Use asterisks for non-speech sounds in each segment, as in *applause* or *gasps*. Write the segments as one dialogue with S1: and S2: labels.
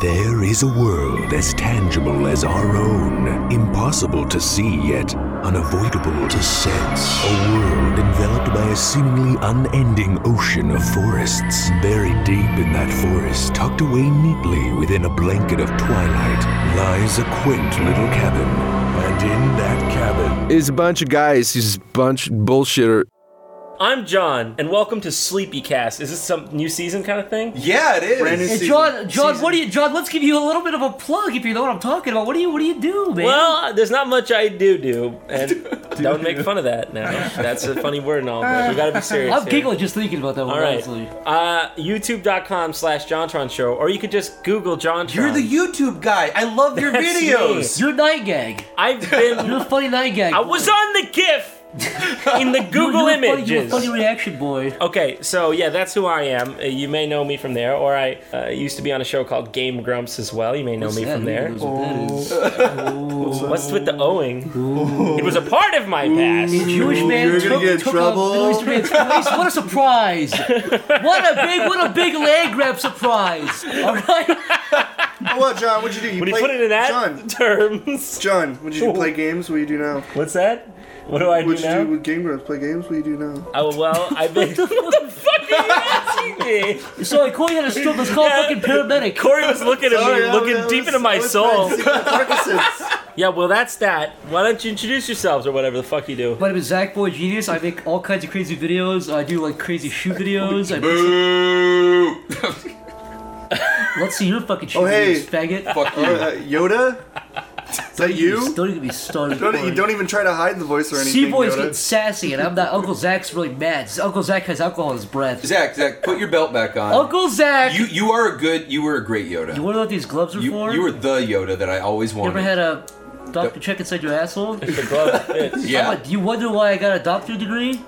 S1: There is a world as tangible as our own, impossible to see yet unavoidable to sense. A world enveloped by a seemingly unending ocean of forests. Buried deep in that forest, tucked away neatly within a blanket of twilight, lies a quaint little cabin. And in that cabin,
S2: It's a bunch of guys. He's a bunch of bullshitter.
S3: I'm John, and welcome to Sleepy Cast. Is this some new season kind of thing?
S4: Yeah, it is.
S5: Brand new
S6: Hey,
S5: season.
S6: John, John, what do you, John? Let's give you a little bit of a plug if you know what I'm talking about. What do you, what do you do, man?
S3: Well, there's not much I do do,
S6: *laughs*
S3: and don't make fun of that now. That's a funny word and all, but we gotta
S6: *laughs*
S3: be serious.
S6: I'm
S3: here.
S6: giggling just thinking about that one.
S3: All right.
S6: honestly.
S3: Uh, YouTube.com slash JohnTron Show, or you could just Google JohnTron.
S4: You're the YouTube guy. I love your
S3: That's
S4: videos.
S6: You're a night gag.
S3: I've been.
S6: *laughs* You're a funny night gag.
S3: I was on the GIF
S6: *laughs*
S3: in the
S6: You-
S3: Google
S6: you're a funny- you're a
S3: images.
S6: funny reaction boy.
S3: Okay, so yeah, that's who I am. Uh, You may know me from there, or I uh, used to be on a show called Game Grumps as well. You may know me
S6: Yeah,
S3: from
S6: who
S3: there.
S6: knows what that is.
S5: Oh.
S3: What's with the owing? It was a part of my past.
S6: Jewish man
S5: You're
S6: took,
S5: gonna get in
S6: took a
S5: trouble.
S6: Middle Eastern man's place. What a surprise! What a big, what a big land grab surprise! All right,
S5: Oh, what, John? What'd you do? You
S3: When you
S5: play-
S3: put it in that
S5: John.
S3: terms,
S5: John, what'd you do? Play games? What do you do now?
S3: what's that? What do I do
S5: What'd you
S3: now?
S5: do with Game Grumps? Play games? What do you do now?
S3: Oh well, I've been.
S5: *laughs*
S3: what the fuck are you asking me?
S6: so I call you on a strip. Let's call a fucking paramedic.
S3: Corey was looking at
S5: Sorry,
S3: me,
S5: I-
S3: looking
S5: I
S3: deep
S5: Oh, was-
S3: into my
S5: I was
S3: soul.
S5: playing *laughs* Secret Parkinson's.
S3: *laughs* Yeah, well, that's that. Why don't you introduce yourselves or whatever the fuck you do? *laughs*
S6: My name is Zach Boy Genius. I make all kinds of crazy videos. I do like crazy shoe videos. I make some- Let's see your fucking shoe
S5: Oh, hey.
S6: videos, faggot.
S5: Fuck you. Uh, Yoda? Is that you?
S6: Don't even be started.
S5: Don't, you don't even try to hide the voice or anything.
S6: Sea boy's
S5: Yoda.
S6: getting sassy, and I'm not. Uncle Zach's really mad. Uncle Zach has alcohol in his breath.
S7: Zach, Zach, put your belt back on.
S6: Uncle Zach.
S7: You you are a good. You were a great Yoda.
S6: You want to know what these gloves are
S7: You,
S6: for?
S7: you were the Yoda that I always
S6: You
S7: wanted.
S6: ever had a doctor check inside your asshole?
S3: The glove
S5: *laughs*
S3: fits.
S7: yeah.
S6: What, do you wonder why I got a
S7: *laughs*
S6: doctor degree?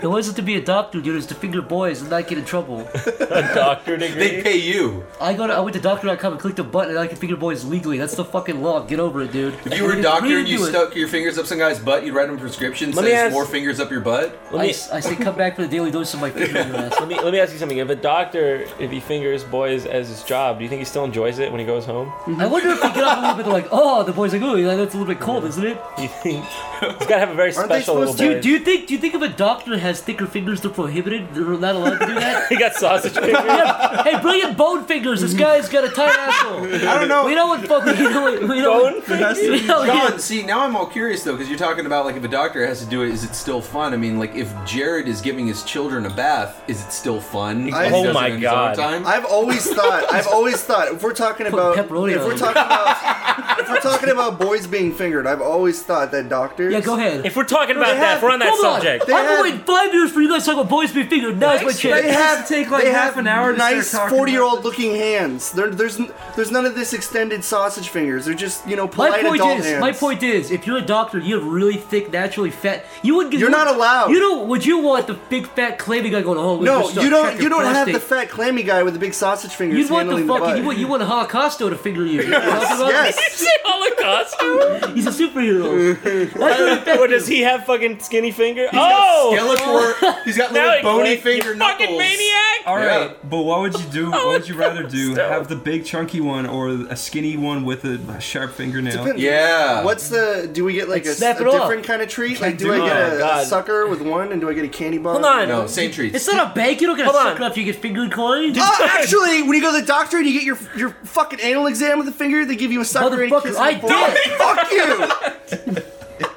S6: it wasn't to be a doctor, dude. It was to finger boys and not get in trouble.
S3: A doctor
S7: they
S3: degree.
S7: pay you.
S6: I go to, I went to doctor.com and clicked a button and I can finger boys legally. That's the fucking law. Get over it, dude.
S7: If you were
S6: Read-
S7: a doctor
S6: read
S7: and you
S6: into it.
S7: stuck your fingers up some guy's butt, you'd write him a prescription
S3: Let me
S7: says
S3: ask-
S7: more fingers up your butt.
S3: Let
S6: I,
S3: me,
S6: s- I say, come back for the daily dose of
S7: *laughs*
S6: my finger in your ass.
S3: let me let me ask you something. If a doctor, if he fingers boys as his job, do you think he still enjoys it when he goes home?
S6: I wonder if we get off a little bit like, oh, the boy's like, oh, yeah, that's a little bit cold, isn't it?
S3: You think he's
S5: *laughs*
S3: got to have a very
S5: Aren't they
S3: special little
S5: supposed to-
S3: boy?
S6: Dude, do you think do you think if a doctor has thicker fingers, they're prohibited? They're not allowed to do that.
S3: he got sausage fingers.
S6: Yeah, hey, brilliant bone fingers. This guy's got a tight asshole.
S5: I don't know.
S6: We don't want fuck. We don't. We
S3: Bone
S6: don't. We don't
S7: John, see, now I'm all curious though, because you're talking about like if a doctor has to do it, is it still fun? I mean, like if Jared is giving his children a bath, is it still fun?
S5: I-
S7: If he
S5: Oh
S7: does it
S3: my
S7: on his
S3: God.
S7: own time?
S5: I've always thought. I've always thought. If we're talking about, if
S6: pepperoni on
S5: we're
S6: it.
S5: talking about, if we're talking about boys being fingered, I've always thought that doctors.
S6: yeah, go ahead.
S3: If we're talking about
S5: they
S3: that,
S5: have-
S3: if we're on that
S6: Hold on.
S3: subject. *laughs*
S5: They
S6: I've
S5: have-
S6: been waiting five years for you guys to talk about boys being fingered. Now is my chance.
S5: They have
S8: take, like,
S5: they
S8: half
S5: have
S8: an hour to start
S5: nice
S8: talking
S5: forty-year-old looking hands. There, there's n- there's none of this extended sausage fingers. They're just you know
S6: my
S5: polite
S6: point
S5: adult
S6: is,
S5: hands.
S6: my point is, if you're a doctor, you have really thick, naturally fat. You would.
S5: You're not allowed.
S6: You don't. Would you want the big fat claiming guy going? Oh, we
S5: No,
S6: just
S5: you
S6: check
S5: don't.
S6: your
S5: You don't have
S6: prostate."
S5: the fat clammy guy with the big sausage fingers
S6: You'd want the
S5: handling
S6: fucking. you
S5: butt.
S6: want. You want a Holocausto to finger
S5: *laughs*
S6: you. you. know what I'm talking about?
S5: yes.
S3: Holocaust.
S6: He's a superhero. That's what
S3: or does he have fucking skinny finger?
S7: He's
S3: oh,
S7: got skeletor- he's *laughs* got
S3: now
S7: little
S3: he
S7: bony
S3: clicked,
S7: finger
S3: you fucking
S7: knuckles.
S3: maniac!
S8: All
S7: Yeah.
S8: right, but what would you
S6: *laughs*
S8: do? What would you rather do?
S3: Stop.
S8: Have the big chunky one or a skinny one with a sharp fingernail?
S5: Depends.
S7: Yeah.
S5: What's the? Do we get like a,
S6: Like, snap
S5: a
S6: it off.
S5: different kind of treat? Like, do I
S8: do
S5: get
S3: it.
S5: a,
S3: Oh, God.
S5: a sucker with one, and do I get a candy bar?
S3: Hold on.
S7: No, same treats.
S6: It's not a bank. You don't get a
S3: Hold
S6: sucker
S3: on.
S6: if you get fingered, Corey.
S5: Oh, actually, when you go to the doctor and you get your your fucking anal exam with the finger, they give you a sucker and a
S6: Motherfucker,
S5: kiss.
S6: I
S5: and a fork.
S6: did.
S5: Fuck you.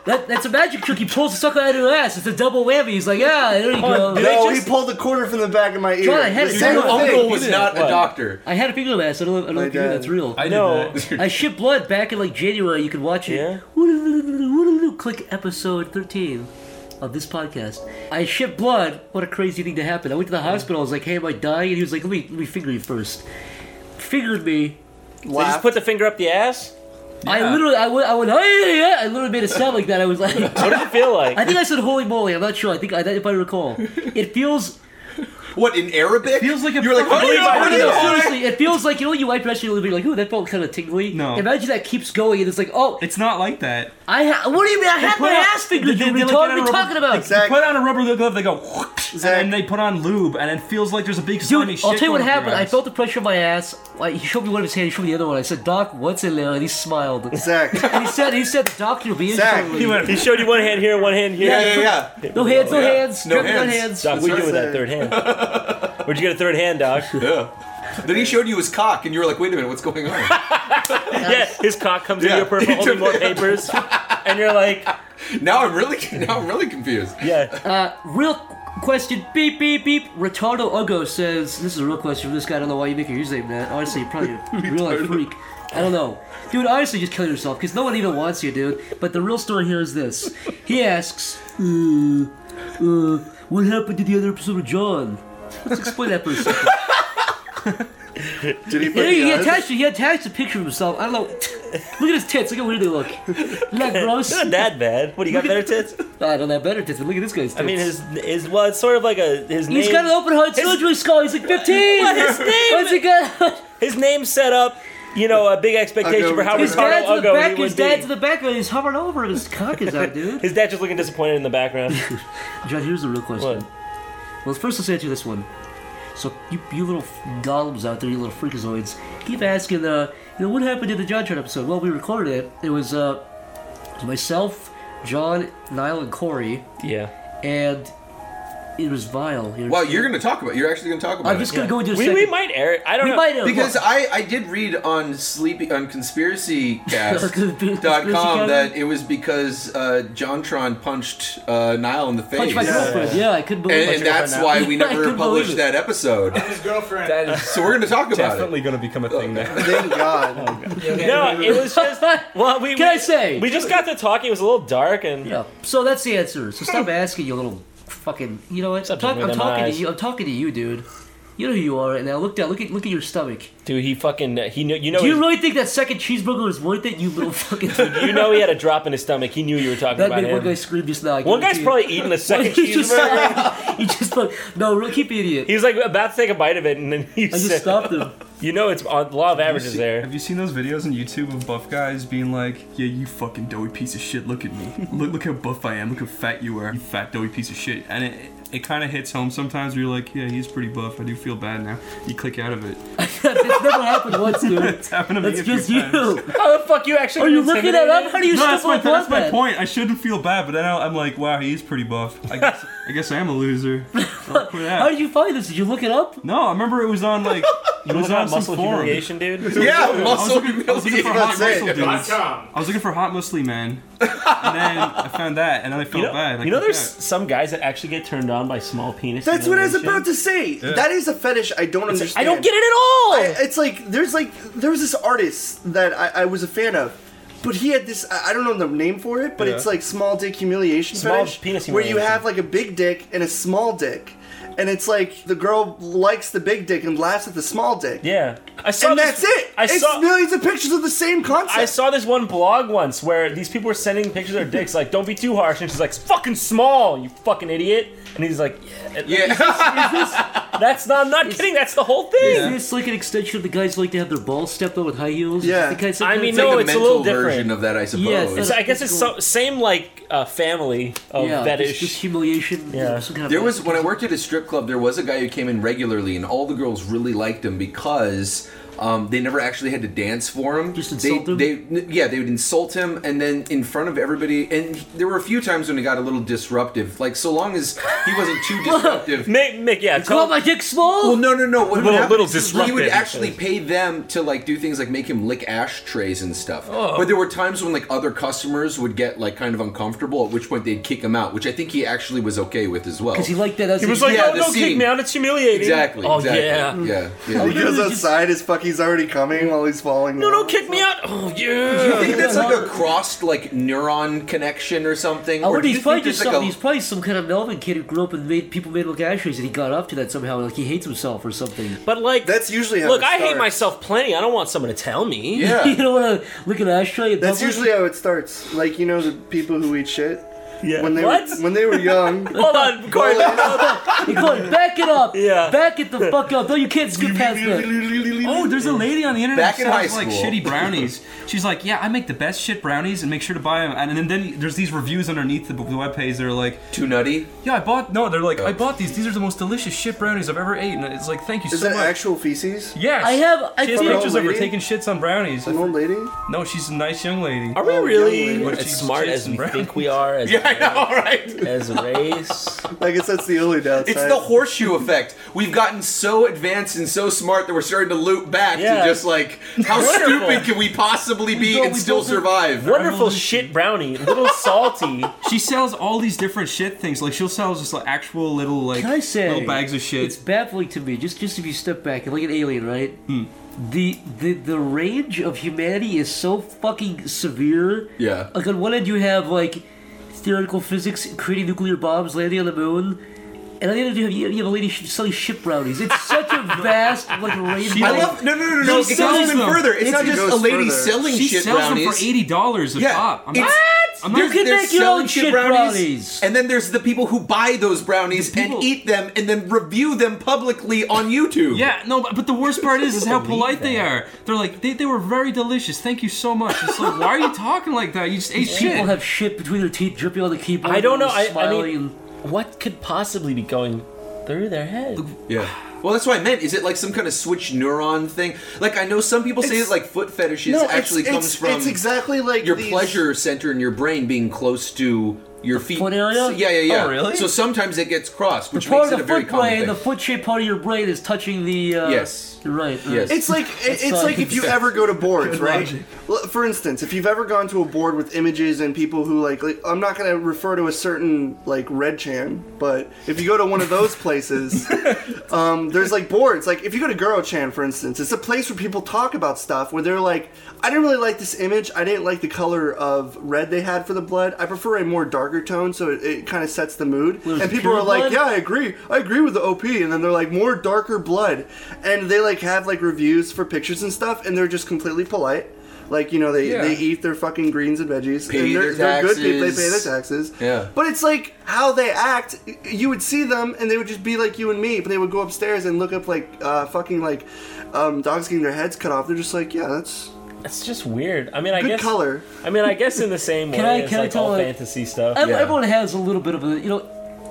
S6: That, that's a magic trick. He pulls the sucker out of your ass. It's a double whammy. He's like, ah, there you go.
S3: Did
S5: No,
S3: they just-
S5: he pulled the quarter from the back of my ear.
S6: John, I had
S5: The
S6: it.
S5: same
S7: Your
S6: Your
S5: thing.
S7: uncle was not
S3: What?
S7: a doctor.
S6: I had a finger last. I don't, I don't know if you knew
S5: dad.
S6: that's real. I,
S8: I
S3: No.
S8: did that.
S6: shit blood back in like January. You can watch it. Yeah. Click episode 13 of this podcast. I shit blood. What a crazy thing to happen. I went to the hospital. I was like, hey, am I dying? And he was like, let me, let me finger you first. Fingered me.
S3: They just
S6: *laughs*
S5: Laugh.
S3: put the finger up the ass.
S6: I literally, I went, I went, "Hey, yeah, yeah." I literally made a sound like that. I was like,
S3: What does it feel like?
S6: I think I said holy moly. I'm not sure. I think I, if I recall, it feels
S7: What in Arabic?
S6: Feels like a
S7: you're like,
S6: fucking- *laughs*
S7: "Hurry up,
S6: No,
S7: hurry
S6: no,
S7: up."
S6: seriously, it feels like you know when you wipe your ass, you'll be like, "Ooh, that felt kind of tingly."
S8: No.
S6: imagine that keeps going, and it's like, "Oh,
S8: It's not like that.
S6: I ha- what do you mean? I had
S8: put
S6: my
S8: out-
S6: ass fingered.
S8: they-
S6: You
S8: they
S6: retard.
S8: look
S6: What
S8: at
S6: are you
S8: a
S6: talking about?
S8: They
S5: Zach-
S8: put on a rubber glove, they go, *laughs* and
S5: Zach.
S8: then they put on lube, and it feels like there's a big
S6: Dude,
S8: slimy shit.
S6: I'll tell you what
S8: going up your
S6: happened. I
S8: ass.
S6: felt the pressure of my ass. Like, he showed me one of his hands. He showed me the other one. I said, "Doc, what's in there?" And he smiled. And
S5: Zach.
S6: he said, "He said, Doc, you'll be in
S5: Zach,
S6: shortly."
S5: he went-
S3: He showed you one hand here, one hand here.
S7: Yeah, yeah, yeah.
S6: No hands, no hands.
S7: No
S6: Grab me by the
S7: hands.
S3: Doc, what'd you do with that
S5: That's
S3: third hand? Where'd you get a third hand, Doc?
S7: Then he showed you his cock, and you were like, "Wait a minute, what's going on?"
S6: *laughs*
S3: yeah, his cock comes
S7: Yeah.
S3: in your purple,
S7: He
S3: only
S7: took-
S3: more papers. and you're like,
S7: now I'm really, now I'm really confused.
S3: yeah.
S6: Real question. Beep beep beep. Retardo Ugo says, "This is a real question from this guy. I don't know why you make your username that. Honestly, you're probably a real life freak. I don't know, dude. Honestly, just kill yourself because no one even wants you, dude. But the real story here is this. He asks, uh, uh, what happened to the other episode of John? Let's explain that for a second.
S5: Did he put
S6: Yeah,
S5: the
S6: he
S5: eyes-
S6: attached he attached a picture of himself. I don't know. *laughs* Look at his tits. Look how weird they look. Isn't that gross?
S3: *laughs* It's not that bad. What, do you got better tits?
S6: I don't have better tits, but look at this guy's tits.
S3: I mean, his, his, well, it's sort of like a, his name.
S6: He's got an open heart surgery scar. He's like 15.
S3: What, his name-
S6: What's he got?
S3: *laughs* his name set up, you know, a big expectation
S5: Ugo
S3: for how
S5: His
S6: His
S3: retarded
S6: dad's in the
S3: Ugo
S6: back.
S3: he
S6: His
S3: would
S6: dad's in
S3: be.
S6: the back. and He's hovering over him. His cock
S3: *laughs*
S6: is out, dude.
S3: His dad's just looking disappointed in the
S6: *laughs*
S3: background.
S6: John, here's the real question.
S3: What?
S6: Well, first let's answer this one. So you, you little golems out there, you little freakazoids, keep asking, uh, you know, what happened to the John Trent episode? Well, we recorded it. It was, uh, it was myself, John, Niall, and Corey,
S3: Yeah.
S6: and it was vile. It was-
S7: Wow, you're gonna talk about. You're actually gonna talk about.
S6: I'm just
S7: it.
S6: gonna go into a
S3: We,
S6: second.
S3: we might air it. I don't
S6: We
S3: know.
S6: might have-
S7: Because I, I did read on sleepy on
S6: *laughs*
S7: conspiracycast.com
S6: Conspiracycast?
S7: that it was because uh, Jontron punched uh, Niall in the face,
S6: punch my girlfriend. Yeah, I couldn't believe
S7: and,
S6: it.
S7: and that's why we
S6: *laughs* I
S7: never
S6: couldn't
S7: published
S6: believe it.
S7: that episode.
S9: His girlfriend.
S8: That is
S7: So we're gonna talk about it.
S8: definitely going to become a thing now.
S5: Thank God.
S3: No, it was just. Well, we
S6: Can I
S3: we-
S6: say?
S3: we just got to talking. It was a little dark, and
S6: *laughs* Yeah. So that's the answer. So stop *laughs* asking, you little fucking. You know what? I'm,
S3: Something
S6: talk-
S3: with
S6: I'm
S3: them
S6: talking
S3: eyes.
S6: to you. I'm talking to you, dude. You know who you are. And now look down. Look at look at your stomach.
S3: dude, he fucking he knew. You know,
S6: Do you
S3: his-
S6: really think that second cheeseburger is worth it? You
S3: *laughs*
S6: little fucking.
S3: you know, he had a drop in his stomach. He knew you were talking
S6: that
S3: about
S6: made one
S3: him.
S6: guy scream just now. I
S3: one guy's
S6: guarantee you. *laughs*
S3: probably eating a second
S6: He just,
S3: cheeseburger. *laughs*
S6: he just like no, really keep idiot.
S3: He was like about to take a bite of it, and then he
S6: I
S3: said,
S6: just stopped him. *laughs*
S3: "You know, it's on law of
S8: Have you
S3: averages
S8: seen-
S3: there."
S8: Have you seen those videos on YouTube of buff guys being like, "Yeah, you fucking doughy piece of shit. Look at me. *laughs* Look, look how buff I am. Look how fat you are. You fat doughy piece of shit." And it, it kind of hits home sometimes. Where you're like, "Yeah, he's pretty buff. I do feel bad now." You click out of it. *laughs*
S6: That's never happened
S3: *laughs*
S6: once, dude.
S8: It's happened to me
S6: That's
S8: a few
S6: just you.
S8: times.
S3: How the fuck you actually?
S6: Are you
S3: can
S6: looking
S3: intimidate
S6: that up?
S3: him?
S6: *laughs* How do you
S8: No, that's
S6: still
S8: my,
S6: want
S8: that's my
S6: that?
S8: point. I shouldn't feel bad, but then I- I'm like, wow, he's pretty buff. I
S6: *laughs*
S8: guess I guess I am a loser. I'll quit out.
S6: How did you find this? Did you look it up?
S8: no, I remember it was
S6: *laughs*
S8: on like it was
S3: Look at
S8: on some
S3: muscle
S8: forum.
S3: humiliation, dude.
S7: Yeah,
S8: I was
S7: muscle
S8: looking, *laughs*
S3: *laughs*
S8: I was looking for
S7: humiliation.
S5: That's
S8: hot muscle
S5: it.
S8: dudes.
S9: Come.
S8: I was looking for hot muscly man, and then I found that, and then I felt
S3: You know,
S8: bad. I
S3: you know
S8: clicked
S3: there's
S8: out.
S3: some guys that actually get turned on by small penis.
S5: That's what
S6: *laughs*
S5: I was
S3: humiliation.
S5: about to say. That is a fetish I don't understand.
S3: I don't get it at all.
S5: I- it's like there's like there was this artist that I, I was a fan of, but he had this I I don't know the name for it, but it's like small dick humiliation
S3: Small
S5: fetish,
S3: penis
S5: where you
S3: humiliation.
S5: have like a big dick and a small dick, and it's like the girl likes the big dick and laughs at the small dick.
S3: yeah, I saw.
S5: And
S3: this-
S5: that's it.
S3: I
S5: it's
S3: saw.
S5: millions of pictures of the same concept.
S3: I saw this one blog once where these people were sending pictures of their dicks, like, don't be too harsh. And she's like, "It's fucking small, you fucking idiot. And he's like, yeah. *laughs*
S7: Yeah,
S3: That's not, I'm not kidding. That's the whole thing.
S6: Is this like an extension of the guys who like to have their balls stepped on with high heels?
S5: Yeah.
S6: The guys that
S3: I mean,
S6: it's
S3: no,
S6: like-
S7: the
S3: it's a
S7: mental
S3: little different.
S7: version of that, I suppose.
S6: Yes.
S3: So I guess it's so, same, like, uh, family of
S6: yeah,
S3: fetish.
S6: It's just humiliation.
S3: Yeah.
S6: some kind of-
S7: There was when I worked at a strip club. There was a guy who came in regularly, and all the girls really liked him because um, they never actually had to dance for him.
S6: Just
S7: they,
S6: insult him?
S7: They, n- yeah, they would insult him, and then in front of everybody. And he- there were a few times when it got a little disruptive. Like so long as he wasn't too disruptive.
S3: Mick, Mick, yeah.
S6: You
S3: Tell,
S6: want my dick small?
S7: Well, no, no, no. What
S3: Little-
S7: would happen
S3: little
S7: is he would
S3: disruptive.
S7: actually pay them to like do things like make him lick ashtrays and stuff.
S3: Oh.
S7: But there were times when like other customers would get like kind of uncomfortable, at which point they'd kick him out, which I think he actually was okay with as well.
S6: Because he liked that. As
S3: he was like,
S7: Yeah,
S3: oh,
S7: the
S3: no, kick
S7: scene.
S3: me out. It's humiliating.
S7: Exactly.
S3: Oh,
S7: exactly.
S3: yeah.
S7: Yeah. yeah.
S5: He goes outside, his fucky's already coming while he's falling.
S3: No, no,
S5: down.
S3: kick me out. Oh, *laughs*
S7: I
S3: yeah.
S7: think that's like a crossed like neuron connection or something.
S6: I
S7: or
S6: wonder
S7: do you
S6: he's probably
S7: think
S6: just
S7: there's,
S6: some,
S7: like, a-
S6: he's probably some kind of Melvin kid who grew up and made people made look ashtrays and he got up to that somehow like he hates himself or something. *laughs*
S3: But, like,
S5: That's usually how
S3: look,
S5: it
S3: I hate
S5: starts.
S3: myself plenty. I don't want someone to tell me.
S7: Yeah.
S6: you don't want to look at an ashtray.
S3: *laughs*
S6: in *laughs*
S5: That's
S6: public?
S5: usually how it starts. Like you know the people who eat shit.
S3: Yeah.
S5: when they
S3: what?
S5: were when they were
S3: *laughs*
S5: young.
S3: Hold on, Corey.
S6: Hey, Corey, back it up.
S3: Yeah.
S6: Back it the fuck up. No, you can't skip past that.
S8: Oh, there's a lady on the internet
S7: Back
S8: who
S7: in high
S8: sells, like
S7: school. *laughs*
S8: shitty brownies. She's like, yeah, I make the best shit brownies, and make sure to buy them. And then, then there's these reviews underneath the, the webpage. They're like,
S7: Too nutty.
S8: yeah, I bought. No, they're like, I bought these. These are the most delicious shit brownies I've ever ate. And it's like, thank you
S5: Is
S8: so
S5: that
S8: much.
S5: actual feces?
S8: yes.
S6: I have- I
S8: she has
S6: feel-
S8: pictures of her
S5: Lady?
S8: taking shits on brownies.
S5: An old lady?
S8: No, she's a nice young lady.
S9: Are we
S5: Oh,
S9: really
S8: What if
S9: as
S8: she's
S9: smart as
S8: Jason
S9: we
S8: Brown?
S9: think we
S6: *laughs*
S9: are as,
S7: I know, right?
S9: as a race?
S5: I guess that's the only downside.
S7: It's the horseshoe effect. We've gotten so advanced and so smart that we're starting to loop back
S3: Yeah.
S7: to just like, how
S3: Wonderful.
S7: stupid can we possibly be
S8: built-
S7: and
S8: we
S7: still
S8: built a-
S7: survive?
S3: Wonderful shit brownie. Little salty.
S8: She sells all these different shit things. Like she'll sell just like actual little like
S6: Can I say
S8: little bags of shit.
S6: It's baffling to me. Just just if you step back and look at Alien, right? The, the the range of humanity is so fucking severe.
S7: Yeah.
S6: Like on one end you have like theoretical physics creating nuclear bombs, landing on the moon. And on the other end you have, you have a lady sh- selling ship brownies. It's such a vast like range.
S7: I
S6: of-
S7: love no no no no. no. It
S8: sells
S7: goes even
S8: them.
S7: further. It's, not
S5: It
S7: just
S5: goes
S7: a lady
S5: further.
S7: selling
S8: she
S7: shit
S8: sells
S7: brownies.
S8: them for eighty dollars a
S7: Yeah,
S8: pop. I'm
S7: it's-
S8: not, I'm not
S6: You can
S7: They're
S6: make your
S7: selling
S6: own
S7: shit
S6: shit brownies.
S7: and then there's the people who buy those brownies
S8: people-
S7: and eat them and then review them publicly on YouTube.
S8: Yeah, no, but but the worst part is is how polite they are. They're like, they, they were very delicious. Thank you so much. It's like, why are you talking like that? You just ate
S6: People
S8: shit.
S6: have shit between their teeth dripping on the keyboard.
S3: I don't know,
S6: and
S3: I- I
S6: smiling
S3: mean-
S6: and-
S9: What could possibly be going through their head?
S7: Yeah. Well, that's what I meant. Is it like some kind of switch neuron thing? Like I know some people say that like foot fetishes
S5: no,
S7: actually
S5: it's,
S7: comes
S5: it's,
S7: from
S5: it's exactly like
S7: your
S5: these-
S7: pleasure center in your brain being close to your feet.
S6: foot area?
S7: Yeah, yeah, yeah.
S8: Oh, really?
S7: So sometimes it gets crossed, which
S6: Part
S7: makes it
S6: of the
S7: a very
S6: foot
S7: common
S6: brain,
S7: thing.
S6: the foot shaped part of your brain is touching the. Uh,
S7: Yes.
S6: You're right. right.
S7: Yes. *laughs*
S5: It's like it's
S6: not-
S5: like if you ever go to boards, right? L- For instance, if you've ever gone to a board with images and people who like, like I'm not going to refer to a certain like Red Chan, but if you go to one of
S7: *laughs*
S5: those places, um, there's like boards. Like if you go to Guro Chan, for instance, it's a place where people talk about stuff where they're like, I didn't really like this image. I didn't like the color of red they had for the blood. I prefer a more darker tone, so it, it kind of sets the mood.
S6: Was
S5: and
S6: it
S5: people
S6: pure
S5: are like,
S6: blood?
S5: yeah, I agree. I agree with the OP. And then they're like, more darker blood. And they like have like reviews for pictures and stuff, and they're just completely polite. Like, you know, they,
S8: Yeah.
S5: they eat their fucking greens and veggies.
S7: Pay
S5: and they're,
S7: their
S5: they're good people. They pay their
S7: taxes.
S5: taxes.
S7: Yeah.
S5: But it's like how they act. You would see them, and they would just be like you and me. But they would go upstairs and look up like uh, fucking like um, dogs getting their heads cut off. They're just like, yeah, that's
S3: It's just weird. I mean, I
S5: good
S3: guess.
S5: color.
S3: I mean, I guess in the same way
S6: Can I-
S3: as
S6: can I
S3: like
S6: tell,
S3: all
S6: like-
S3: fantasy stuff.
S6: Ev-
S7: Yeah.
S6: Everyone has a little bit of a, you know,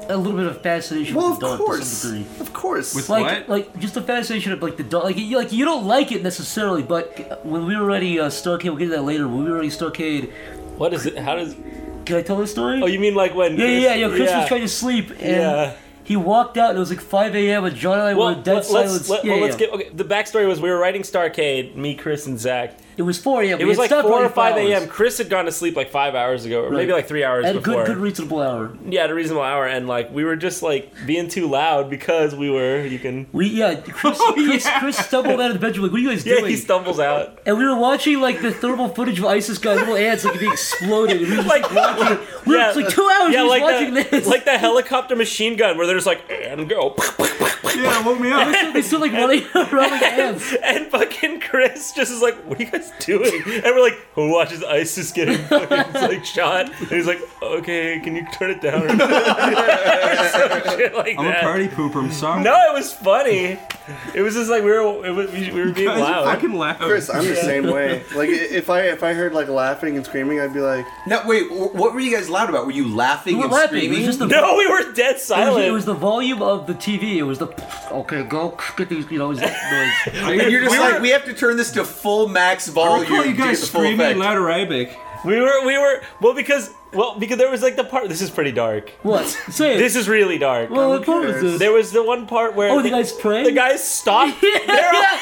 S6: a little bit of fascination
S5: Well,
S6: with
S5: of
S6: the dark to
S5: course,
S6: some degree.
S5: of course.
S8: With-
S6: Like,
S8: What?
S6: like just the fascination of like the dark. Like, you, like you don't like it necessarily, but when we were writing uh, Starcade, we'll get to that later. When we were writing Starcade,
S3: What is it? How does?
S6: can I tell this story?
S3: Oh, you mean like when?
S6: yeah, yeah,
S3: Chris-
S6: yeah. Yo, Chris was trying to sleep, and
S3: Yeah.
S6: he walked out, and it was like 5 a.m. And John and I
S3: Well,
S6: were in dead
S3: let,
S6: silence.
S3: us let,
S6: yeah,
S3: well,
S6: yeah.
S3: let's get. Okay, the backstory was we were writing Starcade, me, Chris, and Zach.
S6: It was 4 a.m.
S3: It
S6: we
S3: was
S6: had
S3: like
S6: stopped
S3: four or
S6: writing
S3: five
S6: flowers.
S3: a.m. Chris had gone to sleep like five hours ago, or maybe like three hours
S6: At a
S3: before.
S6: good, good reasonable hour.
S3: yeah, at a reasonable hour, and like we were just like being too loud because we were. You can.
S6: We
S3: *laughs*
S6: yeah, Chris, Chris, Chris stumbled out of the bedroom. Like, what are you guys
S3: Oh, Yeah,
S6: doing?
S3: he stumbles
S6: *laughs*
S3: out.
S6: and we were watching like the thermal footage of ISIS guy, little ants like being exploded. And we were just
S3: Like-
S6: watching. *laughs*
S3: *laughs*
S6: We
S3: yeah,
S6: were just, like two hours.
S3: yeah,
S6: just
S3: like
S6: watching
S3: the,
S6: this.
S3: like the helicopter machine gun where they're just like and go. *laughs*
S8: yeah, woke me
S6: *laughs* *laughs*
S8: up.
S6: They still like running *laughs* around like ants.
S3: And fucking Chris just is like, "What are you guys doing?" And we're like, "Who watches ISIS
S6: *laughs*
S3: getting fucking like shot?" And he's like, "Okay, can you turn it down?" *laughs* Or some shit like
S8: I'm a
S3: that.
S8: party pooper. I'm sorry.
S3: No, it was funny. It was just like we were it was, we we were being
S8: Guys are
S3: loud.
S8: fucking loud.
S5: Chris, I'm the same way. Like i- if I if I heard like laughing and screaming, I'd be like,
S7: now, wait, wh- what were you guys loud about? Were you laughing
S6: We were
S7: and
S6: laughing. It
S7: screaming?
S6: was just the.
S3: No, we were dead
S6: It was,
S3: silent.
S6: it was the volume of the TV. It was the *laughs* okay, go get these, you know,
S3: *laughs*
S6: it was that noise.
S7: and you're just
S8: We
S7: like,
S8: were-
S7: we have to turn this to full max
S8: I
S7: volume.
S8: recall you
S7: to get
S8: guys
S7: the full
S8: screaming in
S7: effect.
S8: loud Arabic.
S3: we were we were well because well because there was like the part. This is pretty dark.
S6: What? Say it.
S3: This is really dark.
S6: Well, what part was
S5: cares?
S6: this?
S3: There was the one part where
S6: Oh, the guy's praying.
S3: the guys stopped.
S6: *laughs*
S3: They're all-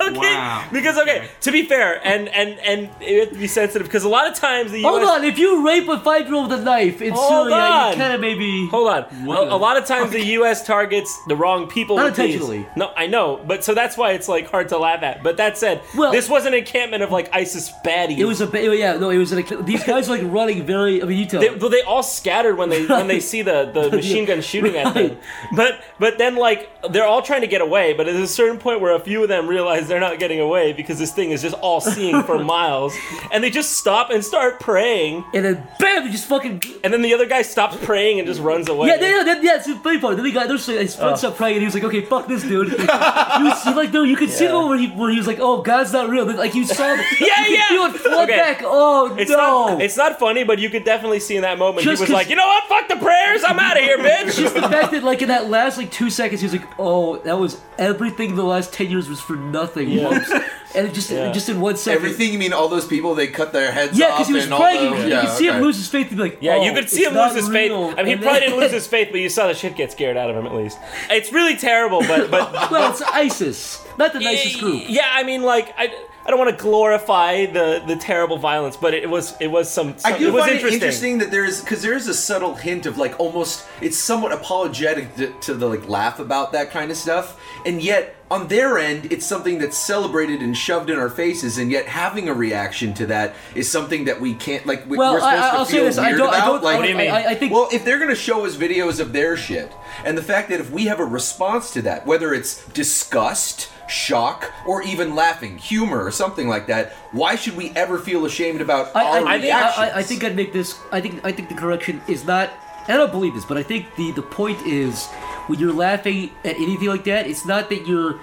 S3: okay,
S8: Wow.
S3: because okay. To be fair, and and and you have to be sensitive because a lot of times the US.
S6: Hold on, if you rape a five-year-old with a knife in
S3: Hold
S6: Syria,
S3: on.
S6: you kind of maybe.
S3: Hold on.
S8: What
S3: A, a
S8: a-
S3: lot of times the U.S. targets the wrong people.
S6: Not
S3: with these.
S6: intentionally.
S3: No, I know, but so that's why it's like hard to laugh at. But that said,
S6: Well-
S3: this was an encampment of like ISIS baddies.
S6: It was a ba- yeah no it was like these guys were, like running very I mean you tell
S3: They, well, they all scattered when they when they
S6: *laughs*
S3: see the, the machine gun shooting at them. But but then like they're all trying to get away. But at a certain point where a few of them realize they're not getting away because this thing is just all seeing
S6: *laughs*
S3: for miles, and they just stop and start praying,
S6: And then bam, they just fucking.
S3: and then the other guy stops praying and just runs away.
S6: Yeah, yeah, yeah, yeah, it's the funny part. Then the guy, there's like, his
S3: Oh.
S6: friend stopped praying, and he was like, okay, fuck this
S3: *laughs*
S6: dude. he was he like, no, you could see the
S3: Yeah.
S6: one where he, where he was like, oh, God's not real. Like, you saw the,
S3: *laughs* Yeah,
S6: you could
S3: yeah.
S6: feel it flood
S3: Okay.
S6: back. Oh,
S3: It's
S6: no.
S3: not. It's not funny, but you could definitely see in that moment
S6: Just
S3: he was
S6: 'cause-
S3: like, you know what? Fuck the prayers. I'm out of here, bitch.
S6: just the fact that, like, in that last, like, two seconds, he was like, oh, that was everything the last 10 years was for nothing. Whoops. And it just,
S3: Yeah.
S6: just in one second.
S7: Everything you mean? All those people they cut their heads
S6: Yeah,
S7: off
S6: because he was
S7: and all
S6: praying.
S7: the-
S6: you
S7: yeah,
S6: could see him
S7: okay.
S6: lose his faith and be like,
S3: *laughs* Yeah, you
S6: "Oh,
S3: could see
S6: it's
S3: him
S6: not
S3: lose his
S6: real."
S3: faith. I mean, he
S6: And
S3: probably
S6: then-
S3: didn't lose his faith, but you saw the shit get scared out of him at least. It's really terrible, but but
S6: *laughs* *laughs*
S3: *laughs*
S6: well, it's ISIS, not the nicest group.
S3: Yeah, I mean, like I, I don't want to glorify the the terrible violence, but it was it was some. some
S7: I do
S3: it was
S7: find
S3: interesting.
S7: it interesting that there is because there is a subtle hint of like almost it's somewhat apologetic to, to the like laugh about that kind of stuff, and yet on their end it's something that's celebrated and shoved in our faces, and yet having a reaction to that is something that we can't like. We,
S6: Well,
S7: we're supposed
S6: I- I-
S7: to
S6: I'll say
S7: feel
S6: this, I
S7: weird
S6: don't- I
S7: about.
S6: don't-
S7: like,
S6: What do you mean? I- I think-
S7: well, if they're gonna show us videos of their shit, and the fact that if we have a response to that, whether it's disgust. Shock or even laughing, humor or something like that. Why should we ever feel ashamed about
S6: I,
S7: our
S6: I, I,
S7: reactions?
S6: I, I think I'd make this. I think I think the correction is not. I don't believe this, but I think the the point is when you're laughing at anything like that, it's not that you're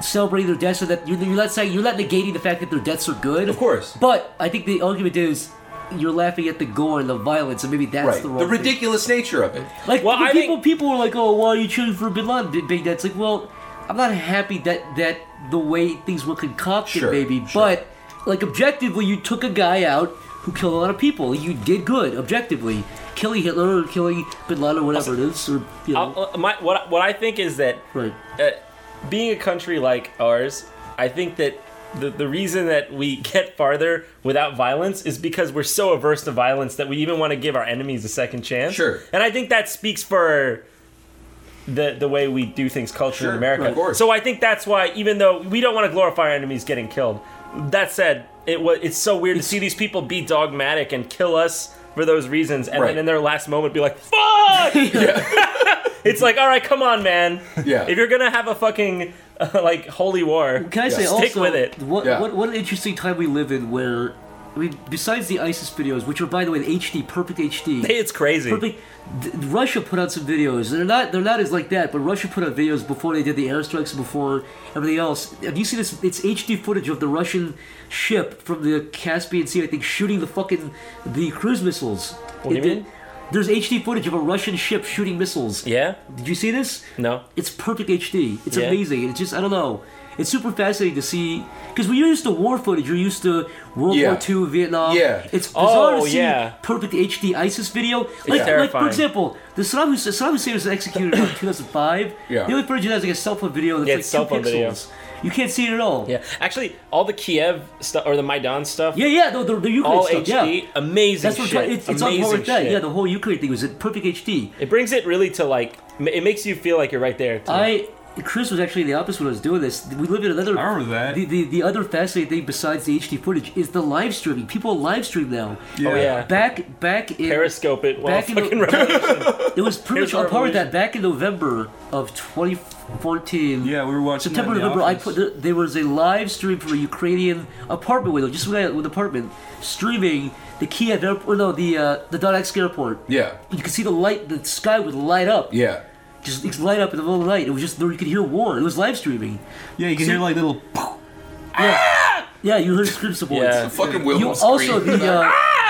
S6: celebrating their deaths or that you're, you're not saying you're not negating the fact that their deaths are good.
S7: Of course.
S6: But I think the argument is. You're laughing at the gore and the violence, and maybe that's
S7: right.
S6: the
S7: The,
S6: wrong thing.
S7: ridiculous nature of it.
S6: Like
S3: Well,
S6: the
S3: I
S6: people,
S3: think-
S6: people were like, "Oh, why are you cheering for Bin Laden?" Big- Big Dad's like, "Well, I'm not happy that that the way things were concocted,
S7: Sure,
S6: maybe,
S7: sure.
S6: but like objectively, you took a guy out who killed a lot of people. You did good, objectively, killing Hitler or killing Bin Laden or whatever it is, or you know,
S3: I'll- uh, my, what what I think is that
S6: *laughs*
S3: *laughs*
S6: Right.
S3: uh, being a country like ours, I think that the, the reason that we *laughs* get farther without violence is because we're so averse to violence that we even want to give our enemies a second chance.
S7: Sure.
S3: And I think that speaks for the the way we do things culturally in
S7: Sure,
S3: America.
S7: of course.
S3: So I think that's why, even though we don't want to glorify our enemies getting killed, that said, it was it's so weird to see these people be dogmatic and kill us for those reasons, and
S7: Right.
S3: then in their last moment be like, "Fuck!" It's like, all right, come on, man.
S7: Yeah.
S3: If you're gonna have a fucking uh, like holy war,
S6: Can I say
S3: stick
S6: also
S3: with it.
S6: What,
S7: Yeah.
S6: what what an interesting time we live in where I mean besides the ISIS videos, which are by the way in HD, perfect HD.
S3: Hey, it's crazy.
S6: perfect th- Russia put out some videos. They're not they're not as like that, but Russia put out videos before they did the airstrikes and before everything else. Have you seen this it's HD footage of the Russian ship from the Caspian Sea, I think, shooting the fucking the cruise missiles.
S3: What do you
S6: It-
S3: mean?
S6: There's HD footage of a Russian ship shooting missiles.
S3: Yeah.
S6: Did you see this?
S3: No.
S6: It's perfect HD. It's
S3: Yeah.
S6: amazing. It's just I don't know. It's super fascinating to see because when you're used to war footage, you're used to World
S7: Yeah.
S6: War II, Vietnam.
S7: Yeah.
S6: It's bizarre
S3: Oh,
S6: to see
S3: yeah.
S6: perfect HD ISIS video. Like, like for
S3: terrifying.
S6: example, the Saddam Hussein, Saddam Hussein was executed in *coughs* 2005.
S7: Yeah.
S6: The only footage has like a cell phone video that's
S3: Yeah,
S6: like
S3: it's
S6: two
S3: cell phone
S6: pixels.
S3: video.
S6: You can't see it at all.
S3: yeah. Actually, all the Kiev stuff or the Maidan stuff,
S6: Yeah, yeah, no, the, the Ukraine
S3: all
S6: stuff,
S3: HD,
S6: yeah.
S3: amazing
S6: That's what
S3: shit.
S6: it's, it's on
S3: amazing
S6: par with that.
S3: shit.
S6: Yeah, the whole Ukraine thing was in perfect HD.
S3: it brings it really to like. m- It makes you feel like you're right there. too.
S6: I Chris was actually in the office when I was doing this. We live in another.
S8: I remember that.
S6: The, the, the other fascinating thing besides the HD footage is the live streaming. People live stream now.
S8: Yeah.
S3: oh yeah.
S6: Back back in
S3: Periscope it. Well,
S6: Back in the-
S3: fucking revolution.
S6: *laughs* it was pretty
S3: Here's
S6: much on par
S3: Revolution.
S6: with that back in November of 2014.
S8: Yeah, we were watching that
S6: September,
S8: in the
S6: November. I
S8: office.
S6: put there, there was a live stream from a Ukrainian apartment window, just with an apartment streaming the Kiev airport, no, the uh, the Donetsk airport.
S7: Yeah.
S6: You could see the light, the sky would light up.
S7: Yeah.
S6: just it's light up in the middle of the night. It was just there. You could hear war. It was live streaming.
S8: Yeah, you can hear like little.
S6: Yeah, you heard scream support.
S3: Yeah.
S7: Fucking Wilhelm
S6: You also
S7: scream.
S6: the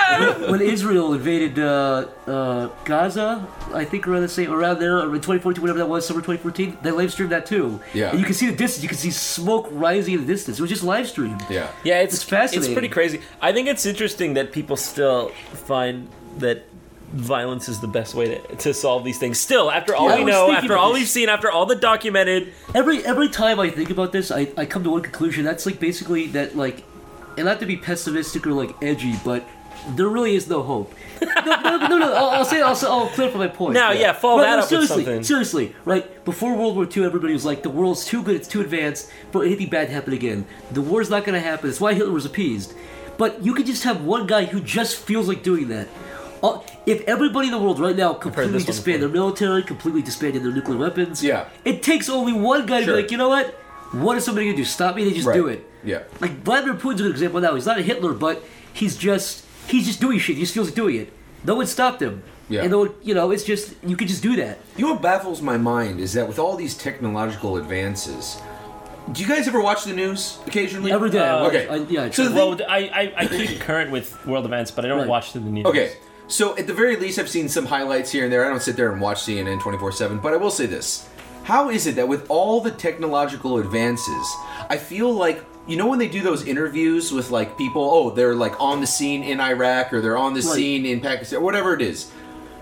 S6: uh, when Israel invaded uh, uh, Gaza, I think around the same around there, around 2014, whatever that was, summer 2014. They live streamed that too.
S7: Yeah.
S6: and you can see the distance. You can see smoke rising in the distance. It was just live streamed.
S7: *laughs* yeah.
S3: yeah, it's,
S6: It's fascinating.
S3: It's pretty crazy. I think it's interesting that people still find that violence is the best way to, to solve these things. Still, after all
S6: Yeah, I
S3: we
S6: was
S3: know,
S6: thinking
S3: after
S6: about
S3: all
S6: this.
S3: we've seen, after all the documented
S6: Every every time I think about this, I, I come to one conclusion. That's like basically that like, and not to be pessimistic or like edgy, but there really is no hope. No, no, no, no. I'll, I'll say I'll, say- I'll clarify my point.
S3: No, yeah, follow
S6: Right,
S3: that
S6: no,
S3: up with
S6: seriously,
S3: something.
S6: Seriously, right? Before World War II, everybody was like, the world's too good, it's too advanced for anything bad to happen again. The war's not going to happen. That's why Hitler was appeased. But you could just have one guy who just feels like doing that. Uh, If everybody in the world right now completely
S3: this one
S6: disbanded their military, completely disbanded their nuclear weapons,
S7: Yeah.
S6: it takes only one guy to
S7: Sure.
S6: be like, you know what? What is somebody gonna do? Stop me? They just do
S7: Right.
S6: it.
S7: Yeah.
S6: Like Vladimir Putin's a good example now. He's not a Hitler, but he's just he's just doing shit. He just feels like doing it. No one stopped him.
S7: Yeah.
S6: And no one, you know, it's just you could just do that.
S7: You know what baffles my mind is that with all these technological advances, do you guys ever watch the news occasionally? Uh,
S6: Every day. I watch-
S7: okay.
S6: I, yeah. I
S7: So
S6: try.
S7: the-
S9: Well, I, I, I keep current with world events, but I don't
S6: Right.
S9: watch the news.
S7: Okay. So at the very least, I've seen some highlights here and there. I don't sit there and watch CNN 24 7, but I will say this. How is it that with all the technological advances, I feel like, you know, when they do those interviews with like people, oh, they're like on the scene in Iraq or they're on the
S6: Right.
S7: scene in Pakistan, whatever it is,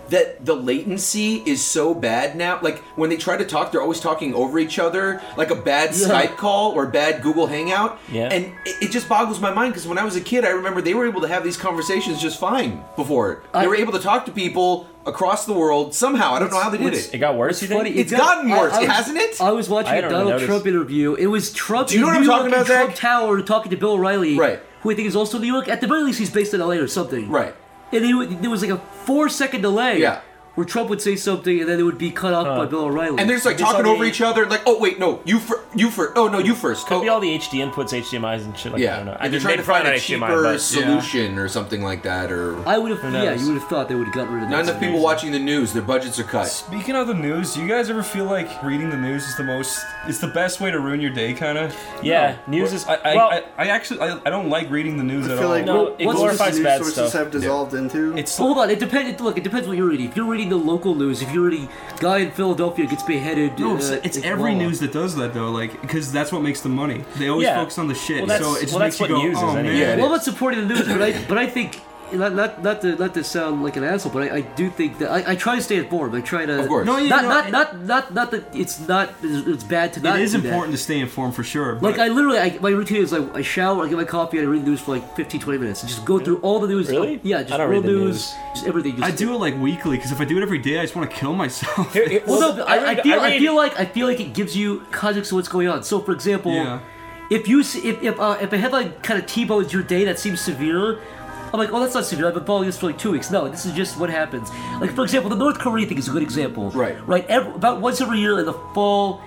S7: that the latency is so bad now. Like when they try to talk, they're always talking over each other, like a bad Skype call or bad Google Hangout.
S9: Yeah.
S7: And it, it just boggles my mind because when I was a kid, I remember they were able to have these conversations just fine before.
S6: I-
S7: they were able to talk to people across the world somehow. I don't know how they did
S6: what's-
S9: It
S7: it.
S9: got worse, you think?
S6: Funny,
S7: It's
S6: it got-
S7: gotten worse,
S6: I, I was-
S7: hasn't it?
S6: I was watching
S9: I
S6: a
S9: don't
S6: Donald
S9: notice.
S6: Trump interview. It was Trump.
S7: Do you know
S6: in
S7: what I'm
S6: New
S7: talking
S6: York in
S7: about,
S6: Trump
S7: Zach?
S6: Tower talking to Bill O'Reilly,
S7: Right.
S6: who I think is also New York. At the very least, he's based in LA or something.
S7: Right.
S6: And they, there was like a four second delay.
S7: Yeah.
S6: Where Trump would say something and then it would be cut off by Bill O'Reilly.
S7: And they're just like
S9: They saw
S7: talking
S9: the-
S7: over each other, like, oh wait, no, you fir- you first. Oh no, you first.
S9: Could
S7: oh,
S9: be all the HD inputs, HDMIs, and shit like
S7: yeah.
S9: I don't know. I
S7: And they're
S9: mean,
S7: trying
S9: they
S7: to find
S9: probably
S7: a
S9: not HDMI,
S7: cheaper
S9: but-
S7: solution or something like that, or
S6: I would have,
S9: Who
S6: yeah,
S9: knows?
S6: you would have thought they would have gotten rid of that.
S7: not enough people watching the news. Their budgets are cut.
S8: Speaking of the news, do you guys ever feel like reading the news is the most, it's the best way to ruin your day, kind of?
S9: Yeah, news is.
S8: I, I,
S9: well,
S8: I, I actually, I, I don't like reading the news
S5: I
S8: at
S5: feel
S8: all.
S5: like
S9: no,
S5: what
S9: it
S6: what's
S5: news
S9: glorifies bad
S5: sources
S9: stuff.
S5: have dissolved into.
S8: It's
S6: Well, hold on. It depends. Look, it depends what you're reading. If you're reading the local news, if you're reading guy in Philadelphia gets beheaded,
S8: No,
S6: uh,
S8: it's, it's
S6: in
S8: every
S6: Guam.
S8: news that does that though, like because that's what makes the money. They always
S9: Yeah.
S8: focus on the shit,
S9: Well, that's-
S8: so it just
S9: well,
S8: makes
S9: that's
S8: you
S9: what
S8: go,
S9: news is
S8: oh
S9: anyway."
S8: man.
S6: Well, I'm not supporting the news, but I but I think not not not to not to sound like an asshole, but I, I do think that I, I try to stay informed. I try to
S7: Of course.
S8: No,
S7: No,
S8: you
S6: not
S8: know,
S6: not,
S8: it-
S6: not not not that it's not it's it's bad to not.
S8: it is
S6: do that.
S8: important to stay informed for sure. But
S6: Like I literally, I, my routine is like I shower, I get my coffee, and I read the news for like 15, 20 minutes, and just go through all the news.
S9: Really?
S6: Yeah, just
S9: I don't
S6: real
S9: read the
S6: news, just everything. Just
S8: I do it like weekly because if I do it every day, I just want to kill myself.
S9: Here- here-
S6: Well, no, but I, I,
S9: read-
S6: feel, I,
S9: read-
S6: feel like I feel like it gives you context of what's going on. So, for example,
S8: Yeah.
S6: if you see, if if, uh, if a headline kind of t-bones your day that seems severe, I'm like, oh, that's not severe. I've been following this for like two weeks. No, this is just what happens. Like, for example, the North Korea thing is a good example.
S7: Right.
S6: Right. Every, about once every year in the fall.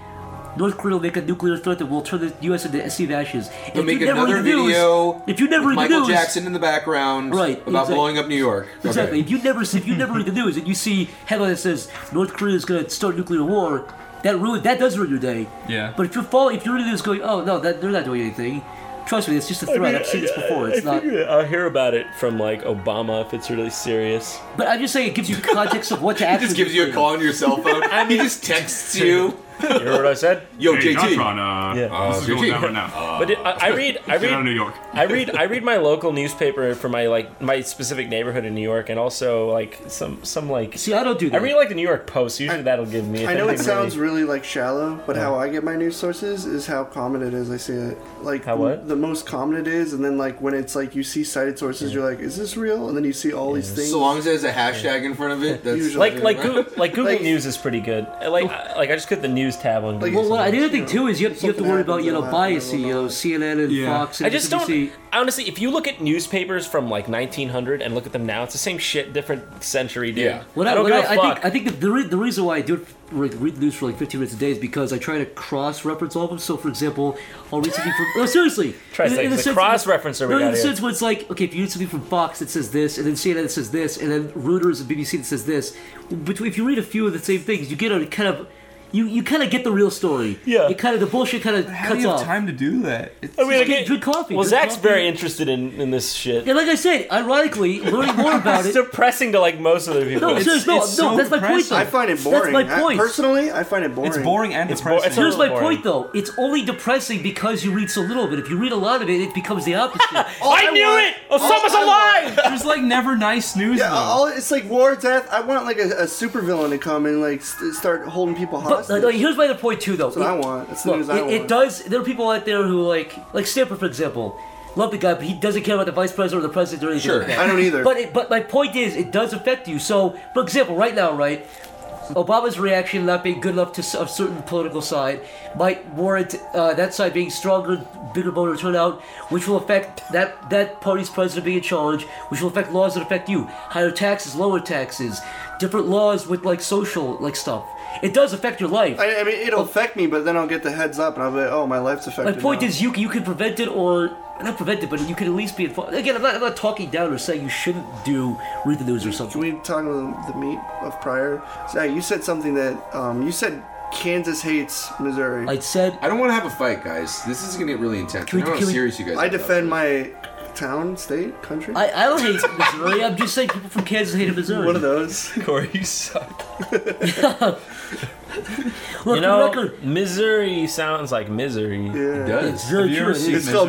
S6: North Korea will make a nuclear threat that will turn the U.S. into a sea of ashes. And
S7: They'll
S6: if
S7: make
S6: you never read
S7: another
S6: the news-
S7: video.
S6: If you never
S7: with
S6: read the
S7: Michael
S6: news,
S7: Jackson in the background,
S6: Right,
S7: About
S6: exactly.
S7: blowing up New York.
S6: Exactly.
S7: Okay.
S6: If you never if you never read the news and you see headline that says North Korea is going to start nuclear war, that ruin that does ruin your day.
S8: Yeah.
S6: But if you're following, if you're reading the news going, oh no, that, they're not doing anything. Trust me, it's just a threat. I have seen this before. It's
S9: I
S6: not.
S9: figure I'll hear about it from like Obama if it's really serious.
S6: But I'm just saying it gives you context of what to
S7: He
S6: actually.
S7: just gives you a
S6: do.
S7: call on your cell
S6: *laughs*
S7: phone. he just texts you.
S9: *laughs* You heard what I said?
S7: Yo, JT.
S8: uh,
S9: Yeah. Uh,
S8: this is
S7: JT.
S8: going down right now.
S9: But it, I, I read, I read,
S8: York.
S9: I read, I read my local newspaper for my like my specific neighborhood in New York, and also like some some like.
S6: See, I don't do
S9: I
S6: that.
S9: really like the New York Post. Usually that'll give me. if
S5: I know it
S9: anything
S5: sounds
S9: really-
S5: really like shallow, but how I get my news sources is how common it is. I see it like
S9: How what?
S5: the most common it is, and then like when it's like you see cited sources, you're like, is this real? And then you see all these things.
S7: So long as there's a hashtag in front of it, that's
S5: Usually.
S9: like
S7: *laughs*
S9: like Google, like Google
S5: Like-
S9: News is pretty good. Like I, like I just get the news tab on. Google.
S6: Well, what, the other thing too is you have, you have to worry about you know
S5: Something happens,
S6: bias, you
S5: it'll
S6: know CNN and
S8: Yeah.
S6: Fox. And
S9: I
S6: MSNBC.
S9: just don't honestly. If you look at newspapers from like 1900 and look at them now, it's the same shit, different century, dude.
S7: Yeah.
S6: What
S9: I
S6: I,
S9: don't
S6: what I,
S9: give a
S6: I
S9: fuck.
S6: think I think the, the, re- the reason why I do it, read, read the news for like 15 minutes a day is because I try to cross reference all of them. So, for example, I'll read something from. No, seriously.
S9: Try to say it's a cross-referencer we
S6: No, in
S9: got
S6: the
S9: here.
S6: sense where it's like, okay, if you read something from Fox that says this, and then CNN that says this, and then Reuters and BBC that says this, between if you read a few of the same things, you get a kind of. You, you kind of get the real story.
S9: Yeah.
S6: You kind of the bullshit kind of
S8: How do
S6: cuts
S8: you have
S6: off.
S8: time to do that? It's,
S9: I mean, I
S6: Good-
S9: get-
S6: good coffee,
S9: Well,
S6: good
S9: Zach's
S6: coffee.
S9: very interested in in this shit.
S6: And like I said, ironically, learning
S8: *laughs*
S6: more about
S9: it's
S6: it.
S9: depressing to like most other people.
S6: No,
S9: it's,
S6: seriously, no,
S8: it's
S6: no,
S8: so
S6: that's my point.
S8: depressing.
S6: Though.
S5: I find it boring.
S6: That's my
S5: I-
S6: point.
S5: personally, I find it boring.
S8: it's boring and
S9: It's bo- it's
S8: depressing.
S9: a
S6: Here's my
S9: boring.
S6: point, though. It's only depressing because you read so little of it. If you read a lot of it, it becomes the opposite. Oh,
S9: I, knew it. Osama's alive.
S8: There's like never nice news.
S5: Yeah,
S8: though.
S5: all, it's like war, death. I want like a, a supervillain to come and like st- start holding people
S6: but
S5: hostage.
S6: uh, no, here's my other point too, though.
S5: That's what I want. That's the
S6: look,
S5: news I
S6: it, it
S5: want.
S6: does. There are people out there who like, like Stanford, for example. Love the guy, but he doesn't care about the vice president or the president or anything.
S7: Sure.
S6: like that.
S5: I don't either.
S6: But it, but my point is, it does affect you. So, for example, right now, right, Obama's reaction not being good enough to s- a certain political side might warrant uh, that side being stronger, bigger voter turnout, which will affect that that party's president being in charge, which will affect laws that affect you, higher taxes, lower taxes, different laws with like social like stuff. It does affect your life.
S5: I, I mean, it'll affect me, but then I'll get the heads up and I'll be like, oh, my life's
S6: My
S5: affected.
S6: point
S5: now.
S6: is, you c- you can prevent it or not prevent it, but you can at least be informed. Again, I'm not, I'm not talking down or saying you shouldn't do read the news or something.
S5: Can we talk about the meat of prior? Zach, you said something that um, you said Kansas hates Missouri.
S6: I said
S7: I don't want to have a fight, guys. This is gonna get really intense.
S6: Can we-
S7: I know how
S6: can we-
S7: serious you guys. are
S5: I
S7: about
S5: defend
S7: this.
S5: my town, state, country.
S6: I, I don't hate Missouri. I'm just saying people from Kansas hate Missouri.
S5: One of those.
S3: *laughs*
S8: Corey, you suck.
S6: Look,
S3: You
S6: for the
S3: know,
S6: record,
S3: misery sounds like misery.
S7: It *laughs*
S5: Yeah.
S7: does.
S6: very
S8: Have you
S6: true.
S8: ever
S6: it
S8: seen
S6: is.
S5: It's called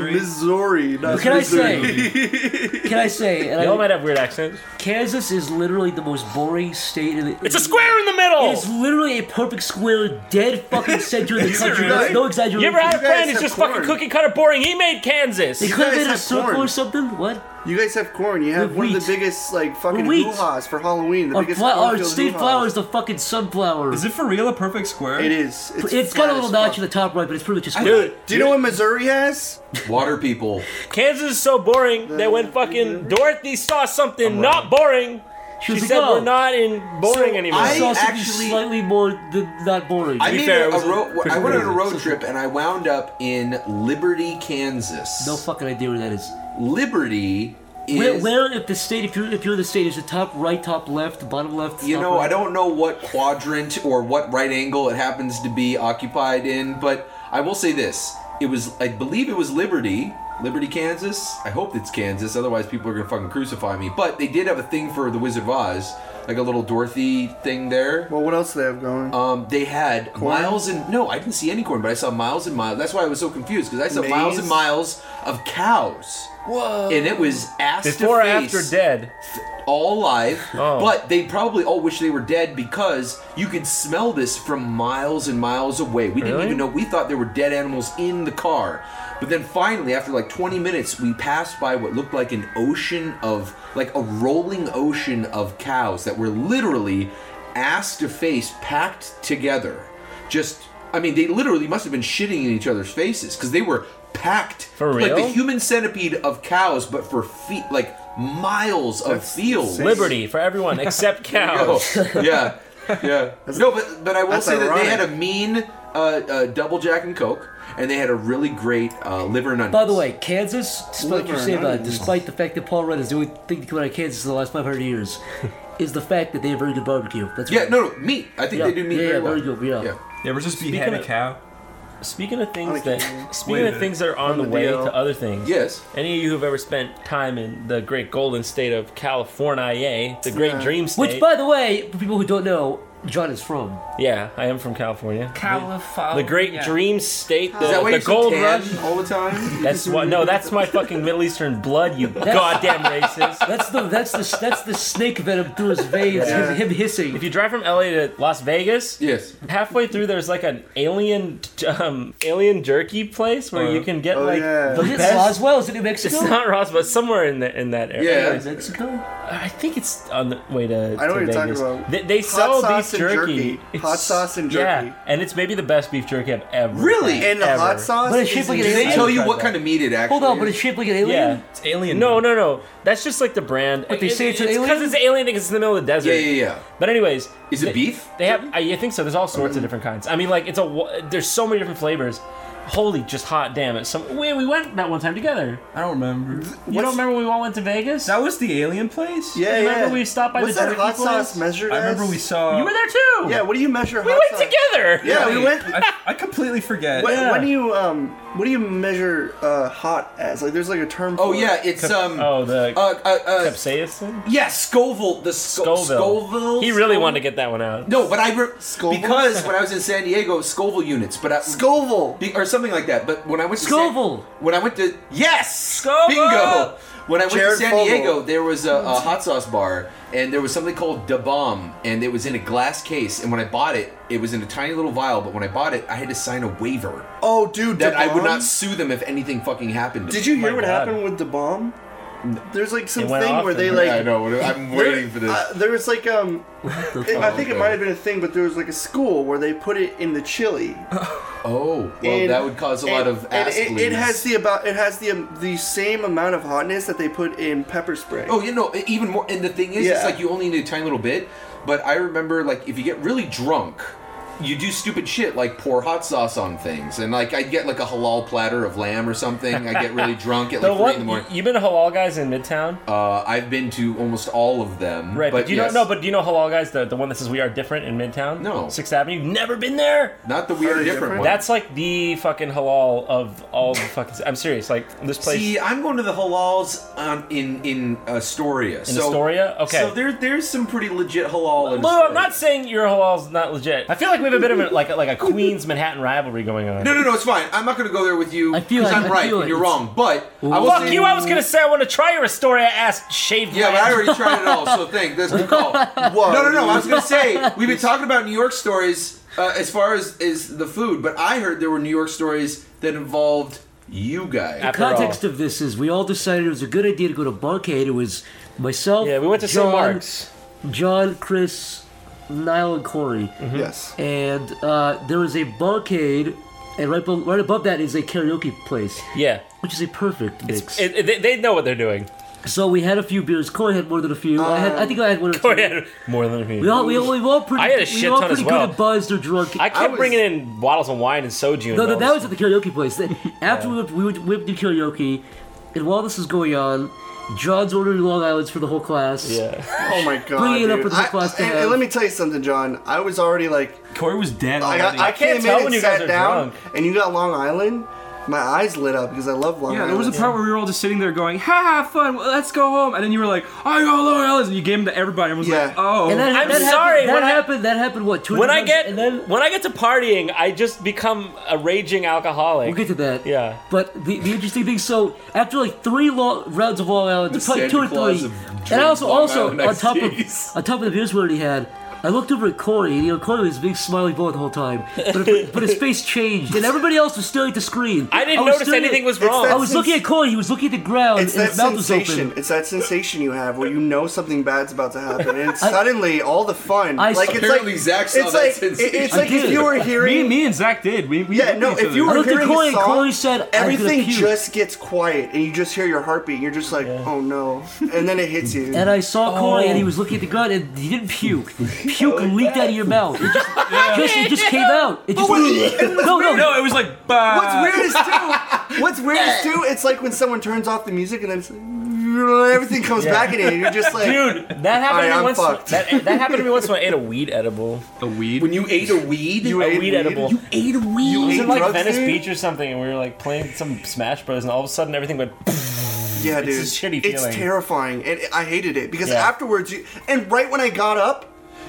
S5: Missouri,
S8: Missouri?
S5: not
S6: Can I
S5: Missouri.
S6: say? Can I say? And
S3: Y'all
S6: I,
S3: might have weird accents.
S6: Kansas is literally the most boring state in the.
S3: It's a square in the middle.
S6: It's literally a perfect square, dead fucking center of the country.
S5: really?
S6: That's no exaggeration.
S3: you ever had a
S5: guys
S3: friend who's
S5: have
S3: just fucking
S5: corn.
S3: cookie cutter boring? He made Kansas.
S6: they could have
S5: guys
S6: made a
S5: have
S6: circle
S5: corn?
S6: or something. What?
S5: You guys have corn. You have
S6: With
S5: one of
S6: wheat.
S5: the biggest like fucking
S6: wheat.
S5: hoo-has for Halloween. The
S6: Our,
S5: biggest
S6: fla- our
S5: cornfield
S6: state
S5: hoo-has.
S6: flower is the fucking sunflower.
S8: Is it for real a perfect square?
S5: It is. It's,
S6: it's got a
S5: flat
S6: little
S5: as
S6: notch
S5: fuck.
S6: in the top right, but it's pretty much just.
S5: Dude, do you know what Missouri has?
S7: Water people.
S3: Kansas is so boring that when fucking Dorothy saw something not boring,
S6: she
S3: she
S6: was like,
S3: said
S6: "Oh,
S3: we're not in boring
S7: So
S3: anymore.
S6: I saw
S7: I
S6: something
S7: actually-
S6: slightly more than not boring.
S7: I
S3: be
S7: made
S3: fair,
S7: a,
S3: it was
S7: a
S3: a
S7: road.
S3: pretty
S7: I went on a
S3: good
S7: road trip and I wound up in Liberty, Kansas.
S6: no fucking idea where that is.
S7: Liberty is.
S6: Where, where if the state if you're if you're the state is the top right, top left, bottom left.
S7: you
S6: top
S7: know,
S6: right.
S7: I don't know what quadrant or what right angle it happens to be occupied in, but I will say this: it was, I believe, it was Liberty, Liberty, Kansas. I hope it's Kansas, otherwise people are gonna fucking crucify me. But they did have a thing for the Wizard of Oz, like a little Dorothy thing there.
S5: Well, what else do they have going?
S6: Uh,
S7: Um, they had miles and no, I didn't see any corn, but I saw miles and miles. That's why I was so confused because I saw miles and
S5: Maize?
S7: miles of cows. Whoa! And it was ass
S3: Before or
S7: to face
S3: after dead.
S7: all alive,
S3: Oh.
S7: but they probably all wish they were dead because you could smell this from miles and miles away. We didn't
S3: Really?
S7: even know. We thought there were dead animals in the car. But then finally, after like 20 minutes, we passed by what looked like an ocean of, like a rolling ocean of cows that were literally ass to face packed together. Just, I mean, they literally must have been shitting in each other's faces because they were packed.
S3: For
S7: Like the
S3: real?
S7: human centipede of cows, but for feet, like miles of fields.
S3: Liberty for
S6: *laughs*
S3: everyone except
S7: Oh,
S3: cows.
S7: *laughs* yeah, yeah. No, but but I will
S5: *laughs* That's
S7: say that they
S5: ironic.
S7: had a mean uh, uh, double Jack and Coke, and they had a really great uh, liver and onions.
S6: By the way, Kansas, despite what you
S5: Liver
S6: say about it,
S5: and
S6: despite the fact that Paul Rudd is the only thing to come out of Kansas in the last
S7: *laughs*
S6: 500 years, is the fact that they have very good barbecue. That's
S7: yeah,
S6: right.
S7: no, no, meat. I think
S6: Yeah,
S7: they do meat
S6: yeah,
S7: very
S6: yeah,
S7: well.
S6: very good, yeah.
S8: You ever just behead a
S3: of-
S8: cow?
S3: Speaking of things
S5: Okay.
S3: that
S8: Wait
S3: speaking
S8: a
S3: of
S8: minute.
S3: things that are on the
S5: the
S3: way
S5: DL.
S3: to other things.
S7: Yes.
S3: Any of you who've ever spent time in the great golden state of California, the great dream state.
S6: Which, by the way, for people who don't know, John is from.
S3: yeah, I am from California.
S10: California.
S3: The great dream state, the,
S7: Is
S6: Oh,
S7: that
S3: the
S7: why you're so
S3: gold
S7: tan
S3: rush.
S7: all the
S6: *laughs*
S7: time?
S3: That's what. No, that's my fucking Middle Eastern blood. You goddamn racist.
S6: That's the that's the that's the snake venom through his veins.
S5: Yeah.
S6: Him, him hissing.
S3: If you drive from LA to Las Vegas,
S7: yes.
S3: halfway through there's like an alien, um, alien jerky place where
S6: Uh-huh.
S3: you can get
S5: Oh,
S3: like
S5: yeah.
S3: the
S6: Is it
S3: best.
S6: Roswell? Is it New Mexico?
S3: It's not Ross, but somewhere in the, in that area.
S7: Yeah.
S6: New Mexico.
S3: I think it's on the way to.
S5: I
S3: to
S5: know what you're talking
S3: Vegas.
S5: about.
S3: They, they
S5: Hot
S3: sell
S5: sauce
S3: beef
S5: and
S3: jerky.
S5: jerky.
S3: It's-
S5: Hot sauce and jerky.
S3: Yeah, and it's maybe the best beef jerky I've ever.
S7: Really?
S3: had,
S5: and the
S3: ever.
S5: hot sauce.
S6: But it's shaped
S5: is
S6: like an
S7: Did
S5: insane.
S7: they tell you
S3: tried
S7: what
S3: that.
S7: kind of meat it actually
S6: Hold on, but
S7: is?
S6: it's shaped like an alien.
S3: Yeah.
S8: It's alien.
S3: No, no, no. That's just like the brand.
S6: But they say it's an
S3: because
S6: alien?
S3: it's alien because it's in the middle of the desert.
S7: Yeah, yeah, yeah.
S3: But anyways,
S7: Is it
S3: they-
S7: beef?
S3: They have. I, I think so. There's all sorts of different kinds. I mean, like it's a. wa- There's so many different flavors. Holy, just hot damn it! Some we we went that one time together.
S8: I don't remember.
S3: You don't remember when we all went to Vegas?
S8: That was the alien place.
S5: Yeah,
S3: Remember
S5: yeah.
S3: we stopped by
S5: What's
S3: the
S5: that
S3: jerky
S5: hot
S3: place?
S5: sauce measured
S8: I
S5: as?
S8: remember we saw.
S3: you were there too.
S5: Yeah, what do you measure
S3: we
S5: hot
S3: went
S5: sauce?
S3: together.
S5: Yeah, we went.
S8: I, I completely forget.
S5: What,
S3: Yeah.
S5: When do you um? What do you measure uh hot as? Like, there's like a term.
S7: Oh
S5: for it.
S7: yeah, it's um.
S3: Oh, the
S7: Uh, uh, uh,
S3: capsaicin.
S7: yeah, Scoville. The Sco-
S3: Scoville.
S7: Scoville.
S3: He really
S7: Scoville?
S3: wanted to get that one out.
S7: No, but I re-
S5: Scoville?
S7: because when I
S5: *laughs*
S7: was in San Diego, Scoville units, but I,
S5: Scoville.
S7: Be- or something like that. But when I went to
S6: Scoville.
S7: San- when I went to yes,
S3: Scoville!
S7: bingo. When I went to
S5: Jared
S7: San
S5: Fogle.
S7: Diego, there was a, a hot sauce bar, and there was something called Da Bomb, and it was in a glass case. And when I bought it, it was in a tiny little vial. But when I bought it, I had to sign a waiver
S5: Oh, dude,
S7: that
S5: the
S7: I would
S5: bomb?
S7: not sue them if anything fucking happened. to
S5: Did
S7: me.
S5: you hear
S3: my
S5: what
S3: God.
S5: happened with the bomb? There's like some
S3: It went
S5: thing
S3: off
S5: where they
S3: and-
S5: like.
S11: Yeah, I know.
S5: *laughs*
S11: I'm waiting for this.
S5: Uh, there was like um, it- I think it might have been a thing, but there was like a school where they put it in the chili.
S7: Oh, well,
S5: And-
S7: that would cause a lot
S5: and-
S7: of
S5: and
S7: ass
S5: it, it
S7: bleeds.
S5: has the about it has the um, the same amount of hotness that they put in pepper spray.
S7: Oh, you know, even more. And the thing is, it's
S5: Yeah.
S7: like you only need a tiny little bit. But I remember, like, if you get really drunk, you do stupid shit like pour hot sauce on things. And like, I'd get like a halal platter of lamb or something. I
S3: *laughs*
S7: get really drunk at
S3: The
S7: like three in the
S3: one
S7: morning.
S3: you've been to halal guys in Midtown,
S7: Uh, I've been to almost all of them.
S3: right? But, you
S7: yes,
S3: don't know. But do you know halal guys, the, the one that says we are different in Midtown?
S7: No.
S3: Sixth Avenue. Never been there.
S7: not the weird
S5: they
S7: different,
S5: different?
S7: one.
S3: That's like the fucking halal of all the fucking. I'm serious. Like this place
S7: See, I'm going to the halals um, in in Astoria.
S3: in
S7: so,
S3: Astoria. Okay.
S7: So there, there's some pretty legit halal. In
S3: Lou,
S7: Astoria.
S3: I'm not saying your halal's not legit. I feel like we have a bit of a, like a- *laughs* like a Queens Manhattan rivalry going on.
S7: No, no, no, it's fine. I'm not going to go there with you.
S6: I feel
S7: 'cause
S6: it,
S7: I'm
S6: I
S7: right
S6: feel
S7: and
S6: it.
S7: you're wrong. But I will
S3: Fuck
S7: say-
S3: you! I was gonna say I want to try your Astoria ass shaved.
S7: Yeah, but
S3: man.
S7: I already tried it all, *laughs* so thank. That's good call.
S5: Whoa.
S7: No, no, no. I was gonna *laughs* say we've been talking about New York stories uh, as far as is the food, but I heard there were New York stories that involved you guys.
S3: After all.
S6: Context of this is we all decided it was a good idea to go to Barcade. It was myself,
S3: Yeah, we went to St.
S6: John,
S3: Mark's.
S6: John, Chris, Niall, and Corey.
S3: Mm-hmm.
S5: Yes.
S6: And uh, there was a Barcade, and right, be- right above that is a karaoke place,
S3: Yeah,
S6: which is a perfect mix.
S3: It- it- they, they know what they're doing.
S6: so we had a few beers. Corey had more than a few. I had, I think I had one or two.
S3: Go ahead. *laughs* More than me.
S6: We all, we all, we all pretty,
S3: I had a
S6: we
S3: shit
S6: all
S3: ton
S6: pretty
S3: as well.
S6: good at buzzed or drunk.
S3: I kept
S7: was-
S3: bringing in bottles of wine and soju.
S6: No,
S3: and
S6: no,
S3: all
S6: that was
S3: this.
S6: at the karaoke
S3: *laughs*
S6: place. Then after we went, we went, we went to karaoke, and while this was going on, John's ordering Long Island's for the whole class.
S3: Yeah.
S5: Oh my god.
S6: Bringing it up
S5: dude.
S6: with the
S5: I-
S6: class to
S5: and-
S6: have.
S5: and let me tell you something, John. I was already like,
S8: Corey was dead
S5: I,
S8: already.
S5: got, I
S3: can't
S5: came
S3: tell
S5: in
S3: when
S5: and
S3: you guys
S5: sat
S3: are
S5: down,
S3: drunk.
S5: and you got Long Island. My eyes lit up because I love Long
S8: yeah, there
S5: Island.
S8: was a part where we were all just sitting there going, "Ha, ha fun! well, let's go home." And then you were like, "I got Long Island," and you gave them to everybody. And was
S5: Yeah.
S8: like, "Oh,
S6: And that,
S3: I'm
S6: that
S3: sorry,
S6: Happened,
S3: when
S6: that
S3: I-
S6: happened. That happened. What? Two
S3: When I
S6: hundred times?
S3: get
S6: and then
S3: when I get to partying, I just become a raging alcoholic.
S6: we'll get to that.
S3: Yeah.
S6: But the, the interesting thing, so after like three long rounds of Long Island, probably
S7: Santa
S6: two or
S7: Claus
S6: three,
S7: of
S6: and
S7: drink
S6: also
S7: Long
S6: also
S7: Island
S6: on
S7: iced
S6: top
S7: teas.
S6: of on top of the beers we already had. I looked over at Corey, and you know, Corey was a big smiley boy the whole time, but, but his face changed, and everybody else was staring at the screen.
S3: I didn't
S6: was
S3: notice
S6: staring at-
S3: anything was
S5: It's
S3: wrong.
S5: that
S6: I was
S5: sens-
S6: looking at Corey. He was looking at the ground,
S5: It's
S6: and
S5: that
S6: his mouth was
S5: sensation.
S6: open.
S5: It's that sensation you have where you know something bad's about to happen,
S6: *laughs*
S5: and suddenly all the fun.
S6: I
S5: like
S6: saw-
S5: it's
S7: Apparently
S5: like,
S7: Zach saw
S5: it's
S7: that
S5: like,
S7: sensation.
S5: It's
S6: I
S5: like if
S6: did.
S5: you were
S8: me,
S5: hearing.
S8: me and Zach did. We, we
S5: Yeah,
S8: looked
S5: no.
S8: at each
S5: If you
S8: other.
S5: were
S6: looked at
S5: hearing
S6: Corey,
S5: a
S6: and
S5: song,
S6: Corey said, "I could have
S5: everything
S6: puked."
S5: just gets quiet, and you just hear your heartbeat, and you're just like, "Oh no!" And then it hits you.
S6: *laughs* And I saw Corey, and he
S8: Oh.
S6: was looking at the gun, and he didn't
S8: *laughs*
S6: puke. Puke leaked out of your mouth. It just, just- it just came out. It just no, no,
S8: no, it was like, bah.
S5: What's
S6: *laughs*
S5: weird is too. What's weird is too. It's like when someone turns off the music and then it's like, everything comes back at you. and
S6: *laughs*
S5: You're just like,
S3: Dude, that happened
S5: Alright,
S3: to me
S5: I'm
S3: once.
S5: fucked.
S3: That, that happened to me once when I ate a weed edible.
S8: The weed.
S7: When you ate a weed, you
S3: a
S5: ate
S3: weed,
S5: weed?
S3: edible. You ate a weed. It was
S5: ate
S3: in like
S5: drugs,
S3: Venice
S5: dude?
S3: Beach or something, and we were like playing some Smash Brothers, and all of a sudden everything went.
S5: yeah, dude,
S3: a shitty
S5: it's
S3: feeling.
S5: terrifying, and I hated it because
S3: Yeah.
S5: afterwards, you, and right when I got up,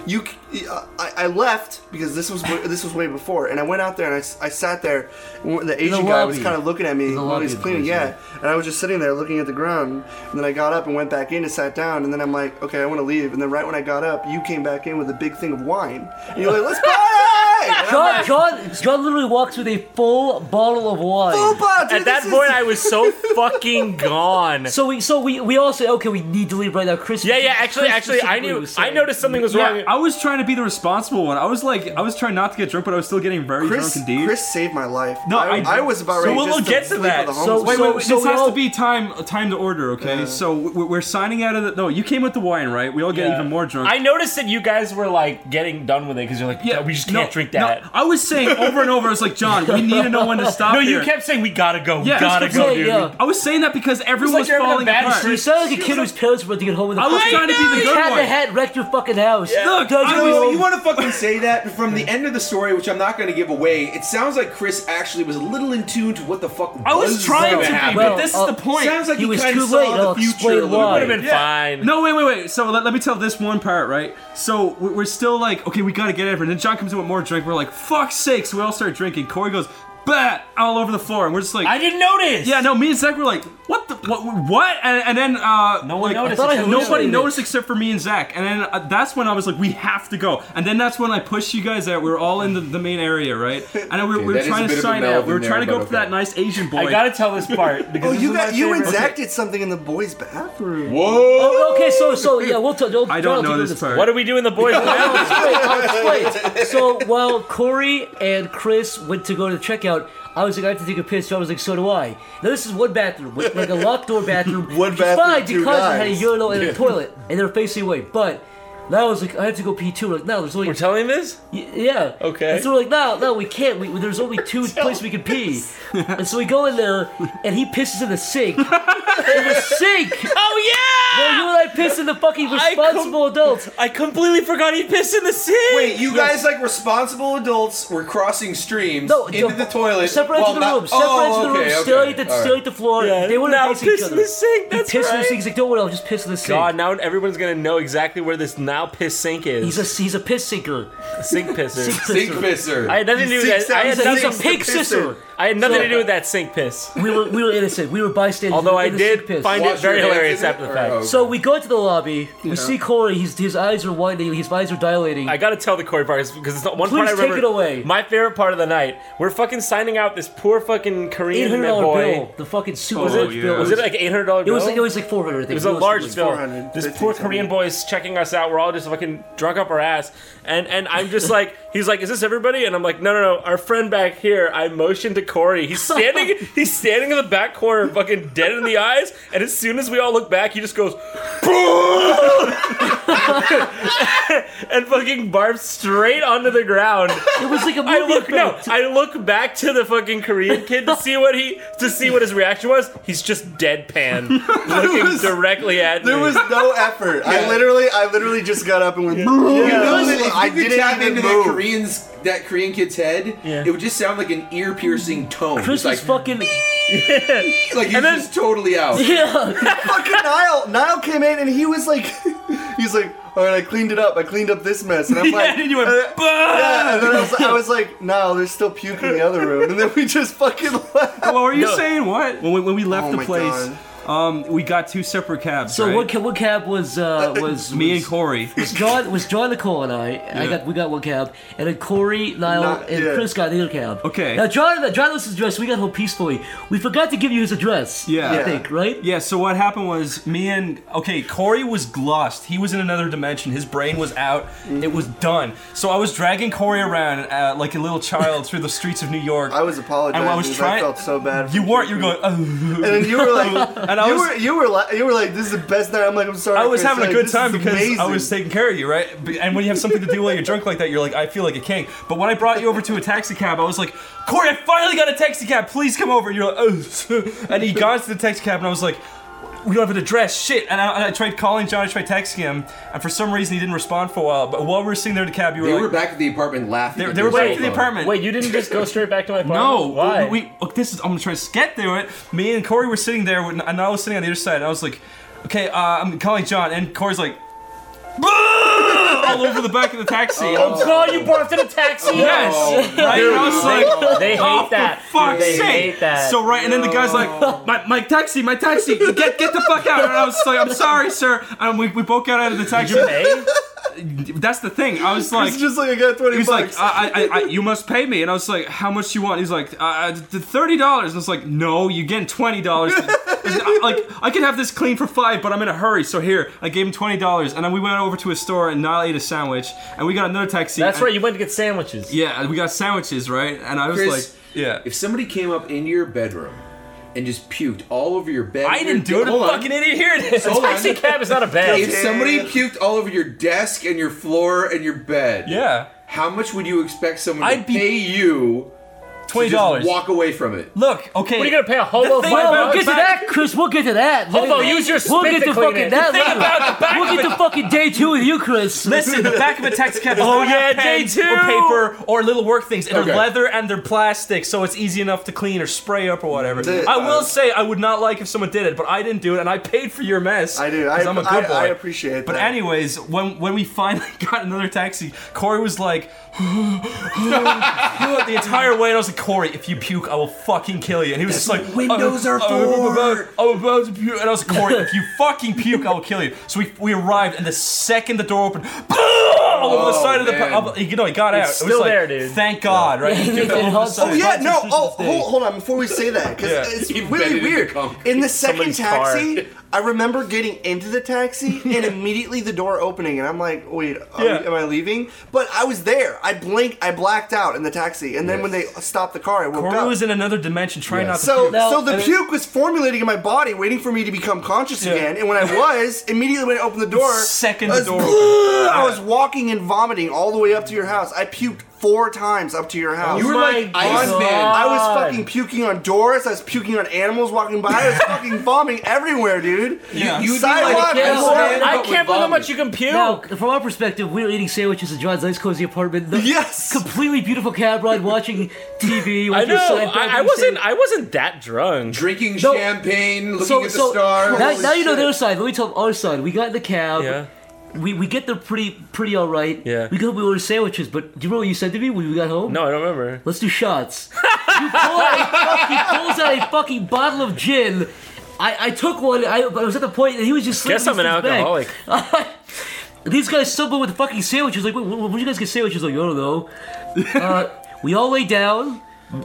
S5: you, c- uh, I, I left because this was w- this was way before, and I went out there and I, s- I sat there. and The Asian guy was
S6: lobby.
S5: kind of looking at me
S6: the
S5: while
S6: lobby
S5: he's
S6: of the
S5: cleaning,
S6: place,
S5: yeah, and I was just sitting there looking at the ground, and then I got up and went back in and sat down, and then I'm like, okay, I want to leave, and then right when I got up, you came back in with a big thing of wine, and you're like, let's party! And I'm
S6: John, John, John literally walks with a full bottle of wine.
S5: Opa, dude,
S3: At that
S5: this is-
S3: point, I was so fucking gone.
S6: So we, so we, we all say, okay, we need to leave right now. Chris.
S3: Yeah, yeah. Actually,
S6: Chris
S3: actually, I
S6: specifically
S3: knew.
S6: was
S3: I
S6: saying-
S3: noticed something was wrong.
S8: Yeah, I was trying to be the responsible one. I was like, I was trying not to get drunk, but I was still getting very
S5: Chris,
S8: drunk indeed.
S5: Chris saved my life.
S8: No, I-
S5: I, was about
S8: So
S5: ready
S8: we'll-
S5: just
S8: we'll get to
S5: sleep
S8: that.
S5: with a
S8: So-
S5: homeless
S8: Wait,
S5: man.
S8: wait, wait,
S6: so
S8: this
S6: we
S8: has
S6: all-
S8: to be time time to order, okay? So we- we're signing out of the. No, you came with the wine, right? We all get
S3: Yeah.
S8: even more drunk.
S3: I noticed that you guys were like getting done with it because you're like, yeah, we just can't
S8: no,
S3: drink
S8: no.
S3: that.
S8: I was saying over and over, I was like, John, we need to know when to
S3: *laughs*
S8: stop.
S3: No, you
S8: here.
S3: kept saying we gotta go,
S8: Yeah,
S3: we gotta
S8: that's
S3: go,
S6: what I'm
S3: dude.
S6: saying, yeah.
S8: I was saying that because everyone
S3: like
S8: was
S3: you're having a
S8: falling
S3: bad
S8: apart.
S6: You sound like a kid whose parents were about to get home. And
S8: I was trying to be the good
S6: Cat in the
S8: one.
S6: hat wrecked your fucking house.
S8: Look,
S6: Doug,
S8: I
S6: you
S8: was-
S6: know-
S7: you want to fucking say that from the end of the story, which I'm not going to give away. It sounds like Chris actually was a little in tune to what the fuck was
S8: I was trying
S7: gonna
S8: to be,
S7: happen.
S6: Well,
S8: but this
S6: uh,
S8: is the point.
S7: Sounds like
S6: He
S7: he,
S6: was
S7: kind
S6: too
S7: of saw
S6: late.
S7: the
S6: I'll explain
S7: future a little
S6: why.
S7: bit.
S3: Would have been fine.
S8: No, wait, wait, wait. So let, let me tell this one part, right? So we- we're still like, okay, we gotta get it. And then John comes in with more drink. We're like, fuck sakes. We all start drinking. Corey goes, bat all over the floor. And we're just like,
S3: I didn't notice.
S8: yeah, no, me and Zach were like, what the What? what? And, and then uh, no
S9: one noticed. I thought I
S8: nobody
S9: hallucinated.
S8: noticed except for me and Zach. And then uh, that's when I was like, we have to go. And then that's when I pushed you guys out. We were all in the, the main area, right?
S12: *laughs*
S8: And then we, we were
S12: that is a
S8: trying
S12: bit
S8: to
S12: of a
S8: sign
S12: meld
S8: out. We
S12: in
S8: were
S12: there,
S8: trying to go
S12: but
S8: for that
S12: okay.
S8: nice Asian boy.
S9: I gotta tell this part because
S5: Oh,
S9: this
S5: you
S9: is
S5: got
S9: my
S5: you and
S9: favorite.
S5: Zach did something in the boys' bathroom.
S12: Whoa!
S6: Oh, okay, so so yeah, we'll tell.
S8: I don't know this part.
S3: What do we do in the
S5: *laughs*
S3: boys' lounge?
S6: I'll explain. So while Corey and Chris went to go to the checkout, I was like, I have to take a piss. So I was like, so do I. Now this is one bathroom, with, like a locked door bathroom.
S5: *laughs* One
S6: which is
S5: bathroom,
S6: fine
S5: two
S6: because it had a
S5: guys.
S6: urinal and a toilet, and they were facing away. But now I was like, I have to go pee too. We're like, no, there's only
S3: We're telling this?
S6: Y- Yeah.
S3: Okay.
S6: And so we're like, no, no, we can't. We, there's only two places we can pee. and so we go in there, and he pisses in the sink. in the sink.
S3: Oh yeah!
S6: And you and I piss in the fucking responsible adults.
S3: I completely forgot he pissed in the sink.
S7: Wait, you guys like responsible adults were crossing streams
S6: No,
S7: into the, toilet.
S6: Separate
S7: while
S6: into the
S7: not-
S6: room. Separate
S7: oh,
S6: into the room.
S7: okay,
S6: Still
S7: okay,
S6: at the,
S7: all
S6: still at the floor.
S3: Yeah,
S6: They wouldn't
S3: now
S6: face
S3: piss
S6: each
S3: in
S6: other.
S3: the sink,
S6: They
S3: that's
S6: piss in the
S3: right.
S6: sink. He's like, don't worry, I'll just piss in the sink.
S3: God, now everyone's gonna know exactly where this now piss sink is.
S6: He's a he's a piss sinker.
S3: sink pisser.
S6: Sink
S7: right. Sink
S6: pisser.
S7: pisser.
S3: I had nothing to do with that. I had,
S6: He's a, he's
S3: nothing,
S6: a pig sisser.
S3: I had nothing to do with that sink piss.
S6: We were we were innocent. We were bystanders.
S3: Although
S6: We were
S3: I
S6: innocent
S3: did
S6: piss.
S3: find it
S12: Wash your
S3: very
S12: hands
S3: hilarious
S12: in it,
S3: after the
S12: or-
S3: fact.
S12: oh.
S6: So we go into the lobby. We see Corey. His his eyes are widening. His eyes are dilating.
S3: I gotta tell the Corey part because it's not one part
S6: Please
S3: I remember.
S6: take it away.
S3: My favorite part of the night. We're fucking signing out this poor fucking
S6: Eight
S3: Korean
S6: hundred
S3: boy.
S6: dollar bill. The fucking super
S8: Was it-
S6: large bill.
S3: Was it like eight hundred dollar
S6: It
S3: bill?
S6: was like it was like four hundred.
S3: It was a large bill.
S5: 400,
S3: This
S5: 15,
S3: poor
S5: something.
S3: Korean boy is checking us out. We're all just fucking drunk up our ass, and and I'm just like, *laughs* he's like, "Is this everybody?" And I'm like, "No, no, no." Our friend back here. I motioned to Corey. He's standing. he's standing in the back corner, fucking dead in the eyes. And as soon as we all look back, he just goes, *laughs* and fucking barfs straight onto the ground.
S6: It was like a movie
S3: I look no.
S6: effect.
S3: I look back to the fucking Korean kid to see what he to see what his reaction was. He's just deadpan, looking *laughs*
S5: was-
S3: directly at
S5: There
S3: me.
S5: was no effort. I literally, I literally just got up and went. "Brrr."
S7: You know, if
S5: That was it.
S7: you
S5: I
S7: could tap
S5: didn't
S7: into
S5: even
S7: that
S5: move.
S7: Korean's that Korean kid's head.
S3: Yeah.
S7: It would just sound like an ear piercing tone. It's
S6: Chris
S7: like,
S6: was fucking *laughs*
S7: like he's
S3: then-
S7: just totally
S8: *laughs*
S7: out.
S6: yeah.
S5: Fucking Niall. Niall came in and he was like, *laughs* he's like, all right, I cleaned it up. I cleaned up this mess, and
S8: *laughs*
S5: I'm like,
S8: And you went,
S5: uh,
S8: "Bah!"
S5: yeah, *laughs* and then I was, I was like, no, there's still puke in the other room, and then we just fucking *laughs* left.
S8: What were you saying? What? When we, when we left
S5: Oh
S8: the
S5: my
S8: place, um, we got two separate cabs.
S6: So
S8: right?
S6: what ca- what cab was uh, was
S8: Me
S6: was-
S8: and *laughs* Corey.
S6: was John was John Nicole and I. I got we got one cab, and then Corey, Niall,
S5: Not-
S6: and
S5: yeah.
S6: Chris got the other cab.
S8: Okay.
S6: Now John John was his address. We got home peacefully. We forgot to give you his address.
S8: Yeah.
S6: I
S8: Yeah.
S6: think right.
S8: Yeah, so what happened was me and okay, Corey was glossed. He was in another dimension. His brain was out.
S5: Mm-hmm.
S8: It was done. So I was dragging Corey around uh, like a little child through the streets of New York.
S5: I was apologizing.
S8: And I was
S5: 'cause
S8: trying-
S5: I felt so bad. for
S8: you weren't. You were going. "Ugh."
S5: And then you were like,
S8: *laughs* And I
S5: you
S8: was-
S5: were, you were, li- you were like, this is the best night. I'm like, I'm sorry.
S8: I was
S5: Chris.
S8: having a
S5: Like,
S8: good
S5: this
S8: time
S5: is
S8: because I
S5: amazing.
S8: was taking care of you, right? B- And when you have something to do while you're drunk like that, you're like, I feel like a king. But when I brought you over to a taxi cab, I was like, Corey, I finally got a taxi cab. Please come over. And you're like, oh. *laughs* And he got into the taxi cab, and I was like, we don't have an address, shit. And I, and I tried calling John, I tried texting him, and for some reason he didn't respond for a while. But while we were sitting there in the cab, you were
S7: They
S8: like,
S7: were back at the apartment laughing.
S8: they,
S7: at
S8: they were
S7: their
S8: back to
S7: cell
S8: the
S7: phone.
S8: apartment.
S3: Wait, you didn't just go straight back to my apartment?
S8: No,
S3: why?
S8: We, we- look, this is. I'm gonna try to skip through it. Me and Corey were sitting there, with, and I was sitting on the other side, and I was like, "Okay, uh, I'm calling John," and Corey's like, *laughs* "Boo!" all over the back of the taxi. And I'm like,
S3: God, you barfed in a taxi.
S8: Yes, right. And I was like,
S3: They Oh, hate
S8: "Oh, for
S3: that.
S8: fuck's
S3: they
S8: sake!"
S3: hate that.
S8: So right, and then the guy's like, "My, my taxi, my taxi, get get the fuck out!" And I was like, "I'm sorry, sir." And we, we both got out of the taxi.
S3: Hey,
S8: *laughs* That's the thing. I was like,
S5: It's just like I got 20
S8: he was
S5: bucks.
S8: like, I, I, I, I- you must pay me. And I was like, how much do you want? He's like, uh, uh, th- thirty dollars. And I was like, no, you're getting twenty dollars. like, I could have this clean for five, but I'm in a hurry. So here, I gave him twenty dollars, and then we went over to a store and Niall ate a sandwich, and we got another taxi.
S3: that's
S8: and-
S3: right. You went to get sandwiches.
S8: Yeah, we got sandwiches, right? And I was
S7: Chris,
S8: like, yeah.
S7: If somebody came up into your bedroom and just puked all over your bed,
S8: I
S7: your
S8: didn't do it.
S7: de-
S8: A
S7: Hold on.
S8: fucking idiot. Here *laughs* it is.
S7: Hold on.
S3: Taxi cab is not a bad.
S7: If somebody puked all over your desk and your floor and your bed,
S8: Yeah,
S7: how much would you expect someone to
S8: I'd be-
S7: pay you to
S8: twenty
S7: just
S8: dollars.
S7: walk away from it?
S8: Look, okay.
S3: What are you gonna pay a hobo
S8: The thing
S3: five
S8: about-
S6: We'll
S3: bucks?
S6: get to that, Chris. We'll get to that.
S3: Although, use your
S6: We'll
S3: spit
S6: get
S3: to
S6: to
S3: clean
S6: fucking
S3: it.
S6: that.
S3: The thing
S6: later.
S3: about the back
S6: we'll get to fucking day two with you, Chris.
S8: Listen, the back of a taxi cab.
S3: Oh,
S8: doesn't have
S3: yeah, day
S8: paint
S3: two.
S8: Or paper or little work things. And
S7: Okay.
S8: They're leather and they're plastic, so it's easy enough to clean or spray up or whatever.
S5: The-
S8: I will
S5: uh,
S8: say I would not like if someone did it, but I didn't do it, and I paid for your mess.
S5: I do.
S8: 'cause
S5: I-
S8: I'm a good
S5: I-
S8: boy.
S5: I appreciate
S8: But
S5: that.
S8: anyways, when when we finally *laughs* got another taxi, Corey was like, the entire way, and I was like, Corey, if you puke, I will fucking kill you. And he was just like, "Oh,
S7: windows
S8: I'm,
S7: are
S8: I'm about,
S7: for.
S8: I'm about to puke. And I was like, Corey, if you fucking puke, I will kill you. So we, we arrived, and the second the door opened, boom! All over the
S7: Oh,
S8: side
S7: man.
S8: of the. Of, you know, he got out.
S3: It's
S8: it was
S3: still
S8: like,
S3: there, dude.
S8: Thank God, right? He kicked it over the
S6: hugs-
S8: side.
S5: Oh yeah, no.
S6: Constitution
S5: Oh,
S6: Day.
S5: hold, hold on. Before we say that, because
S8: Yeah.
S5: it's
S7: You
S5: really
S7: bedded in
S5: weird.
S7: the com-
S5: In the second
S3: somebody's car.
S8: *laughs*
S5: taxi, I remember getting into the taxi and immediately the door opening, and I'm like, "Wait, are
S8: Yeah.
S5: we- am I leaving?" But I was there. I blinked. I blacked out in the taxi, and then when they stopped the car, I woke
S8: Corey
S5: up.
S8: was in another dimension trying not to
S5: so,
S8: puke.
S5: so the puke was formulating in my body, waiting for me to become conscious again. And when I was, immediately when I opened the door,
S8: Second
S5: I
S8: the
S5: was, *laughs*
S8: door opened.
S5: I was walking and vomiting all the way up to your house. I puked four times up to your house.
S7: You were
S3: my
S7: like
S3: God.
S7: Iceman.
S5: I was fucking puking on doors. I was puking on animals walking by. I was fucking vomiting everywhere, dude.
S8: Yeah.
S7: You- you
S5: Sidewalk,
S7: did like
S5: everywhere.
S7: Iceman,
S3: I can't
S7: but with
S3: believe how
S7: vomit.
S3: much you can puke.
S6: Now, from our perspective, we were eating sandwiches in John's nice, cozy apartment. The
S5: Yes.
S6: Completely beautiful cab ride, watching
S3: *laughs*
S6: TV.
S3: I
S6: watching
S3: know.
S6: Seinfeld,
S3: I, I
S6: you
S3: wasn't.
S6: said-
S3: I wasn't that drunk.
S7: Drinking
S6: No.
S7: champagne, looking at
S6: So,
S7: the
S6: so
S7: stars.
S6: now, now you know the other side. Let me tell the other side. We got in the cab.
S3: Yeah.
S6: We, we get there pretty pretty all right.
S3: Yeah.
S6: We go we order sandwiches, but do you remember what you said to me when we got home?
S3: No, I don't remember.
S6: Let's do shots. He pulls out a- he pulls out a fucking bottle of gin. I, I took one. I, I was at the point that he was just.
S3: Guess
S6: slinging
S3: I'm an
S6: these
S3: alcoholic.
S6: things back. *laughs* These guys stumbled with the fucking sandwiches. Like, "Wh- wh- where'd you guys get sandwiches? Like, I don't know. Uh, we all lay down.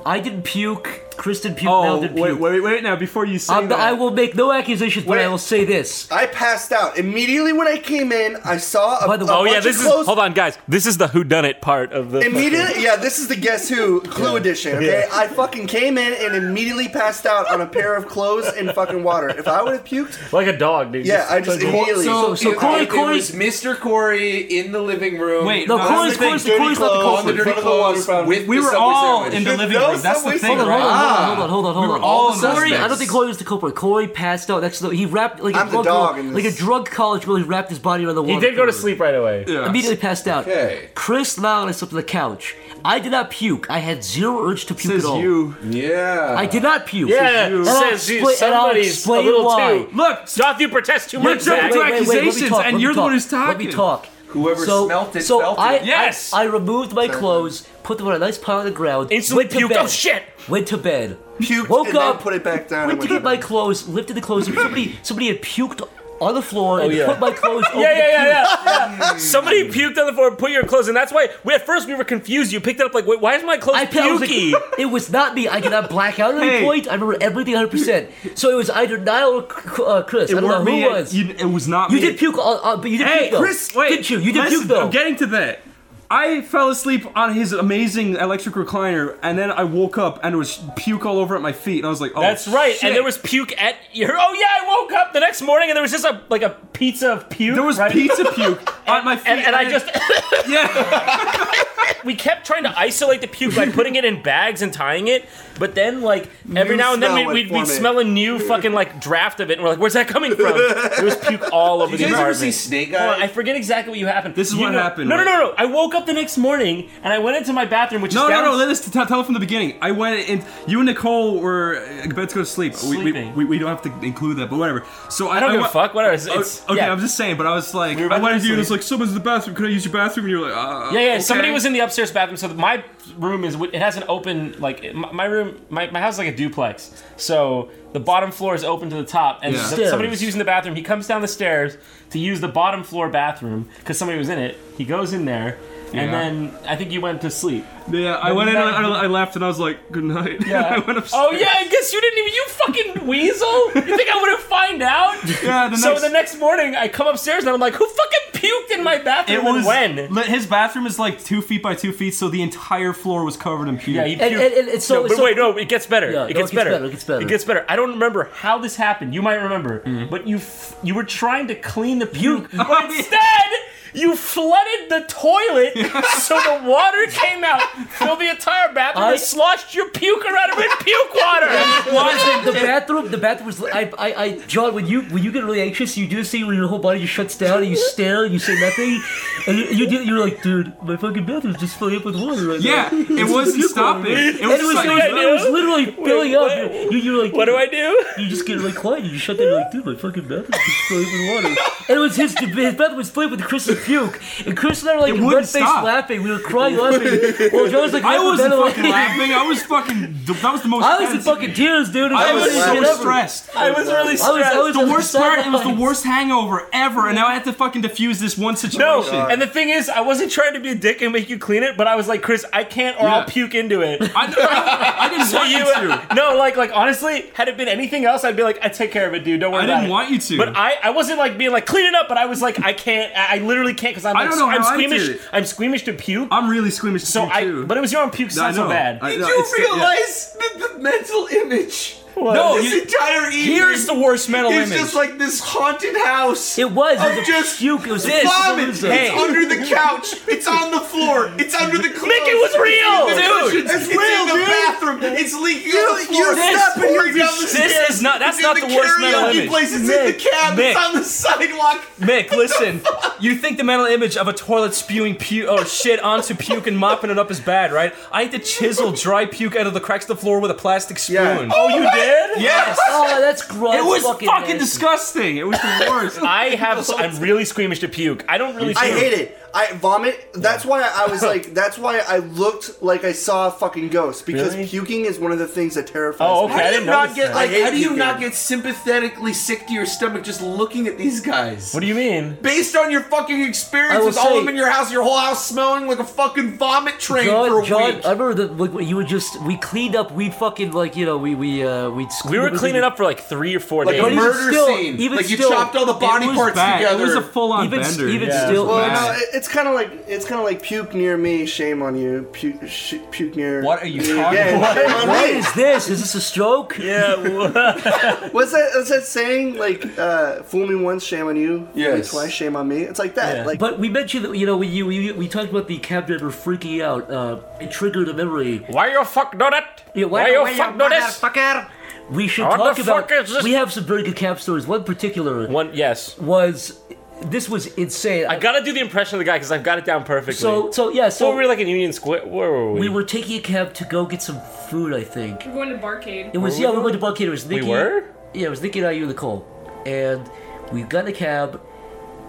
S6: I didn't puke. Kristen puked. Mel didn't puke.
S8: Oh, wait, wait! Now before you say
S6: I'm- I will make no accusations, but I
S5: Wait.
S6: will say this.
S5: I passed out immediately when I came in. I saw a,
S6: By the way-
S5: a
S3: Oh yeah,
S5: bunch
S3: this
S5: of
S3: is.
S5: clothes.
S3: Hold on, guys. This is the who done it part of the.
S5: Immediately, yeah, this is the Guess Who Clue edition. Okay, I fucking came in and immediately passed out on a pair of clothes and fucking water. If I would have puked,
S3: Like a dog, dude.
S5: yeah, I just immediately.
S7: So,
S6: so
S7: it-
S6: Corey-
S7: it
S6: Corey-
S7: was Mr. Corey in the living room.
S8: Wait,
S6: No,
S8: No,
S6: Corey's,
S8: that's the
S6: Corey's,
S8: thing.
S6: Corey's not the
S5: clothes.
S7: on the
S6: culprit.
S7: dirty
S5: front of the water
S7: clothes
S5: fountain.
S7: with
S8: we
S7: the
S8: were
S7: subway
S8: all
S7: sandwich.
S8: in the
S5: With
S8: living
S5: no
S8: room. That's the
S5: Subway
S8: thing,
S6: Hold on,
S8: right?
S6: hold on, hold on, hold on, hold on.
S8: Ah. We were all in the
S6: Corey, I don't
S8: suspects.
S6: think Corey was the culprit. Corey passed out. That's the, he wrapped like
S5: I'm
S6: a
S5: the
S6: drug
S5: dog
S6: girl,
S5: in
S6: like a
S5: this.
S6: drug college girl. He wrapped his body around the
S3: He
S6: water.
S3: did go to
S6: cooler.
S3: sleep right away.
S6: Immediately passed out.
S7: Okay.
S6: Chris Lau and I slept in the couch. I did not puke. I had zero urge to puke
S8: Says
S6: at all.
S8: you.
S7: Yeah.
S6: I did not puke.
S3: Yeah,
S6: And I'll
S3: says you.
S6: expla- and I'll
S3: Somebody's a
S6: explain
S3: little
S6: why.
S3: too. Look, stop. You protest too
S8: You're
S3: much,
S8: drunk
S3: Zach.
S8: to
S6: Wait, wait, wait, let me
S8: accusations,
S6: talk,
S8: and
S6: let me
S8: you're the
S6: talk,
S8: one who's
S6: Let me
S8: talking.
S6: talk.
S7: Whoever
S6: so,
S7: smelt it,
S6: so
S7: felt
S6: I,
S7: it.
S3: Yes!
S6: I, I removed my clothes, put them on a nice pile on the ground,
S3: Instantly
S6: went to
S3: puked.
S6: bed.
S3: Oh shit!
S6: Went to bed.
S5: Puked
S6: Woke
S5: and then
S6: up,
S5: put it back down and
S6: Went to
S5: went
S6: get my
S5: to bed.
S6: clothes, lifted the clothes. and Somebody, somebody had puked on the floor
S8: Oh,
S6: and put my clothes. over
S3: Yeah,
S6: the
S3: yeah,
S6: puke.
S3: yeah, yeah. Somebody puked on the floor, put your clothes in. That's why we, at first we were confused. You picked it up like, wait, why is my clothes
S6: I pe- I was like,
S3: pukey?
S6: it was not me. I did not black out at any
S8: Hey.
S6: point. I remember everything 100. percent So it was either Niall or C- uh, Chris. I
S8: It
S6: don't know
S8: weren't
S6: who
S8: me.
S6: was.
S8: You- It was not
S6: You
S8: me.
S6: did puke, on, on, but you did
S8: Hey,
S6: puke though.
S8: Chris, wait.
S6: did you? You did
S8: listen,
S6: puke though.
S8: I'm getting to that. I fell asleep on his amazing electric recliner, and then I woke up and it was puke all over at my feet, and I was like, "Oh,
S3: That's right.
S8: shit.
S3: And there was puke at your. Oh yeah, I woke up the next morning and there was just a like a pizza of puke.
S8: there was
S3: right?
S8: pizza puke on my
S3: *laughs*
S8: feet,
S3: And, and I just *laughs*
S8: yeah,
S3: we kept trying to isolate the puke by putting it in bags and tying it, but then like every
S5: New
S3: now and then
S5: smell
S3: we'd,
S5: would
S3: we'd,
S5: form
S3: we'd
S5: it.
S3: smell a new fucking like draft of it, and we're like, "Where's that coming from?" There was puke all over
S7: You
S3: the
S7: guys ever
S3: apartment.
S7: see Snake
S3: Hold on,
S7: Eyes?
S3: I forget exactly what you happened.
S8: This is
S3: You
S8: what
S3: know-
S8: happened,
S3: No, no,
S8: right?
S3: no, no. I woke up the next morning and I went into my bathroom, which
S8: no,
S3: is
S8: no,
S3: down-
S8: no. Let us t- tell it from the beginning. I went and you and Nicole were uh, about to go to sleep. We- We, we,
S3: Sleeping.
S8: we, don't have to include that, but whatever. So I,
S3: I don't give a
S8: wa- Oh,
S3: fuck. Whatever. It's, it's,
S8: okay,
S3: yeah.
S8: I'm just saying, but I was like,
S3: were
S8: I
S3: about
S8: went
S3: to
S8: to you and
S3: sleep.
S8: was like, someone's in the bathroom. Could I use your bathroom? And you're like, uh,
S3: Yeah, yeah.
S8: okay.
S3: Somebody was in the upstairs bathroom, so my room is it has an open like my, my room my, my house is like a duplex, so the bottom floor is open to the top, and
S8: Yeah.
S3: so-
S6: Stairs.
S3: somebody was using the bathroom. He comes down the stairs to use the bottom floor bathroom because somebody was in it. He goes in there, and
S8: Yeah.
S3: then I think you went to sleep.
S8: Yeah, I went in, and I, I left, and I was like, "Good night." Yeah. *laughs* I went upstairs.
S3: Oh yeah, I guess you didn't even you fucking weasel. You think I wouldn't find out?
S8: *laughs* Yeah, the
S3: so
S8: next-
S3: the next morning I come upstairs and I'm like, who fucking puked in my bathroom?
S8: It was
S3: and when?
S8: li- His bathroom is like two feet by two feet, so the entire floor was covered in puke.
S3: Yeah, he
S6: and,
S3: puked.
S6: and, and, and so,
S3: No, but
S6: so-
S3: wait, no, it gets better.
S6: Yeah, no,
S3: it, gets better.
S6: It gets better.
S3: It gets better. Mm-hmm. I don't remember how this happened. You might remember, but you f- you were trying to clean the *laughs* puke, but instead you flooded the *laughs* toilet, so the water came out, filled the entire bathroom,
S6: I-
S3: and sloshed your puke around with puke water.
S6: the bathroom. The bathroom was. I, I, I, John, when you when you get really anxious, you do this thing where your whole body just shuts down and you stare and you say nothing, and you, you do, you're like, dude, my fucking bathroom's just filling up with water right
S8: Yeah,
S3: *laughs*
S6: now.
S8: it wasn't stopping.
S6: *laughs*
S8: It
S6: And
S8: was,
S6: it was,
S8: like,
S6: it was, it was literally filling up.
S3: what-
S6: You, you're
S3: *laughs*
S6: like,
S3: what do I do?
S6: You just get like quiet. You just shut down. You're like, dude, my fucking bathroom's just filling up with water. And it was his. His bathroom was filled with Chris's puke. And Chris and I were like
S8: wouldn't
S6: red faced
S8: stop.
S6: laughing. We were crying laughing. Well, Joe was like,
S8: I wasn't
S6: hyperventilating.
S3: *laughs*
S8: fucking laughing. I was fucking. That was the most.
S6: I was in
S8: tense-
S6: fucking tears, dude.
S8: I was
S6: couldn't
S8: so
S6: get up.
S8: stressed.
S3: I was really
S6: I was,
S3: stressed.
S6: I was
S8: The
S6: on
S8: worst part, it was the
S6: sidelines.
S8: worst hangover ever, and now I have to fucking diffuse this one
S3: no, *laughs*
S8: situation.
S3: and the thing is, I wasn't trying to be a dick and make you clean it, but I was like, Chris, I can't, or I'll
S8: Yeah.
S3: puke into
S8: *laughs*
S3: it. uh,
S8: I, I, I didn't want you to.
S3: no, like, like honestly, had it been anything else, I'd be like, I take care of it, dude. Don't worry.
S8: I
S3: about
S8: didn't
S3: it."
S8: want you to.
S3: But I, I wasn't like being like clean it up, but I was like, I can't, I I literally can't because I'm,
S8: I
S3: like,
S8: don't know
S3: I'm
S8: how I did
S3: squeamish.
S8: it.
S3: I'm squeamish to puke.
S8: I'm really squeamish. to
S3: so
S8: you,
S3: I,
S8: too.
S3: but it was your own puke, so
S8: I
S3: it's not so
S8: know.
S3: bad.
S8: I-
S7: Did
S8: no,
S7: you
S8: it's- yeah.
S7: realize that *laughs* the mental image
S8: No,
S7: of this
S8: you-
S7: entire evening
S9: Here's the worst mental
S7: is
S9: image.
S7: just like this haunted house.
S6: It was. It
S7: Of just
S6: was just puke. It was
S7: It's vomit.
S6: a
S7: It's under the couch. It's on the floor. It's under the clothes.
S3: Mickey was real,
S7: It's in the
S3: dude.
S7: cushions. It's, in the bathroom. It's leaking on the
S5: You- you
S7: floor. It's
S5: step in
S7: pouring down the
S9: this
S7: stairs.
S9: is not- that's
S7: It's in
S9: not the worst mental
S7: karaoke
S9: image.
S7: Place. It's in the cab.
S9: Mick.
S7: It's on the sidewalk.
S9: Mick, listen. You think the mental image of a toilet spewing puke or shit onto puke and mopping it up is bad, right? I had to chisel dry puke out of the cracks of the floor with a plastic spoon.
S5: Yeah.
S9: Oh, you did?
S7: Yes.
S6: Oh, that's gross.
S8: it was fucking,
S6: nasty.
S8: disgusting. It was the
S3: *laughs*
S8: worst.
S3: I have, I'm really squeamish to puke. I don't really.
S5: I hate it. I vomit. That's why I was like. That's why I looked like I saw a fucking ghost because
S3: Really?
S5: puking is one that things that terrifies
S3: Oh,
S5: me.
S3: okay. I didn't
S7: not
S3: notice
S7: get
S3: that.
S7: like?
S5: I hate
S7: How do you
S5: you,
S7: not
S5: dude.
S7: get sympathetically sick to your stomach just looking at these guys?
S3: What do you mean?
S7: Based on your fucking
S6: I
S7: experience
S6: will
S7: with all of them
S6: say-
S7: in your house, your whole house smelling like a fucking vomit train for a
S6: John, John,
S7: week.
S6: I remember that like, when you would just we cleaned up. We fucking like you know we we uh we
S3: We were cleaning up for like three or four
S7: like
S3: days.
S7: a
S6: But even
S7: murder
S6: still-
S7: scene.
S6: even
S7: like you
S6: still,
S7: chopped all the body
S8: it was
S7: parts
S8: bad.
S7: together.
S8: It was a full-on
S6: Even
S8: bender.
S6: even
S3: Yeah.
S6: still.
S5: Well,
S8: Wow.
S5: no, it- it's kind of like it's kind of like puke near me. Shame on you. Puke, sh- puke near.
S8: What are you
S5: me
S8: talking
S5: again.
S8: about?
S5: Shame on
S6: What
S5: me.
S6: is this? Is this a stroke?
S3: yeah, well,
S5: What's that? What's that saying? Like, uh, fool me once, shame on you. Fool me
S7: Yes.
S5: twice, shame on me. It's like that. Like,
S6: But we mentioned that you know we you, we, we talked about the cab driver freaking out. Uh, it triggered a memory.
S3: why you fuck do that?
S6: Yeah,
S3: why, you fuck do this?
S6: We should
S3: What
S6: talk
S3: the
S6: about.
S3: fuck is this?
S6: We have some very good cab stories. One particular
S3: One, yes.
S6: was this was insane.
S3: I gotta do the impression of the guy because I've got it down perfectly.
S6: so so yeah so
S3: so we were like in Union Square. Where were we?
S6: we were taking a cab to go get some food. I think.
S13: We're going to Barcade.
S6: It was
S3: Were we
S6: yeah, we
S3: going?
S6: went to Buckhead. It was Nikki.
S3: were?
S6: Yeah, it was Nikki and I, you and Nicole, and we got in a cab,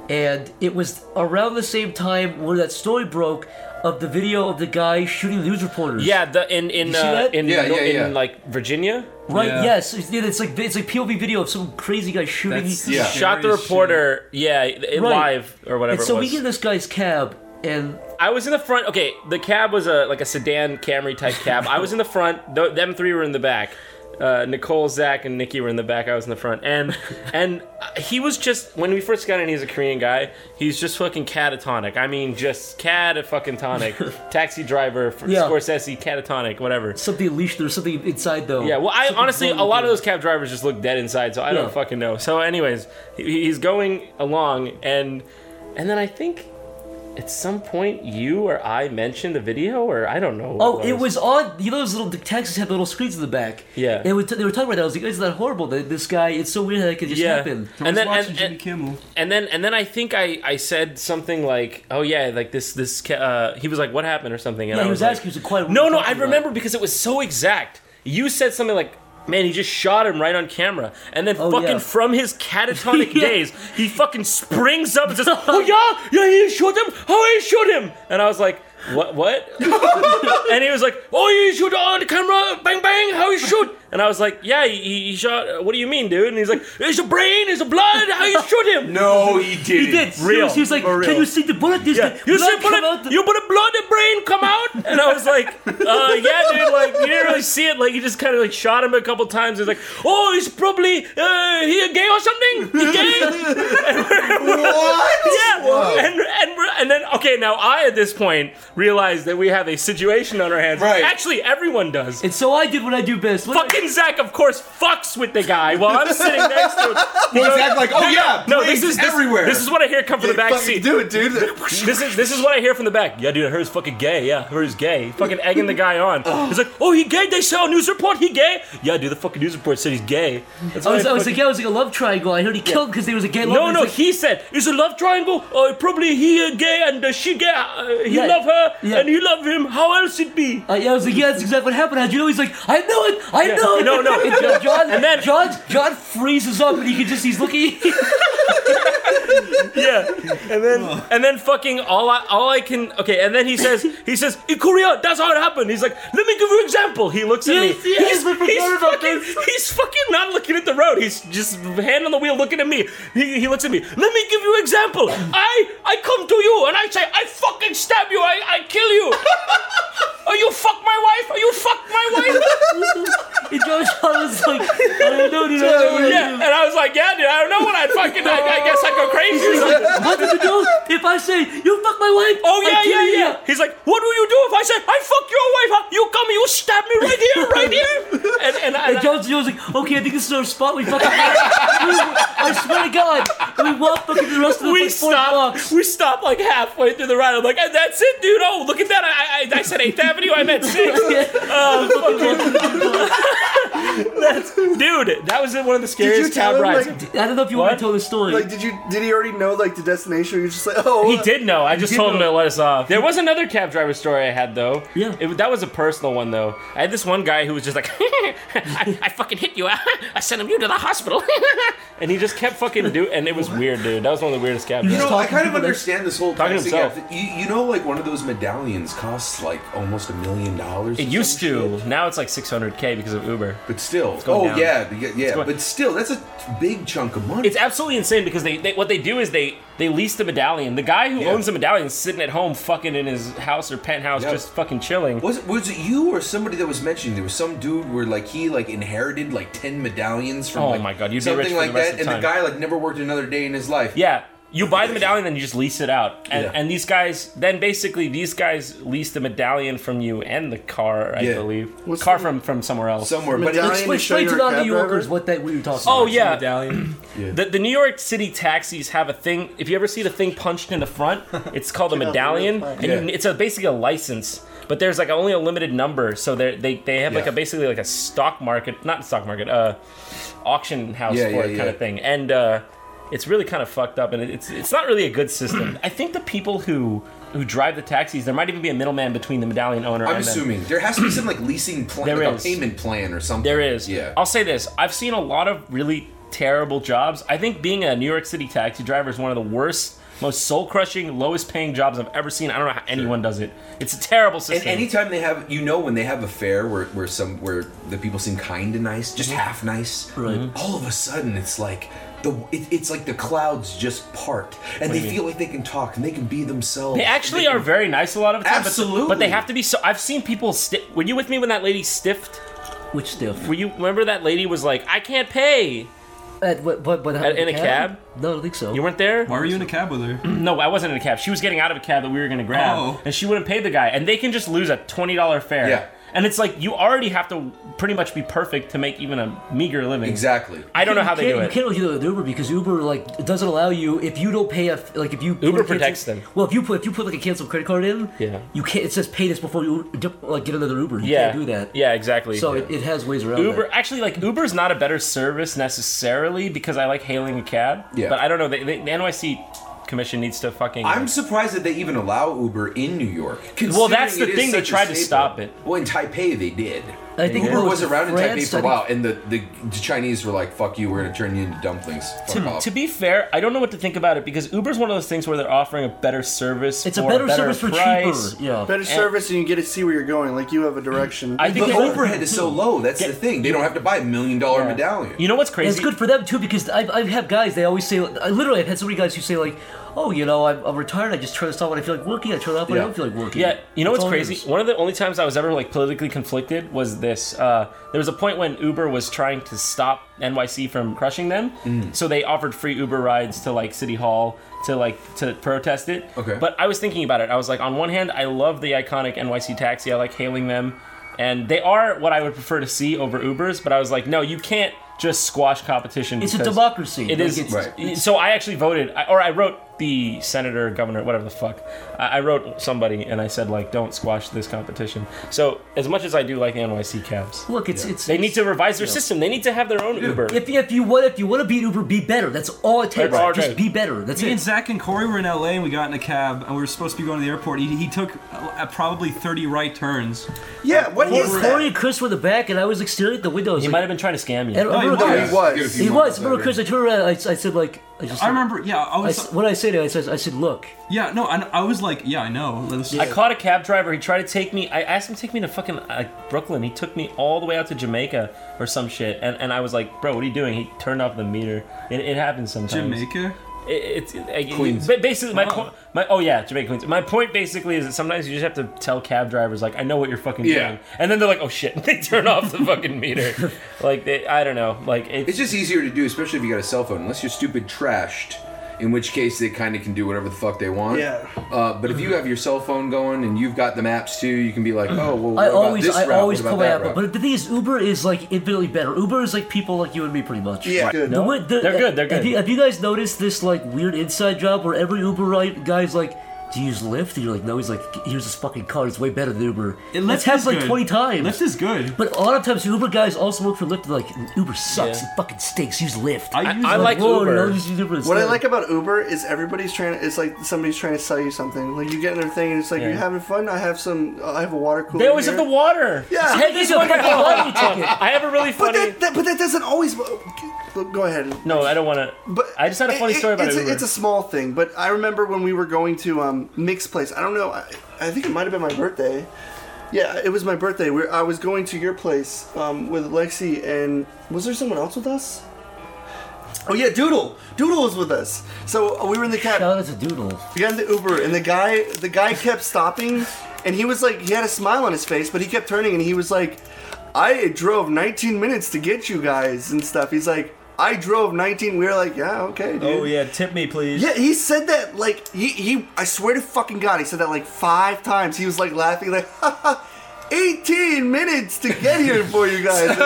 S6: and it was around the same time where that story broke of the video of the guy shooting the news reporters.
S3: Yeah, the in in
S6: see
S3: uh,
S6: that?
S3: in,
S7: Yeah,
S3: no-
S7: yeah, yeah.
S3: in like Virginia,
S6: Right.
S8: Yeah.
S6: Yes. It's, it's like it's like POV video of some crazy guy shooting.
S8: That's-
S7: Yeah.
S3: shot the
S8: Scary as
S3: reporter. Yeah, it,
S6: Right.
S3: live or whatever.
S6: and so
S3: it
S6: we
S3: was.
S6: get in this guy's cab, and
S3: I was in the front. Okay, the cab was a like a sedan Camry type cab. I was in the front. Th- them three were in the back. Uh, Nicole, Zach, and Nikki were in the back. I was in the front, and *laughs* and uh, he was just when we first got in. He's a Korean guy. He's just fucking catatonic. I mean, just cat fucking tonic.
S6: *laughs*
S3: Taxi driver for
S6: Yeah.
S3: Scorsese, catatonic, whatever.
S6: something unleashed. There's something inside though.
S3: Yeah, well, I
S6: Something
S3: honestly,
S6: wrong
S3: a
S6: with
S3: lot of
S6: him.
S3: those cab drivers just look dead inside, so I
S6: Yeah.
S3: don't fucking know. So, anyways, he, he's going along, and and then I think at some point you or I mentioned the video, or I don't know. what
S6: Oh, it was on. You know those little the taxis have little screens in the back.
S3: Yeah.
S6: And we t- they were talking about that. I was like, "Isn't that horrible? That this guy? It's so weird how that could just
S3: Yeah,
S6: happen."
S3: and then
S8: watching
S3: and,
S8: Jimmy
S3: and,
S8: Kimmel.
S3: and then and then I think I I said something like, oh yeah, like this this ca- uh, he was like, what happened or something, and
S6: Yeah,
S3: I
S6: he
S3: was,
S6: was
S3: like,
S6: asking. He was quite.
S3: No, no, I remember because it was so exact. You said something like, "Man, he just shot him right on camera," and then
S6: Oh,
S3: fucking
S6: yeah.
S3: from his catatonic
S6: *laughs* Yeah.
S3: days, he fucking springs up and
S6: *laughs*
S3: says, "Oh yeah, yeah, he shot him. Oh, he shot him." And I was like, "What?
S6: *laughs*
S3: What?" and he was like, "Oh, you shoot on the camera, bang bang, how you shoot?" And I was like, "Yeah, he, he shot. What do you mean, dude?" And he's like, "It's a brain, it's a blood, how you shoot him?"
S7: No, he didn't.
S6: He did.
S3: Real.
S6: Real. He was like, "Can you see the bullet? This
S3: Yeah,
S6: *laughs* guy-
S3: you
S6: blood
S3: said put
S6: come
S3: a,
S6: out the-
S3: you put a blood and brain come out, and I was like, uh, yeah, dude, like you didn't really see it, like you just kind of like shot him a couple times. He's like, oh, he's probably uh, he a gay or something? He gay?
S6: *laughs*
S7: What?
S3: *laughs* yeah. And and we're- and then okay, now I at this point realize that we have a situation on our hands.
S7: Right.
S3: Actually, everyone does.
S6: And so I did what I do best.
S3: *laughs*
S6: What
S3: Fucking Zach, of course, fucks with the guy while I'm sitting next to him. Well,
S7: Zach like, oh, yeah,
S3: no, this
S7: blades
S3: is this,
S7: everywhere.
S3: This is what I hear come from the back
S5: fucking
S3: seat.
S5: do it, dude.
S3: *laughs* This is this is what I hear from the back. Yeah, dude, her's fucking gay. Yeah, her's gay. Fucking egging the guy on. He's like, oh, he gay. They saw a news report. He gay. Yeah, dude, the fucking news report said he's gay. That's
S6: I was, I was
S3: fucking-
S6: like, yeah, I was like a love triangle. I heard he killed because there was a gay lover.
S3: no,
S6: It's
S3: no,
S6: like,
S3: he said it's a love triangle. Uh, probably he uh, gay and uh, she gay. Uh, he
S6: Yeah.
S3: love her
S6: Yeah.
S3: and he love him. How else it be?
S6: Uh, yeah, I was like, yeah, that's exactly what happened. How'd you know? He's like, I know it. I know it.
S3: No, no,
S6: *laughs* And John, John,
S3: And then-
S6: John, John freezes up, and he can just—he's looking. *laughs*
S3: yeah, and then and then fucking all I all I can okay, and then he
S6: *laughs*
S3: says he says in Korea that's how it happened. He's like, let me give you an example. He looks at
S6: Yes,
S3: me.
S6: yes, I
S3: he's,
S6: forgot
S3: he's
S6: about
S3: fucking
S6: *laughs*
S3: he's fucking not looking at the road. He's just hand on the wheel looking at me. He, he looks at me. Let me give you an example. I I come to you and I say I fucking stab you. I I kill
S6: *laughs*
S3: you. Oh, you fuck my wife. Oh, you fuck my
S6: *laughs*
S3: wife.
S6: And Josh was like, I don't know, dude. I don't know.
S3: yeah, and I was like, yeah, dude. I don't know what I'd fucking. I, I guess I go
S6: He's *laughs*
S3: crazy.
S6: like, what did you do? If I say you fuck my wife,
S3: Oh yeah,
S6: I kill
S3: yeah,
S6: you."
S3: yeah. He's like, what do you do if I say I fuck your wife? Huh? You come, you stab me right here, right here.
S6: *laughs*
S3: And and, I,
S6: And Jones, Jones was like, okay, I think this is our spot. We fucking. *laughs* I swear to God, we walked fucking the rest of the
S3: we
S6: like, four
S3: stop.
S6: blocks.
S3: We stop like halfway through the ride. I'm like, and that's it, dude. Oh, look at that. I I, I said Eighth Avenue. I meant
S6: *laughs*
S3: Sixth. Um, *laughs* that's, dude, that was one of the
S5: Did
S3: scariest
S5: you tell
S3: cab
S5: him
S3: rides.
S5: like, d-
S6: I don't know if you want
S3: What?
S6: to tell the story.
S5: like did you did he already know like the destination? Or you're just like oh
S3: He
S5: uh,
S3: did know. I just
S6: did
S3: told him
S6: know.
S3: to let us off. There was another cab driver story I had though.
S6: Yeah.
S3: It, that was a personal one though. I had this one guy who was just like, *laughs* I, I fucking hit you. *laughs* I sent him you to the hospital. *laughs* and he just kept fucking do. And it was weird, dude. That was one of the weirdest cab
S7: You
S3: drivers.
S7: know, I
S6: talking
S7: kind
S6: to
S7: of
S6: people that-
S7: understand this whole
S3: Talking to
S7: pricing app.
S3: himself.
S7: You, you know, like one of those medallions costs like almost a million dollars. or
S3: It used
S7: some
S3: to.
S7: shit.
S3: Now it's like 600k because of Uber.
S7: but still.
S3: going
S7: Oh
S3: down.
S7: yeah, yeah, yeah.
S3: going-
S7: but still, that's a big chunk of money.
S3: It's absolutely insane because they, they what they do is they they lease the medallion. The guy who
S7: Yeah.
S3: owns the medallion is sitting at home, fucking in his house or penthouse,
S7: Yeah.
S3: just fucking chilling.
S7: was it, was it you or somebody that was mentioning there was some dude where like he like inherited like ten medallions from
S3: Oh
S7: like,
S3: my God, you'd be
S7: something
S3: rich for
S7: like
S3: the rest
S7: that,
S3: of
S7: and the
S3: time.
S7: guy like never worked another day in his life.
S3: Yeah. You buy the medallion, then you just lease it out, and,
S7: Yeah.
S3: and these guys then basically these guys lease the medallion from you and the car, I
S7: Yeah.
S3: believe, car
S5: the-
S3: from from somewhere else.
S7: somewhere. But
S5: Medallion
S7: it,
S6: Explain-
S5: to show
S6: Explain to
S5: your
S6: non
S5: cab
S6: New
S5: driver?
S6: Yorkers what that we were talking about.
S3: Oh yeah, *clears throat*
S9: medallion.
S3: The, the New York City taxis have a thing. If you ever see the thing punched in the
S7: *laughs*
S3: front, it's called a medallion, and you,
S7: Yeah.
S3: it's a, basically a license. But there's like only a limited number, so they're- they they have like
S7: Yeah.
S3: a basically like a stock market, not stock market, uh, auction house
S7: Yeah,
S3: for
S7: yeah,
S3: it kind
S7: yeah.
S3: of thing, and uh, it's really kind of fucked up, and it- it's it's not really a good system. I think the people who who drive the taxis, there might even be a middleman between the medallion owner.
S7: I'm
S3: and them.
S7: assuming there has to be some like leasing plan,
S3: There
S7: like
S3: is.
S7: a payment plan or something.
S3: There is.
S7: Yeah.
S3: I'll say this: I've seen a lot of really terrible jobs. I think being a New York City taxi driver is one of the worst, most soul-crushing, lowest-paying jobs I've ever seen. I don't know how anyone does it. It's a terrible
S7: And
S3: system.
S7: anytime they have, you know, when they have a fair where, where some where the people seem kind and nice, just
S3: Mm-hmm.
S7: half nice,
S6: Right. Mhm.
S7: all of a sudden it's like the it, it's like the clouds just part and they feel like they can talk and they can be themselves.
S3: they actually are very nice a lot of the time. but- But,
S7: Absolutely.
S3: they have to be so. I've seen people. Sti- were you with me when that lady stiffed?
S6: Which stiff?
S3: Were you remember that lady was like, "I can't pay."
S6: At, uh, what, what, what,
S3: At- in a cab?
S6: No, I don't think so.
S3: You weren't there.
S8: Why were you in a cab with her?
S3: No, I wasn't in a cab. She was getting out of a cab that we were going to grab,
S8: Oh.
S3: and she wouldn't pay the guy, and they can just lose a twenty dollar fare.
S7: Yeah.
S3: And it's like you already have to pretty much be perfect to make even a meager living.
S7: exactly.
S3: I don't know how they
S6: can't-
S3: do
S6: You
S3: it.
S6: can't do it with Uber because Uber like doesn't allow you if you don't pay a like if you put
S3: Uber
S6: a cancel-
S3: protects them.
S6: Well, if you put if you put like a canceled credit card in,
S3: Yeah.
S6: you can't. It says pay this before you dip- like get another Uber. You
S3: Yeah.
S6: can't do that.
S3: Yeah, exactly.
S6: So It, it has ways around
S3: Uber
S6: That.
S3: actually like Uber's not a better service necessarily because I like hailing a cab.
S7: Yeah.
S3: But I don't know. They, they, the NYC commission needs to fucking.
S7: I'm surprised that they even allow Uber in New York.
S3: Well, that's
S7: considering
S3: the
S7: it is
S3: thing, they
S7: such a
S3: tried to
S7: staple.
S3: stop it.
S7: Well, in Taipei they did.
S6: I think
S7: Uber
S6: it
S7: was around in
S6: France,
S7: Taipei for
S6: I
S7: a
S6: think-
S7: while, and the, the, the Chinese were like, "Fuck you, we're gonna turn you into dumplings." Fuck
S3: to,
S7: off.
S3: to be fair, I don't know what to think about it because Uber's one of those things where they're offering a better service.
S6: It's a
S3: for
S6: better, service for
S3: price.
S6: cheaper. Yeah.
S5: better service and you get to see where you're going. Like you have a direction.
S3: I think
S7: the
S3: they should-
S7: overhead is so low. That's the thing. They don't have to buy a million dollar
S3: Hmm. Yeah.
S7: medallion.
S3: You know what's
S6: And
S3: crazy?
S6: it's good for them too because I've, I've had guys they always say I literally I've had so many guys who say like oh you know I'm, I'm retired I just turn this off when I feel like working I turn it off when I
S7: Yeah.
S6: don't feel like working
S3: Yeah, you know what's
S6: That's all it
S3: crazy?
S6: is.
S3: One of the only times I was ever like politically conflicted was this. Uh, there was a point when Uber was trying to stop NYC from crushing them,
S6: Mm.
S3: so they offered free Uber rides to like City Hall to like to protest it.
S7: Okay.
S3: But I was thinking about it. I was like, on one hand, I love the iconic NYC taxi. I like hailing them, and they are what I would prefer to see over Ubers. But I was like, no, you can't just squash competition.
S6: It's a
S3: because
S6: democracy.
S3: It
S6: Like,
S3: is.
S6: it's-
S7: Right.
S3: So I actually voted, I- or I wrote the senator, governor, whatever the fuck. I I wrote somebody and I said like, don't squash this competition. So as much as I do like the NYC cabs,
S6: look it's it's
S3: they need to
S6: it's-
S3: revise their system. They need to have their own Uber.
S6: if, if you want if you want to beat Uber be better that's all it takes
S3: That's all it
S6: just
S3: takes.
S6: be better that's
S8: Me
S6: it
S8: and Zach and Corey were in LA and we got in a cab and we were supposed to be going to the airport. He, he took uh, probably 30 right turns.
S5: yeah, what is
S6: Corey
S5: that?
S6: and Chris were in the back, and I was like staring at the windows.
S3: He
S6: like,
S3: might have been trying to scam
S6: and
S3: you.
S6: I remember
S8: he
S6: Chris-
S5: was.
S6: He was. Remember, Chris? I turned around. I, I said, like, I, just
S8: I remember, yeah, I
S6: I
S8: was.
S6: s- what I say to him, I says, I said, look.
S8: yeah, no, and I was like, yeah, I know. This is-
S3: I caught a cab driver. He tried to take me. I asked him to take me to fucking uh, Brooklyn. He took me all the way out to Jamaica or some shit. And, and I was like, bro, what are you doing? He turned off the meter. It, it happens sometimes.
S8: Jamaica.
S3: It, it's it,
S7: Queens.
S3: ba- Basically, my
S8: Oh.
S3: point. My oh yeah, Jamaica Queens. My point basically is that sometimes you just have to tell cab drivers like, I know what you're fucking
S12: Yeah.
S3: doing, and then they're like, oh shit, *laughs* they turn off the fucking
S5: *laughs*
S3: meter. Like they, I don't know. Like it's,
S7: It's just easier to do, especially if you got a cell phone, unless you're stupid trashed, in which case they kind of can do whatever the fuck they want.
S5: Yeah.
S7: Uh, but if you have your cell phone going and you've got the maps too, you can be like, oh, well, what
S6: I
S7: about
S6: always,
S7: this
S6: I
S7: route?
S6: always
S7: what
S6: pull
S7: about
S6: my
S7: that
S6: app up.
S7: route?
S6: But the thing is, Uber is like infinitely better. Uber is like people like you and me, pretty much.
S5: Yeah, good.
S6: The way- the-
S3: They're good, they're
S6: Have
S3: good.
S6: you, have you guys noticed this like weird inside job where every Uber ride guy's like, "Do you use Lyft?" And you're like, "No." He's like, "Here's this fucking car. It's way better than Uber."
S8: It-
S6: That's
S8: Lyft
S6: happened
S8: is
S6: like
S8: good.
S6: 20 times.
S8: Lyft is good.
S6: But a lot of times Uber guys also work for Lyft. They're like, "Uber sucks.
S3: Yeah.
S6: It fucking stinks. Use Lyft."
S8: I, use
S3: I
S8: it.
S3: like
S6: Whoa,
S3: Uber.
S6: no, use Uber
S5: What
S6: instead.
S5: I like about Uber is everybody's trying. It's like somebody's trying to sell you something. Like you get in their thing, and it's like
S3: Yeah.
S5: you're having fun. I have some. I have a water cooler.
S3: they always
S5: here.
S3: have the water.
S5: Yeah.
S3: Take this
S6: It's a
S3: one
S6: fucking
S3: home.
S6: lottery ticket.
S3: I have a really
S5: But
S3: funny.
S5: that, that, but that doesn't always. Go ahead.
S3: no, I don't want to.
S5: But
S3: I just had a funny
S5: it- it-
S3: story about
S5: it's
S3: Uber.
S5: A, it's a small thing, but I remember when we were going to um, Mix Place. I don't know. I, I think it might have been my birthday. Yeah, it was my birthday. we I was going to your place um, with Lexi, and was there someone else with us? Oh yeah, Doodle. Doodle was with us. So uh, we were in the cab.
S6: Shout out to Oh,
S3: *laughs*
S6: Doodle.
S5: We got in the Uber, and the guy the guy kept stopping, and he was like, he had a smile on his face, but he kept turning, and he was like, I drove 19 minutes to get you guys and stuff. He's like, I drove 19. We were like, yeah, okay, dude.
S9: Oh yeah, tip me please.
S5: Yeah, he said that like he he. I swear to fucking god, he said that like five times. He was like laughing like. *laughs* 18 minutes to get here for you
S9: *laughs*
S5: guys.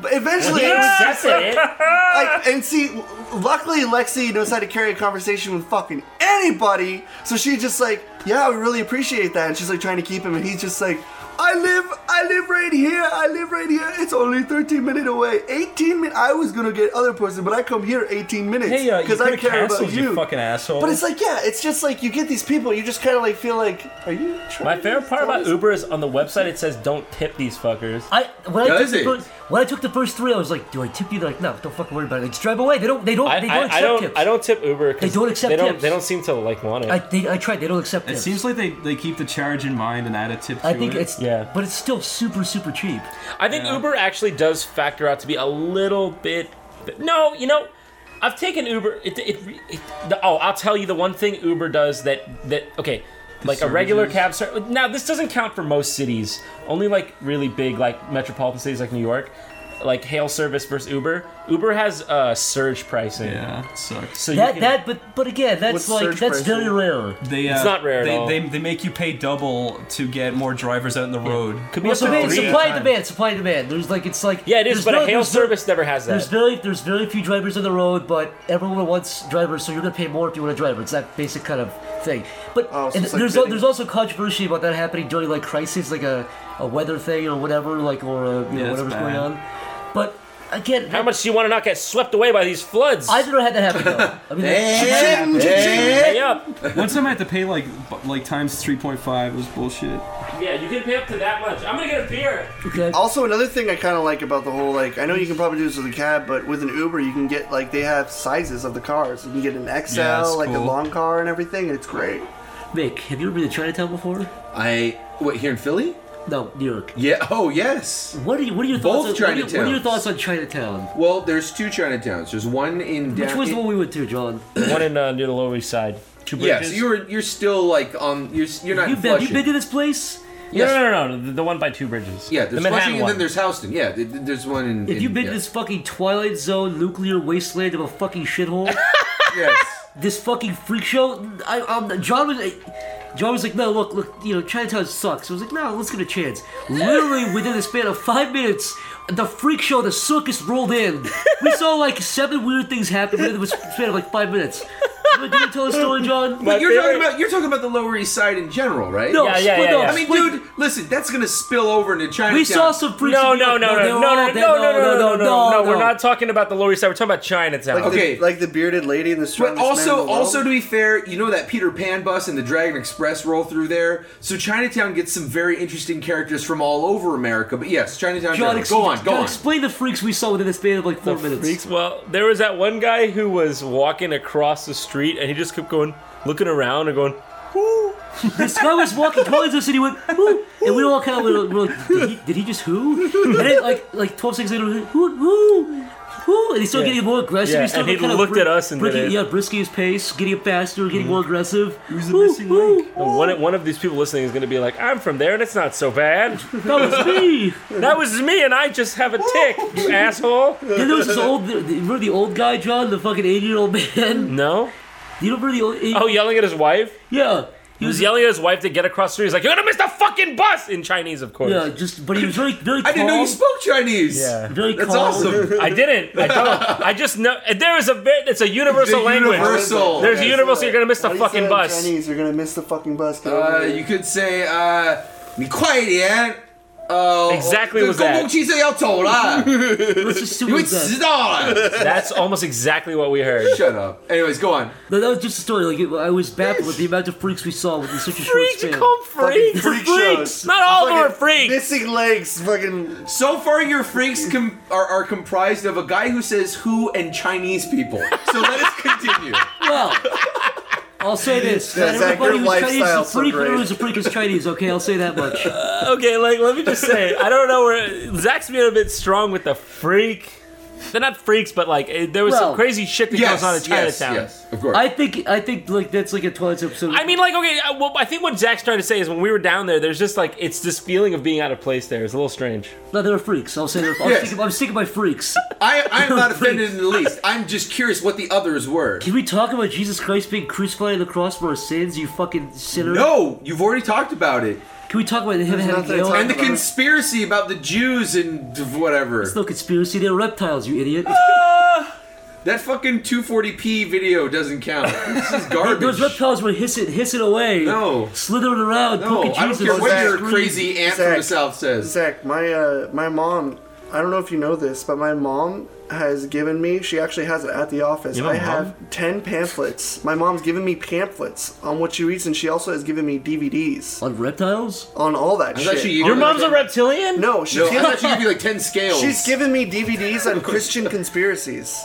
S5: But eventually,
S3: He accepted it.
S5: like, and see, luckily Lexi knows how to carry a conversation with fucking anybody. So she's just like, yeah, we really appreciate that. And she's like trying to keep him, and he's just like, I live, I live right here, I live right here. It's only 13 minutes away. 18 minutes. I was gonna get other person, but I come here 18 minutes
S9: Hey, uh, you
S5: because
S9: could
S5: I
S9: have
S5: care about
S9: canceled
S5: you.
S9: you. fucking asshole.
S5: but it's like, yeah, it's just like you get these people, you just kind of like feel like, are you? Trying
S3: My
S5: to
S3: favorite part
S5: sell
S3: about
S5: this?
S3: Uber is on the website it says don't tip these fuckers.
S6: I when I took
S7: Does
S6: the
S7: it?
S6: first, when I took the first three, I was like, "Do I tip you?" They're like, "No, don't fucking worry about it. They just drive away. They don't. They don't.
S3: I,
S6: they
S3: I,
S6: don't accept
S3: I don't
S6: tips.
S3: I don't tip Uber
S6: They
S3: because
S6: don't accept
S3: they don't
S6: tips.
S3: they don't seem to like want it.
S6: I, they, I tried. They don't accept
S8: It
S6: tips.
S8: seems like they, they keep the charge in mind and add a tip to
S6: I think
S8: it.
S6: it's
S3: Yeah.
S6: but it's still super super cheap.
S3: I think Uber actually does factor out to be a little bit. No, you know, I've taken Uber. It, it, it, the, oh, I'll tell you the one thing Uber does that that okay, like a regular cab service. Now this doesn't count for most cities. Only like really big like metropolitan cities like New York, like hail service versus Uber. Uber has uh, surge pricing.
S8: yeah, it sucks.
S3: So
S6: That
S3: you can,
S6: that but but again, that's
S5: With
S6: like
S5: surge
S6: that's
S5: pricing.
S6: very rare.
S8: They, uh,
S3: It's not rare at
S8: they,
S3: all.
S8: They, they make you pay double to get more drivers out on
S6: *laughs*
S8: the road.
S3: could be
S6: Well,
S3: up to
S6: so they-
S3: three.
S6: supply and
S8: times.
S6: demand, supply and demand. There's like it's like
S3: Yeah, it is,
S6: there's
S3: but
S6: no-
S3: a hail
S6: there's no-
S3: service never has
S6: There's
S3: that.
S6: very there's very few drivers on the road, but everyone wants drivers, so you're gonna pay more if you want a driver. It's that basic kind of thing. But
S5: Oh, so
S6: and
S5: it's like
S6: there's al-
S5: bidding.
S6: there's also controversy about that happening during like crises, like a, a weather thing or whatever, like or uh you
S8: Yeah,
S6: know,
S8: it's
S6: whatever's
S8: bad.
S6: going on. But again,
S3: How much do you want to not get swept away by these floods?
S6: I've never had that happen. Though. I mean, that-
S7: Ching, ching.
S3: Pay up.
S8: One time I had to pay like bu- like times 3.5. It was bullshit.
S3: Yeah, you can pay up to that much. I'm gonna get a beer.
S6: okay.
S5: Also, another thing I kind of like about the whole like I know you can probably do this with a cab, but with an Uber you can get like they have sizes of the cars. You can get an XL,
S8: Yeah, that's
S5: like a
S8: cool.
S5: long car, and everything. And it's great.
S6: Mick, have you ever been to Chinatown before?
S7: I what here in Philly?
S6: No, New York.
S7: Yeah. *laughs* Oh yes.
S6: What are you? What are your
S7: Both
S6: thoughts? on, what, are your, what are your
S7: Chinatowns.
S6: thoughts on Chinatown?
S7: Well, there's two Chinatowns. There's one in
S6: Which
S7: down-
S6: was the one we went to, John?
S3: One in uh, near the Lower East Side. Two
S7: Yeah,
S3: bridges.
S7: so you're you're still like on you're s- you're not
S6: You've
S7: in
S6: been,
S7: Flushing.
S6: you been to this place?
S7: Yes.
S3: No, no, no, no, no. The, the one by Two Bridges.
S7: Yeah,
S3: the
S7: there's
S3: Manhattan
S7: Flushing and
S3: one.
S7: then there's Houston. Yeah, th- th- there's one in.
S6: If
S7: in-
S6: you've been
S7: yeah.
S6: to this fucking Twilight Zone nuclear wasteland of a fucking shithole,
S7: yes.
S6: this fucking freak show, I, um, John was. John was like, no, look, look, you know, Chinatown sucks. I was like, no, let's give it a chance. Literally within the span of five minutes, the freak show, the circus rolled in. We saw like seven weird things happen within the span of like five minutes. Can you tell a story, John?
S7: But you're talking about you're talking about the Lower East Side in general, right?
S6: No, Yeah, yeah, split yeah, up, yeah.
S7: I mean,
S6: split-
S7: dude, listen, that's gonna spill over into Chinatown.
S6: We saw some freaks.
S3: No,
S6: in New
S3: no,
S6: York.
S3: no,
S6: they
S3: no, no,
S6: were all
S3: no, no, no,
S6: dead.
S3: no, no, no, no. We're
S6: no.
S3: not talking about the Lower East Side. We're talking about Chinatown.
S5: Like,
S7: Okay.
S5: the, like the bearded lady in the
S7: But
S5: strongest man in
S7: also,
S5: the world.
S7: also to be fair, you know that Peter Pan bus and the Dragon Express roll through there, so Chinatown gets some very interesting characters from all over America. But yes, Chinatown.
S6: John,
S7: Go
S6: ex-
S7: on, go
S6: John,
S7: on.
S6: Explain the freaks we saw within the span of like four minutes.
S3: Freaks. Well, there was that one guy who was walking across the street, and he just kept going, looking around and going, "Whoo!"
S6: This guy was walking towards us, and he went, "Who?" And we all kind of were, were like, did he, "Did he just who?" And then, like, like twelve seconds later, we were like, who, who, who? And he started
S3: Yeah.
S6: getting more aggressive.
S3: Yeah,
S6: he started
S3: and he
S6: kind of
S3: looked
S6: bri-
S3: at us and did it.
S6: breaking-
S3: Mm.
S6: yeah, brisking his pace, getting it faster, getting more aggressive. He
S8: was the missing link.
S3: And One, one of these people listening is going to be like, "I'm from there, and it's not so bad."
S6: That was me.
S3: that was me, and I just have a tick, you asshole.
S6: Then there was this old, the- the- remember the old guy, John, the fucking eighty-year-old man.
S3: No.
S6: You remember the old?
S3: Mm. Oh, yelling at his wife.
S6: yeah.
S3: He was yelling at his wife to get across the street. He's like, "You're gonna miss the fucking bus!" In Chinese, of course.
S6: Yeah, just but he was very, very.
S7: I didn't know you spoke Chinese.
S3: Yeah.
S6: Very
S7: That's
S6: calm.
S7: awesome.
S3: I didn't. I don't. I just know there is a bit. It's a universal language.
S7: universal.
S3: There's a
S7: Okay,
S3: universal. You're gonna miss the
S5: What do you say
S3: fucking
S5: in
S3: bus.
S5: Chinese, you're gonna miss the fucking bus. Get over
S7: Uh,
S5: it.
S7: you could say, uh, 你快一点. Uh,
S3: Exactly was that.
S6: *laughs*
S7: 公共汽车要走了，
S6: Let's just see what was that.
S7: 你会迟到了。
S3: That's almost exactly what we heard.
S7: Shut up. Anyways, go on.
S6: No, that was just a story. Like it, I was baffled with the amount of freaks we saw within such a short
S3: Freaks, you
S6: span.
S3: call freaks.
S5: freak
S3: freaks.
S5: shows.
S3: Not all of them are
S5: Fucking
S3: freaks.
S5: Missing legs, fucking.
S7: So far, your freaks com- are, are comprised of a guy who says who and Chinese people. So let us continue.
S6: Well, I'll say this: not
S5: That's
S6: everybody
S5: accurate
S6: who's Chinese
S5: lifestyle
S6: is a freak. but
S5: upgrade.
S6: Everyone who's a freak is Chinese. Okay, I'll say that
S7: *laughs*
S6: much.
S3: Okay, like let me just say, I don't know where Zach's being a bit strong with the freak. They're not freaks, but like eh, there was
S6: Well,
S3: some crazy shit that
S7: yes,
S3: goes on in
S7: yes,
S3: Chinatown.
S7: yes, of course.
S6: I think I think like that's like a Twilight episode.
S3: I mean, like, okay, uh, well, I think what Zach's trying to say is when we were down there, there's just like it's this feeling of being out of place. There, it's a little strange.
S6: no, they're freaks. I'll say they're. I'm,
S7: Yes.
S6: sticking, I'm sticking by freaks.
S7: I, I'm not offended in the least. I'm just curious what the others were.
S6: Can we talk about Jesus Christ being crucified on the cross for our sins? You fucking sinner.
S7: No, you've already talked about it.
S6: Can we talk about him having
S5: nothing to
S6: ale?
S5: talk
S7: And the
S5: about.
S7: conspiracy about the Jews and whatever.
S6: It's no conspiracy. They're reptiles. You idiot.
S7: Ah, That fucking 240p video doesn't count. This is
S6: Those
S7: garbage.
S6: reptiles were hissing, hissing away.
S7: No.
S6: Slithering around,
S7: No,
S6: poking
S7: I don't
S6: Jesus.
S7: care what
S5: Zach,
S7: your
S5: please.
S7: crazy aunt from the
S5: Zach.
S7: south says.
S5: Zach, my uh, my mom. I don't know if you know this, but my mom has given me. She actually has it at the office.
S3: have a
S5: I
S3: mom?
S5: have ten pamphlets. My mom's given me pamphlets on what she reads, and she also has given me DVDs
S6: On reptiles?
S5: on all that
S7: I
S5: shit.
S7: thought she-
S3: Your mom's a reptilian?
S5: no, she's *laughs*
S7: No, I
S5: given
S7: thought she'd be like 10 scales.
S5: she's given me DVDs on Christian conspiracies.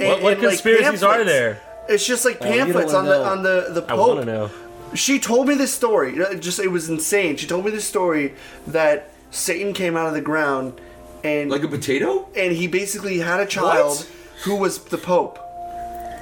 S5: And-
S3: What, what
S5: and, like,
S3: conspiracies are
S5: pamphlets.
S3: there?
S5: It's just
S7: Oh,
S5: like
S6: you don't
S5: pamphlets on
S6: wanna
S5: the
S6: know.
S5: on the the
S3: I want
S5: Pope.
S3: to know.
S5: She told me this story. uh, Just it was insane. She told me this story that Satan came out of the ground and
S7: Like a potato?
S5: and he basically had a child
S7: What?
S5: who was the Pope.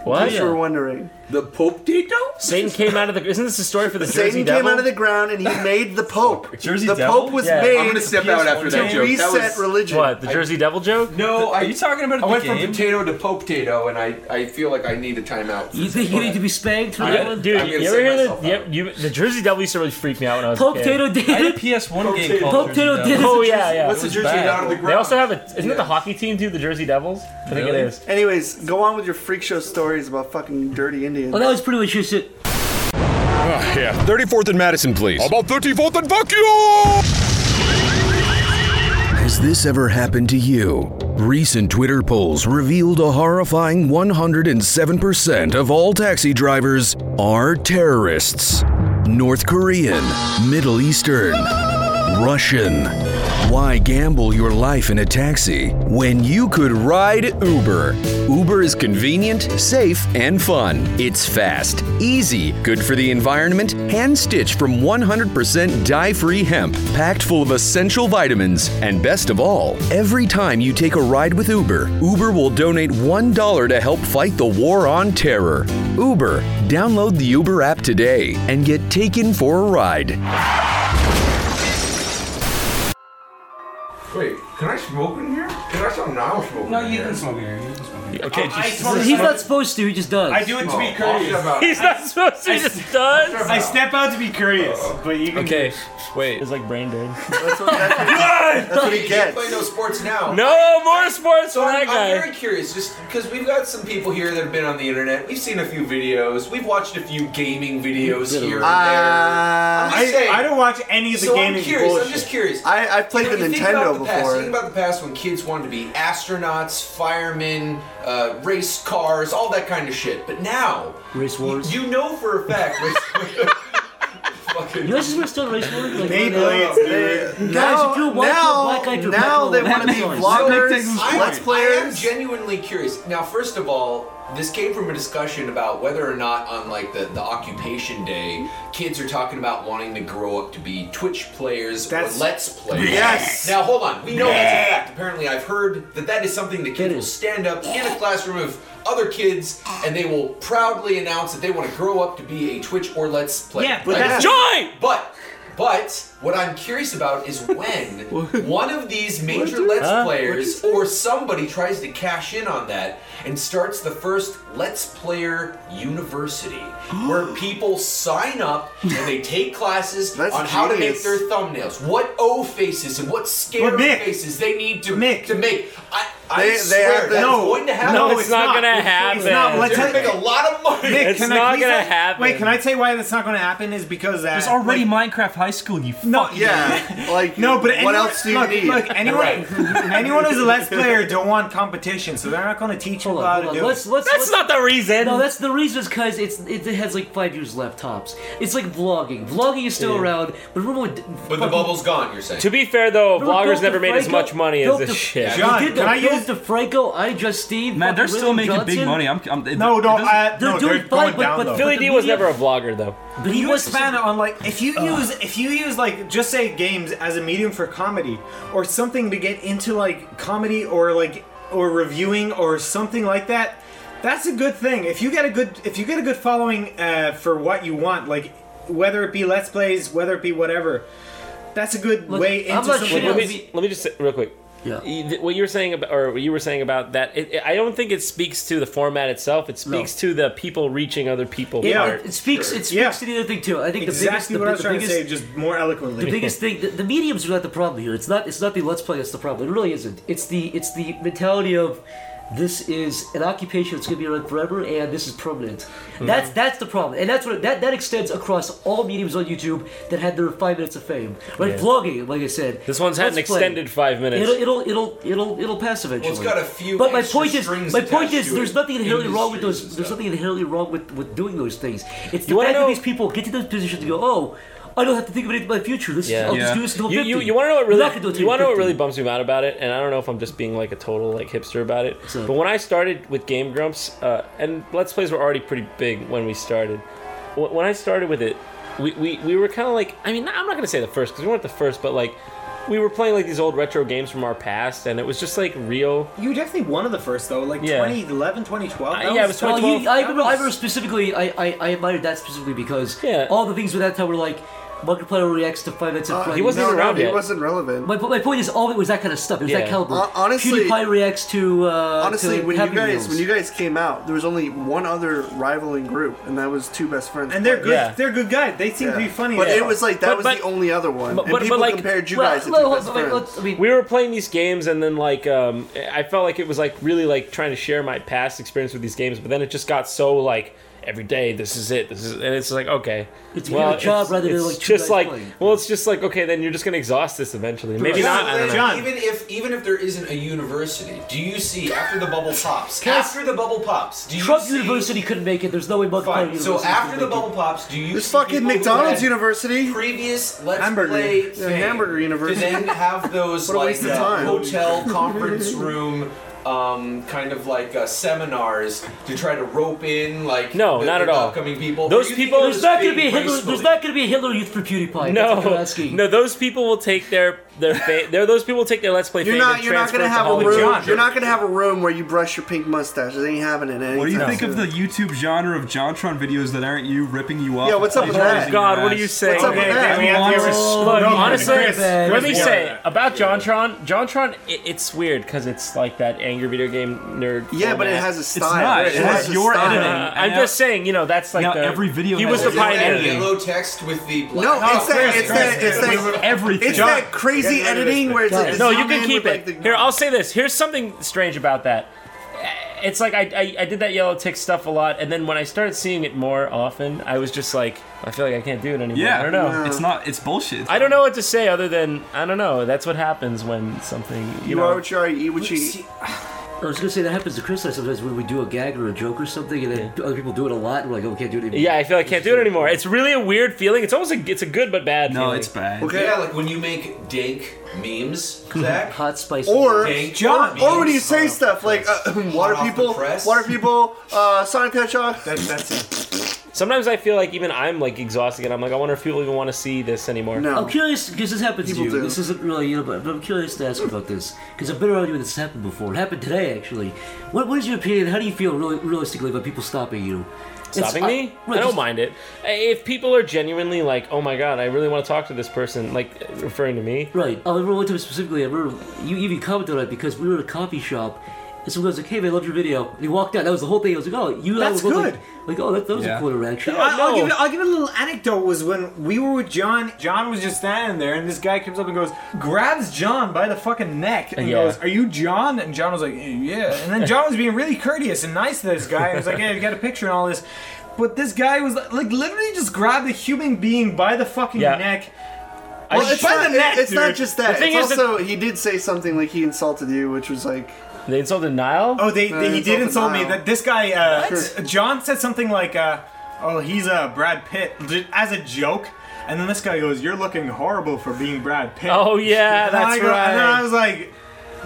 S3: What?
S5: If you were wondering,
S7: The Pope Tato?
S3: Satan came out of the. Isn't this a story for the Jersey
S5: Satan
S3: Devil?
S5: came out of the ground
S3: *laughs*
S5: and he made the Pope.
S8: Jersey
S5: the
S8: Devil?
S5: Pope was
S3: Yeah.
S5: made
S7: I'm gonna step out after that
S5: to
S7: joke.
S5: reset
S7: That was,
S5: religion.
S3: What? The Jersey Devil joke?
S8: No, are you talking about
S7: I
S8: the
S7: went
S8: game?
S7: from potato to Pope Tato, and I, I feel like I need a timeout.
S6: You think you need to be spanked for that
S3: Yeah,
S6: one?
S3: dude,
S7: I'm gonna
S3: you ever
S7: set
S3: hear
S7: myself
S3: the,
S7: up.
S3: yep, you, the Jersey Devil used to really freak me out when I was
S6: Pope
S3: a kid.
S6: Tato did
S8: I had a
S6: it.
S8: PS1 game called
S6: Pope Tato
S8: Jersey
S6: did
S8: Devil.
S3: Oh
S6: it.
S3: yeah, yeah.
S5: What's the
S3: It was
S5: Jersey
S3: bad.
S7: Devil?
S3: They also have a. Isn't it the hockey team too? The Jersey Devils. I think
S8: Really?
S3: it is.
S5: Anyways, go on with your freak show stories about fucking dirty Indians.
S6: Well, that was pretty much just it.
S1: Yeah. 34th and Madison, please.
S12: About 34th and fuck you!
S1: Has this ever happened to you? Recent Twitter polls revealed a horrifying 107% of all taxi drivers are terrorists North Korean, Middle Eastern, Russian. Why gamble your life in a taxi when you could ride Uber? Uber is convenient, safe, and fun. It's fast, easy, good for the environment, hand stitched from 100% dye free hemp, packed full of essential vitamins, and best of all, every time you take a ride with Uber, Uber will donate $1 to help fight the war on terror. Uber, download the Uber app today and get taken for a ride.
S7: Wait,
S13: Can I smoke in here? Because I saw Niall smoking.
S14: No,
S13: in
S14: you
S13: here.
S14: can smoke in here. You can smoke in here.
S13: Okay,
S14: I- I
S13: just-
S14: smoke-
S6: He's not supposed to. He just does.
S14: I do it to be curious.
S3: *laughs* He's not supposed to. He just does.
S14: I step out to be curious, but you can.
S9: Okay, wait.
S3: It's like brain dead.
S7: That's
S5: what he
S7: gets. Play no sports now.
S3: No more sports
S7: So
S3: for that
S7: I'm,
S3: guy.
S7: I'm very curious, just because we've got some people here that have been on the internet. We've seen a few videos. We've watched a few gaming videos here and there. I'm just
S14: I-
S7: saying.
S14: I don't watch any of the
S7: so
S14: gaming
S7: I'm curious. I'm
S14: bullshit.
S7: just curious.
S5: I, I've played
S7: you know,
S5: the
S7: you think
S5: Nintendo
S7: about the Past,
S5: before.
S7: think about the past when kids wanted to be astronauts, firemen, uh, race cars, all that kind of shit. But now,
S6: race wars.
S7: You know for a fact. *laughs*
S6: You know, this is where still race war. Like,
S7: Maybe
S6: right
S7: it's
S6: now.
S7: good.
S6: Guys,
S7: Now-
S6: if you're white,
S7: now-
S6: you're black, guy, you're
S7: now
S6: black,
S7: they wanna
S6: black
S7: be
S6: guys.
S7: I'm- I am genuinely curious. Now, first of all, this came from a discussion about whether or not on like the, the occupation day, kids are talking about wanting to grow up to be Twitch players
S14: That's-
S7: or Let's Players.
S14: Yes.
S7: Now hold on. We know that's a
S14: Yeah.
S7: fact. Apparently, I've heard that that is something that kids will stand up in a classroom of other kids and they will proudly announce that they want to grow up to be a Twitch or Let's Player.
S14: Yeah, but
S7: Like,
S14: that's-
S3: joy.
S7: But but what I'm curious about
S5: *laughs*
S7: is when one of these major
S3: What?
S7: Let's
S3: Huh?
S7: Players or somebody tries to cash in on that and starts the first Let's Player University,
S5: *gasps*
S7: where people sign up and they take classes
S5: That's
S7: on how to make
S5: genius.
S7: their thumbnails, what O faces and what scary
S14: But Mick-
S7: faces they need to, to make. I, I
S5: They- they
S7: swear
S5: have
S7: that's
S5: to-
S7: going to happen.
S14: No, it's not
S3: gonna
S14: It's not. Let's
S7: They're gonna make a lot of money.
S14: Nick, can I please
S3: gonna
S14: say-
S3: happen.
S14: Wait, can I tell you why that's not going to happen? Is because that
S9: There's already Minecraft High School. You
S14: No,
S9: fucking
S14: yeah, like no, but
S9: what
S14: anyone,
S9: else do you
S14: look,
S9: need?
S14: Look, anyone,
S9: Right.
S14: anyone who's a less player don't want competition, so they're not going to teach people how to
S6: Hold on,
S14: do
S6: let's-
S14: it.
S6: let's- let's-
S3: reason.
S6: No, that's the reason is because it's it has like five years left tops. It's like vlogging. Vlogging is still
S3: Yeah.
S6: around, but remember when?
S7: But the bubble's gone. You're saying.
S3: To be fair though,
S6: Remember
S3: vloggers
S6: Bill
S3: never made as
S6: DeFranco?
S3: much money as
S6: Bill
S3: this
S6: De-
S3: shit.
S6: They did that. Bill DeFranco, I just Steve.
S9: Man, they're
S6: fucking
S9: still
S6: Lyndon
S9: making big
S6: Johnson.
S9: money. I'm, I'm, it-
S14: No,
S9: it
S14: no,
S9: doesn't-
S14: I, Uh, no, they're going down though.
S3: Philly D was never a vlogger though.
S6: But
S14: you expand on like if you use if you use like just say games as a medium for comedy or something to get into like comedy or like or reviewing or something like that. That's a good thing. If you get a good if you get a good following uh, for what you want, like whether it be let's plays, whether it be whatever, that's a good way into something.
S3: Let
S14: else.
S3: me, let me just say, real quick.
S6: Yeah.
S3: What you were saying about, or what you were saying about that, it, it- I don't think it speaks to the format itself. It speaks to the people reaching other people.
S6: It,
S3: part.
S6: it, it speaks. It speaks to the other thing too. I think
S14: Exactly
S6: the biggest, the,
S14: what I was
S6: the
S14: trying to
S6: biggest,
S14: say, just more eloquently.
S6: The biggest thing, the, the mediums are not the problem here. It's not. It's not the let's play that's the problem. It really isn't. It's the. It's the mentality of, this is an occupation that's going to be around forever, and this is permanent.
S3: Hmm.
S6: That's that's the problem, and that's what that that extends across all mediums on YouTube that had their five minutes of fame. Right,
S3: Yeah.
S6: vlogging, like I said.
S3: This one's had an
S6: Let's play.
S3: extended five minutes.
S6: It'll it'll it'll it'll it'll pass eventually.
S7: got a few
S6: But my
S7: extra
S6: point is,
S7: strings
S6: my point
S7: attached
S6: is,
S7: to
S6: there's
S7: it.
S6: nothing inherently wrong with those. There's nothing inherently wrong with with doing those things. It's the
S3: You wanna
S6: fact that
S3: know-
S6: these people get to those positions to go, oh, I don't have to think about it in my future. This is, I'll just do this until
S3: You,
S6: 50.
S3: you, you want to know what
S6: Not gonna do it
S3: really?
S6: till
S3: You want to know what
S6: you're
S3: really
S6: 50.
S3: bums me out about it? And I don't know if I'm just being like a total like hipster about it. But when I started with Game Grumps, uh, and Let's Plays were already pretty big when we started. Wh- When I started with it, we we, we were kind of like I mean I'm not gonna say the first because we weren't the first, but like we were playing like these old retro games from our past, and it was just like real.
S14: You were definitely one of the first though, like
S3: Yeah.
S14: 2011, 2012.
S3: Uh, yeah, it was
S6: Well, Oh, you,
S3: 2012.
S6: I, remember, I remember specifically, I, I, I admired that specifically because all the things with that time were like, Markiplier reacts to Five Nights at Freddy's.
S5: Uh, he wasn't no, no, He wasn't relevant.
S6: My, my point is, all of it was that kind of stuff. It was that
S5: Yeah.
S6: caliber.
S5: Hon- honestly-
S6: PewDiePie reacts to uh,
S5: Honestly,
S6: to
S5: when you
S6: Happy
S5: guys
S6: Meals.
S5: when you guys came out, there was only one other rivaling group, and that was two best friends.
S14: And they're good.
S5: Yeah.
S14: They're good guys. They seem to be funny.
S5: But
S14: as
S5: it
S14: fuck.
S5: was like that was the only other one.
S3: But,
S5: and
S3: but,
S5: people
S3: but like,
S5: compared you guys to
S3: well,
S5: two
S3: hold
S5: best
S3: on,
S5: friends.
S3: wait, let's- I mean- we were playing these games, and then like, um, I felt like it was like really like trying to share my past experience with these games, but then it just got so like every day, this is it, this is, and it's like okay,
S6: It's become a job rather than,
S3: it's
S6: like, two
S3: just
S6: guys
S3: like,
S6: playing.
S3: well, it's just like okay, then you're just gonna exhaust this eventually, maybe
S7: John,
S3: not. I don't know.
S7: Even if even if there isn't a university, do you see after the bubble pops?
S6: Can I s-
S7: after the bubble pops, do you
S6: Trump
S7: see?
S6: University couldn't make it. There's no way Markiplier
S7: Fine.
S6: University
S7: So
S6: could
S7: after
S6: make
S7: the
S6: it.
S7: bubble pops, do you?
S5: There's
S7: see
S5: fucking
S7: people who
S5: McDonald's
S7: had
S5: University.
S7: Previous let's
S5: Hamburger.
S7: play
S5: Yeah,
S7: fame
S5: hamburger
S3: *laughs*
S5: university.
S7: To then have those
S5: What a
S7: like
S5: waste of
S7: uh,
S5: time.
S7: hotel conference room. um, kind of like uh, seminars to try to rope in like
S3: No,
S7: the,
S3: not
S7: the
S3: at all.
S7: upcoming people.
S3: Those
S7: Or you think
S3: people-
S7: it'll
S3: There's
S7: just
S3: not gonna be a Hitler-
S7: gracefully?
S3: there's
S6: not going to be a Hitler Youth for PewDiePie. That's what I'm
S3: No,
S6: asking.
S3: no, those people will take their their fa- they're those people will take their let's play.
S5: You're
S3: fame
S5: not.
S3: and
S5: You're not
S3: transfer
S5: gonna
S3: it to
S5: have a
S3: Hollywood.
S5: room. You're not gonna have a room where you brush your pink mustache. It ain't happening.
S15: What do you
S5: anytime
S15: think of
S5: soon.
S15: the YouTube genre of JonTron videos that aren't you ripping you off?
S5: Yeah, what's up with that?
S3: Oh, God, what do you say?
S5: What's up with that?
S3: Look, honestly, let me
S5: Chris,
S3: say about JonTron. JonTron, it, it's weird because it's like that angry video game nerd.
S5: Yeah, but it
S3: format.
S5: has a It's style. not. It It has has a your style. editing.
S3: Uh, I'm
S5: And
S3: just saying, you know, that's like
S5: now
S3: the,
S5: every video
S3: He
S5: has
S3: was the
S5: its own
S3: pioneer.
S5: editing.
S7: Low text with the black. Oh,
S5: No, it's that. It's that. It's that.
S7: that- everything.
S5: It's that crazy
S7: John.
S5: editing where it's like
S3: no,
S5: zoom
S3: you can
S5: in
S3: keep
S5: with,
S3: it. Here, I'll say this. Here's something strange about that. It's like I, I I did that yellow tick stuff a lot, and then when I started seeing it more often, I was just like, I feel like I can't do it anymore.
S15: Yeah,
S3: I don't know.
S15: It's not. It's bullshit.
S3: I don't know what to say other than I don't know. That's what happens when something you,
S5: You
S3: know.
S5: are what you are. You eat what you eat.
S6: I was gonna say that happens to Chris and I sometimes when we do a gag or a joke or something, and then other people do it a lot, and we're like, "Oh, we can't do it anymore."
S3: Yeah, I feel I can't do it anymore. It's really a weird feeling. It's almost a, it's a good but bad. No,
S15: it's bad.
S7: Okay. Yeah, like when you make dank memes, Zach.
S6: *laughs* Hot spice.
S5: Or,
S7: dank
S5: or, or when you
S7: memes.
S5: say stuff like uh, *laughs* water
S7: off the
S5: people,
S7: press.
S5: water people, uh, Sonic the Hedgehog. That, that's it.
S3: Sometimes I feel like even I'm like exhausted, and I'm like, I wonder if people even want to see this anymore.
S6: I'm curious because this happens
S3: People
S6: to you.
S3: do.
S6: This isn't really you, know, but but I'm curious to ask about this because I've been around you when this has happened before. It happened today, actually. What, what is your opinion? How do you feel really, realistically about people stopping you? It's-
S3: Stopping
S9: uh,
S6: I-
S3: me? I
S6: right,
S3: don't
S6: just-
S3: mind it. If people are genuinely like, "Oh my god, I really want to talk to this person," like referring to me,
S6: Right. I remember one time specifically, I remember you even commented on it because we were at a coffee shop and someone was like, hey, man, I loved your video. And he walked out. That was the whole thing. I was like, oh, you and I
S8: That's
S6: were both
S8: good.
S6: Like, like, oh, that, that was a cool interaction.
S8: I- I'll, give it, I'll give it a little anecdote. Was when we were with John. John was just standing there, and this guy comes up and goes, grabs John by the fucking neck, and
S3: Yeah.
S8: goes, "Are you John?" And John was like, "Eh, "Yeah." And then John was being really courteous and nice to this guy. and was like, "Yeah, you got a picture and all this." But this guy was like, like, literally just grabbed a human being by the fucking neck.
S5: Well,
S8: Like,
S5: it's, not, it- it's not
S8: dude.
S5: just that. it's also he did say something like he insulted you, which was like
S3: they insulted Nile.
S8: Oh, they, they- he did insult me. That this guy, uh,
S5: What?
S8: John, said something like, uh, "Oh, he's uh, Brad Pitt," j- as a joke. And then this guy goes, "You're looking horrible for being Brad Pitt."
S3: Oh, yeah,
S8: And then
S3: that's
S8: I go- And then
S3: right.
S8: I was like,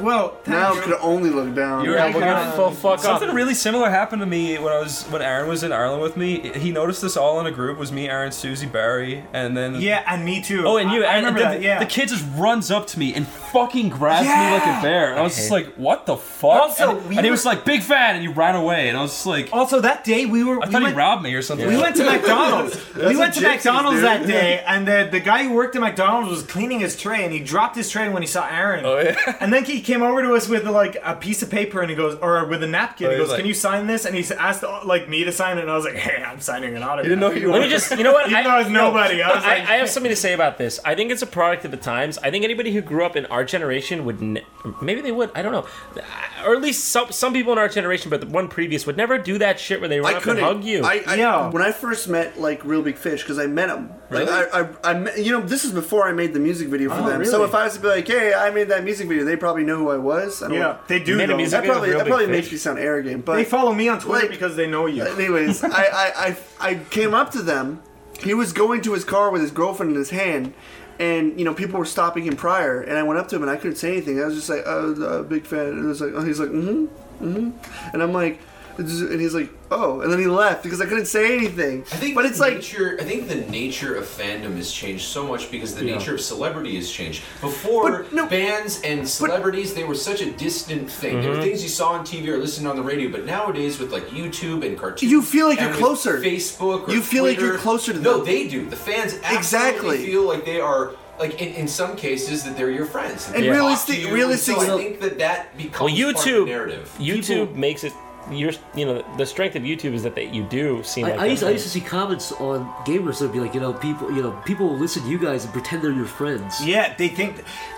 S8: "Well,
S5: now could only look down."
S15: You're like, uh,
S9: Oh Something really similar happened to me when I was when Aaron was in Ireland with me. He noticed this all in a group was me, Aaron, Susie, Barry, and then
S8: yeah, and me too.
S9: Oh, and you.
S8: I- I
S9: and
S8: remember
S9: the,
S8: that, yeah.
S9: the kid just runs up to me and fucking grabs me like
S8: Yeah!
S9: a bear. And I was
S8: I
S9: just
S8: hate-
S9: like, what the fuck?
S8: Also,
S9: and,
S8: we
S9: and he
S8: were-
S9: was like, big fan, and he ran away. And I was just like,
S8: also that day we were.
S9: I thought he robbed me or something.
S8: We went to
S7: *laughs*
S8: McDonald's. we
S9: That's
S8: went
S9: a
S8: to
S9: Gypsy's,
S8: McDonald's
S9: dude.
S8: that day, and the, the guy who worked at McDonald's was cleaning his tray, and he dropped his tray when he saw Aaron. Oh, yeah. And then he came over to us with like a piece of paper, and he goes, or with a napkin,
S9: Oh,
S8: he
S9: he was
S8: goes,
S9: like-
S8: "Can you sign this?" And he s- asked like me to sign it, and I was like, "Hey, I'm signing an autograph."
S3: Let me just, you know what?
S8: Even though I was
S3: no,
S8: nobody, I was
S3: I,
S8: like,
S3: I have something to say about this. I think it's a product of the times. I think anybody who grew up in our generation would, ne- maybe they would. I don't know, or at least some some people in our generation, but the one previous would never do that shit where they run up
S5: I
S3: and
S5: couldn't
S3: hug you.
S5: I, I, When I first met like Real Big Fish, because I met him. Like,
S3: Really?
S5: I, I, I met, you know, this is before I made the music video for
S8: Oh,
S5: them. So
S8: really?
S5: if I was to be like, "Hey, I made that music video," they probably know who I was. I don't
S8: Yeah,
S5: know.
S8: they do You made a know.
S5: That
S8: music video of
S5: probably,
S8: Real
S5: that
S8: Big
S5: probably
S8: Fish?
S5: makes me sound arrogant, but
S8: they follow me on Twitter
S5: like,
S8: because they know you.
S5: Anyways, I, I, I, I came up to them. He was going to his car with his girlfriend in his hand, and you know people were stopping him prior. And I went up to him and I couldn't say anything. I was just like, "Oh, uh, big fan." And it was like, oh, he's like, "Mm hmm, mm hmm," and I'm like, and he's like, "Oh," and then he left because I couldn't say anything.
S7: I think
S5: but
S7: the
S5: it's like
S7: nature, I think the nature of fandom has changed so much because the
S5: Yeah.
S7: nature of celebrity has changed. Before bands and celebrities, they were such a distant thing. They were
S5: Mhm.
S7: things you saw on TV or listened on the radio. But nowadays, with like YouTube and cartoons,
S5: You feel like
S7: and
S5: you're
S7: with
S5: closer.
S7: Facebook, or
S5: You feel like you're
S7: Twitter-
S5: closer to
S7: No,
S5: them.
S7: they do. The fans absolutely
S5: Exactly.
S7: feel like they are. Like in, in some cases, that they're your friends. that
S5: And
S7: they talk to
S5: realistic-
S7: you.
S5: realistic-
S7: So I think that that
S3: well,
S7: becomes part of the
S3: YouTube,
S7: narrative.
S3: YouTube makes it. You're, you know, the strength of YouTube is that they, you do seem
S6: I,
S3: like
S6: I, used,
S3: that.
S6: I used to see comments on gamers that would be like, you know, people, you know, people will listen to you guys and pretend they're your friends.
S8: Yeah, they think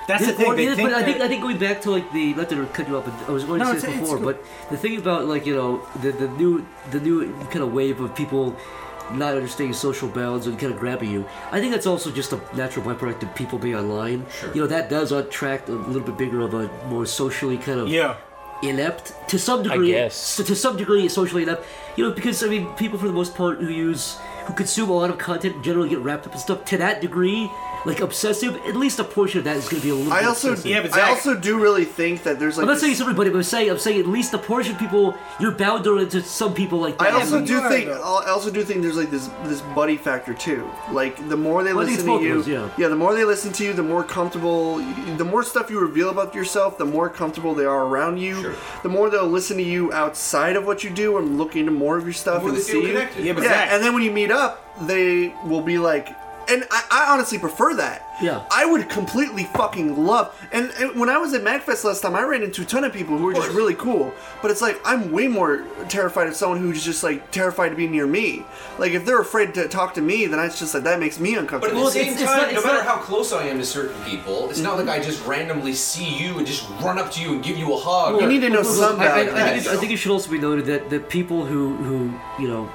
S8: that's
S6: Yeah,
S8: the thing.
S6: or-
S8: They
S6: yeah,
S8: think
S6: but I think
S8: that-
S6: I think going back to like the not to cut you up. but I was going
S8: No,
S6: to
S8: it's-
S6: say this
S8: it's
S6: before,
S8: cool.
S6: but the thing about like you know the the new the new kind of wave of people not understanding social bounds and kind of grabbing you. I think that's also just a natural byproduct of people being online. You know that does attract a little bit bigger of a more socially kind of
S8: yeah.
S6: Inept to some degree. so- to some degree, socially inept. You know, because I mean, people for the most part who use, who consume a lot of content, in general get wrapped up in stuff to that degree. like obsessive, at least a portion of that is going to be a little.
S5: I
S6: bit
S5: also,
S6: obsessive.
S5: I also do really think that there's like.
S6: I'm not
S5: this-
S6: saying it's everybody, but I'm saying I'm saying at least the portion of people you're bound to to some people like
S5: I
S6: that.
S5: also do think I also do think there's like this this buddy factor too. Like the more they
S6: Well, I think
S5: listen
S6: it's
S5: to
S6: both
S5: you,
S6: of those,
S5: the more they listen to you, the more comfortable, the more stuff you reveal about yourself, the more comfortable they are around you. The more they'll listen to you outside of what you do and look into more of your stuff
S7: more
S5: and
S7: they feel
S5: see you.
S7: connected.
S5: Yeah,
S7: Yeah, but Zach-
S5: and then when you meet up, they will be like, and I, I honestly prefer that.
S6: Yeah.
S5: I would completely fucking love. And, and when I was at MagFest last time, I ran into a ton of people who were just really cool. But it's like I'm way more terrified of someone who's just like terrified to be near me. Like if they're afraid to talk to me, then it's just like that makes me
S7: But at
S5: uncomfortable.
S7: the same time, no matter how close I am to certain people, it's not like I just randomly see you and just run up to you and give you a hug.
S6: I, I- I think it's- I think it should also be noted that the people who who you know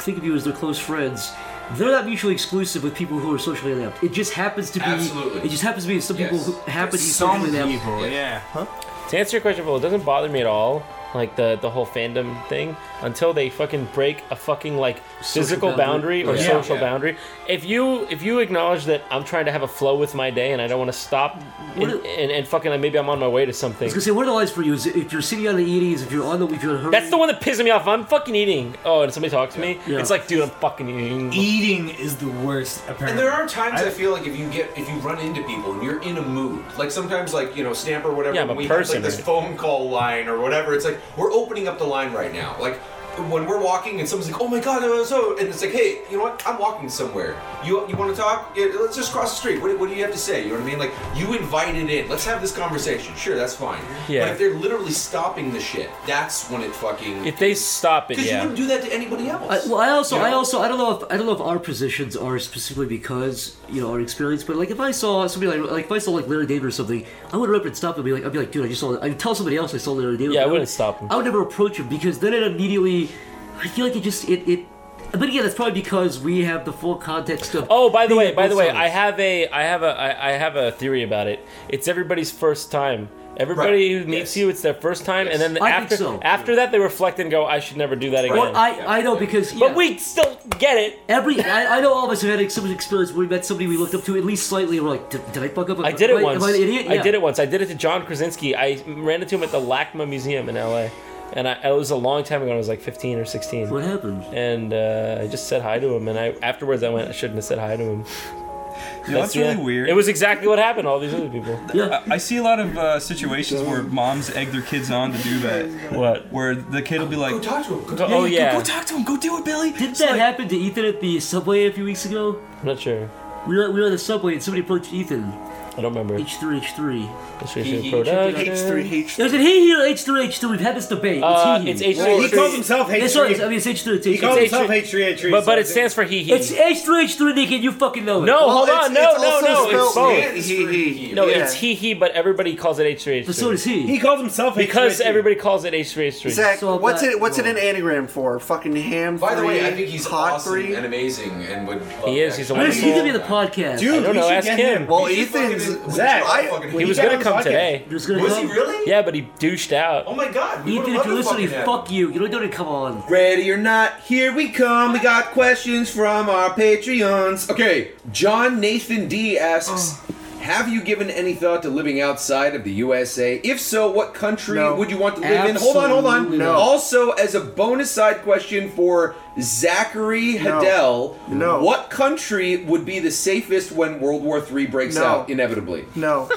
S6: think of you as their close friends. They're not mutually exclusive with people who are socially inept. It just happens to be.
S3: Absolutely.
S6: It just happens to be some people who happen to be
S3: Some
S6: socially inept.
S3: people, To answer your question, well, it doesn't bother me at all. Like the the whole fandom thing until they fucking break a fucking like physical boundary, or
S9: boundary. Yeah.
S3: social
S9: Yeah.
S3: boundary. If you if you acknowledge that I'm trying to have a flow with my day and I don't want to stop and, and, and fucking like, maybe I'm on my way to something.
S6: I was gonna say one of the lines for you is if you're sitting on the eatings, if you're on the, if you're hurry,
S3: That's the one that pisses me off. If I'm fucking eating. Oh, and somebody talks to me.
S6: Yeah.
S3: It's like, dude, I'm fucking eating.
S14: Eating is the worst, apparently.
S7: And there are times I, feel like if you get if you run into people and you're in a mood, like sometimes like you know Stamp or whatever,
S3: Yeah, I'm a
S7: when we
S3: person,
S7: have like this
S3: right?
S7: phone call line or whatever, it's like we're opening up the line right now. Like when we're walking and someone's like, "Oh my god," uh, so and it's like, "Hey, you know what? I'm walking somewhere. You you want to talk? Yeah, let's just cross the street. What, what do you have to say? You know what I mean? Like you invited in. Let's have this conversation. Sure, that's fine.
S3: Yeah.
S7: But if they're literally stopping the shit, that's when it fucking
S3: If they stop it,
S7: because you
S3: yeah.
S7: wouldn't do that to anybody else.
S6: I, Uh, well, I also,
S7: You know?
S6: I also, I don't know if I don't know if our positions are specifically because you know our experience, but like if I saw somebody like, like if I saw like Larry David or something, I would run up and stop and be like, I'd be like, dude, I just saw, I'd tell somebody else I saw Larry David.
S3: Yeah, I
S6: but would-
S3: wouldn't stop him.
S6: I would never approach him because then it immediately, I feel like it just it it. But again, that's probably because we have the full context of.
S3: Oh, by the way, by the way,
S6: sides.
S3: I have a, I have a, I, I have a theory about it. It's everybody's first time. Everybody who meets you, it's their first time, and then
S6: I think
S3: after
S6: so.
S3: after that, they reflect and go, "I should never do that again."
S6: Well, I, I know because but
S3: we still get it.
S6: Every I, I know all of us have had some experience where we met somebody we looked up to at least slightly. and We're like, did, did I fuck up?
S3: I did it
S6: Am
S3: once.
S6: Am I an idiot?
S3: I did it once. I did it to John Krasinski. I ran into him at the LACMA Museum in LA. And I, it was a long time ago. I was like 15 or 16.
S6: What happened?
S3: And uh, I just said hi to him. And I afterwards, I went, I shouldn't have said hi to him.
S8: Yeah, that's
S3: the
S8: really
S3: end.
S8: weird. Uh,
S3: It was exactly what happened to all these other people.
S8: I I see a lot of uh, situations where moms egg their kids on to do that.
S3: What? oh,
S8: Where the kid will be like,
S7: "Go talk to him."
S6: Go,
S8: go- go talk
S6: to him. Go do it, Billy. Didn't that happen to Ethan at the subway a few weeks ago?
S3: I'm not sure.
S6: We were, we were on the subway and somebody approached Ethan.
S3: I don't remember.
S6: H3, H3.
S3: H3 production. H3,
S6: H3. Is it he here or H3, H2? We've had this debate. It's
S3: Uh,
S6: he, he.
S3: it's H3, Well, he H3. calls himself
S6: It's
S3: H3.
S6: not- I mean, it's H3, it's H3.
S3: He calls It's himself H3. H3, H3, But- but it stands for he, he.
S6: It's H3, H3, Nick, and you fucking know it.
S3: No, hold on. No, no, no. It's both.
S5: he,
S3: No,
S5: yeah.
S3: it's he, he, but everybody calls it H3H3.
S5: But so does he. He
S3: calls himself Because
S5: H3H3.
S3: everybody calls it H3H3.
S5: Zach, what's it? What's it an anagram for? Fucking ham.
S7: By the way, I
S5: three,
S7: think he's
S5: hot
S7: awesome
S5: three.
S7: and amazing and would. Love
S3: He is. He's a
S7: action.
S3: wonderful.
S6: podcast.
S7: Dude,
S3: I don't
S7: we
S3: know.
S7: should
S3: Ask
S7: get
S3: him.
S7: him. Well, We should Ethan's- fucking- Zach, I- when
S3: he,
S7: he
S3: was
S7: got
S3: gonna
S7: on
S3: come
S7: the podcast,
S3: today.
S7: he was gonna Was he come? really?
S3: Yeah, but he douched out.
S7: Oh my god! We
S6: Ethan, if
S7: would've
S6: you're
S7: loved to
S6: listening,
S7: fucking
S6: fuck you. You don't do it. Come on.
S7: Ready or not, here we come. We got questions from our Patreons. Okay, John Nathan D asks
S5: Oh.
S7: Have you given any thought to living outside of the USA? If so, what country
S5: No.
S7: would you want to live in? Hold on, hold on.
S5: Absolutely not.
S7: Also, as a bonus side question for Zachary
S5: No.
S7: Haddell,
S5: No.
S7: what country would be the safest when World War III breaks
S5: No.
S7: out inevitably? *laughs*
S5: No.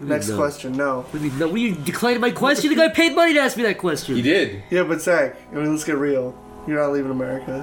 S5: Next
S7: No.
S5: question. No.
S6: No, we declined my question. The guy paid money to ask me that question. He
S7: did.
S5: Yeah, but Zach, I mean, let's get real. You're not leaving America.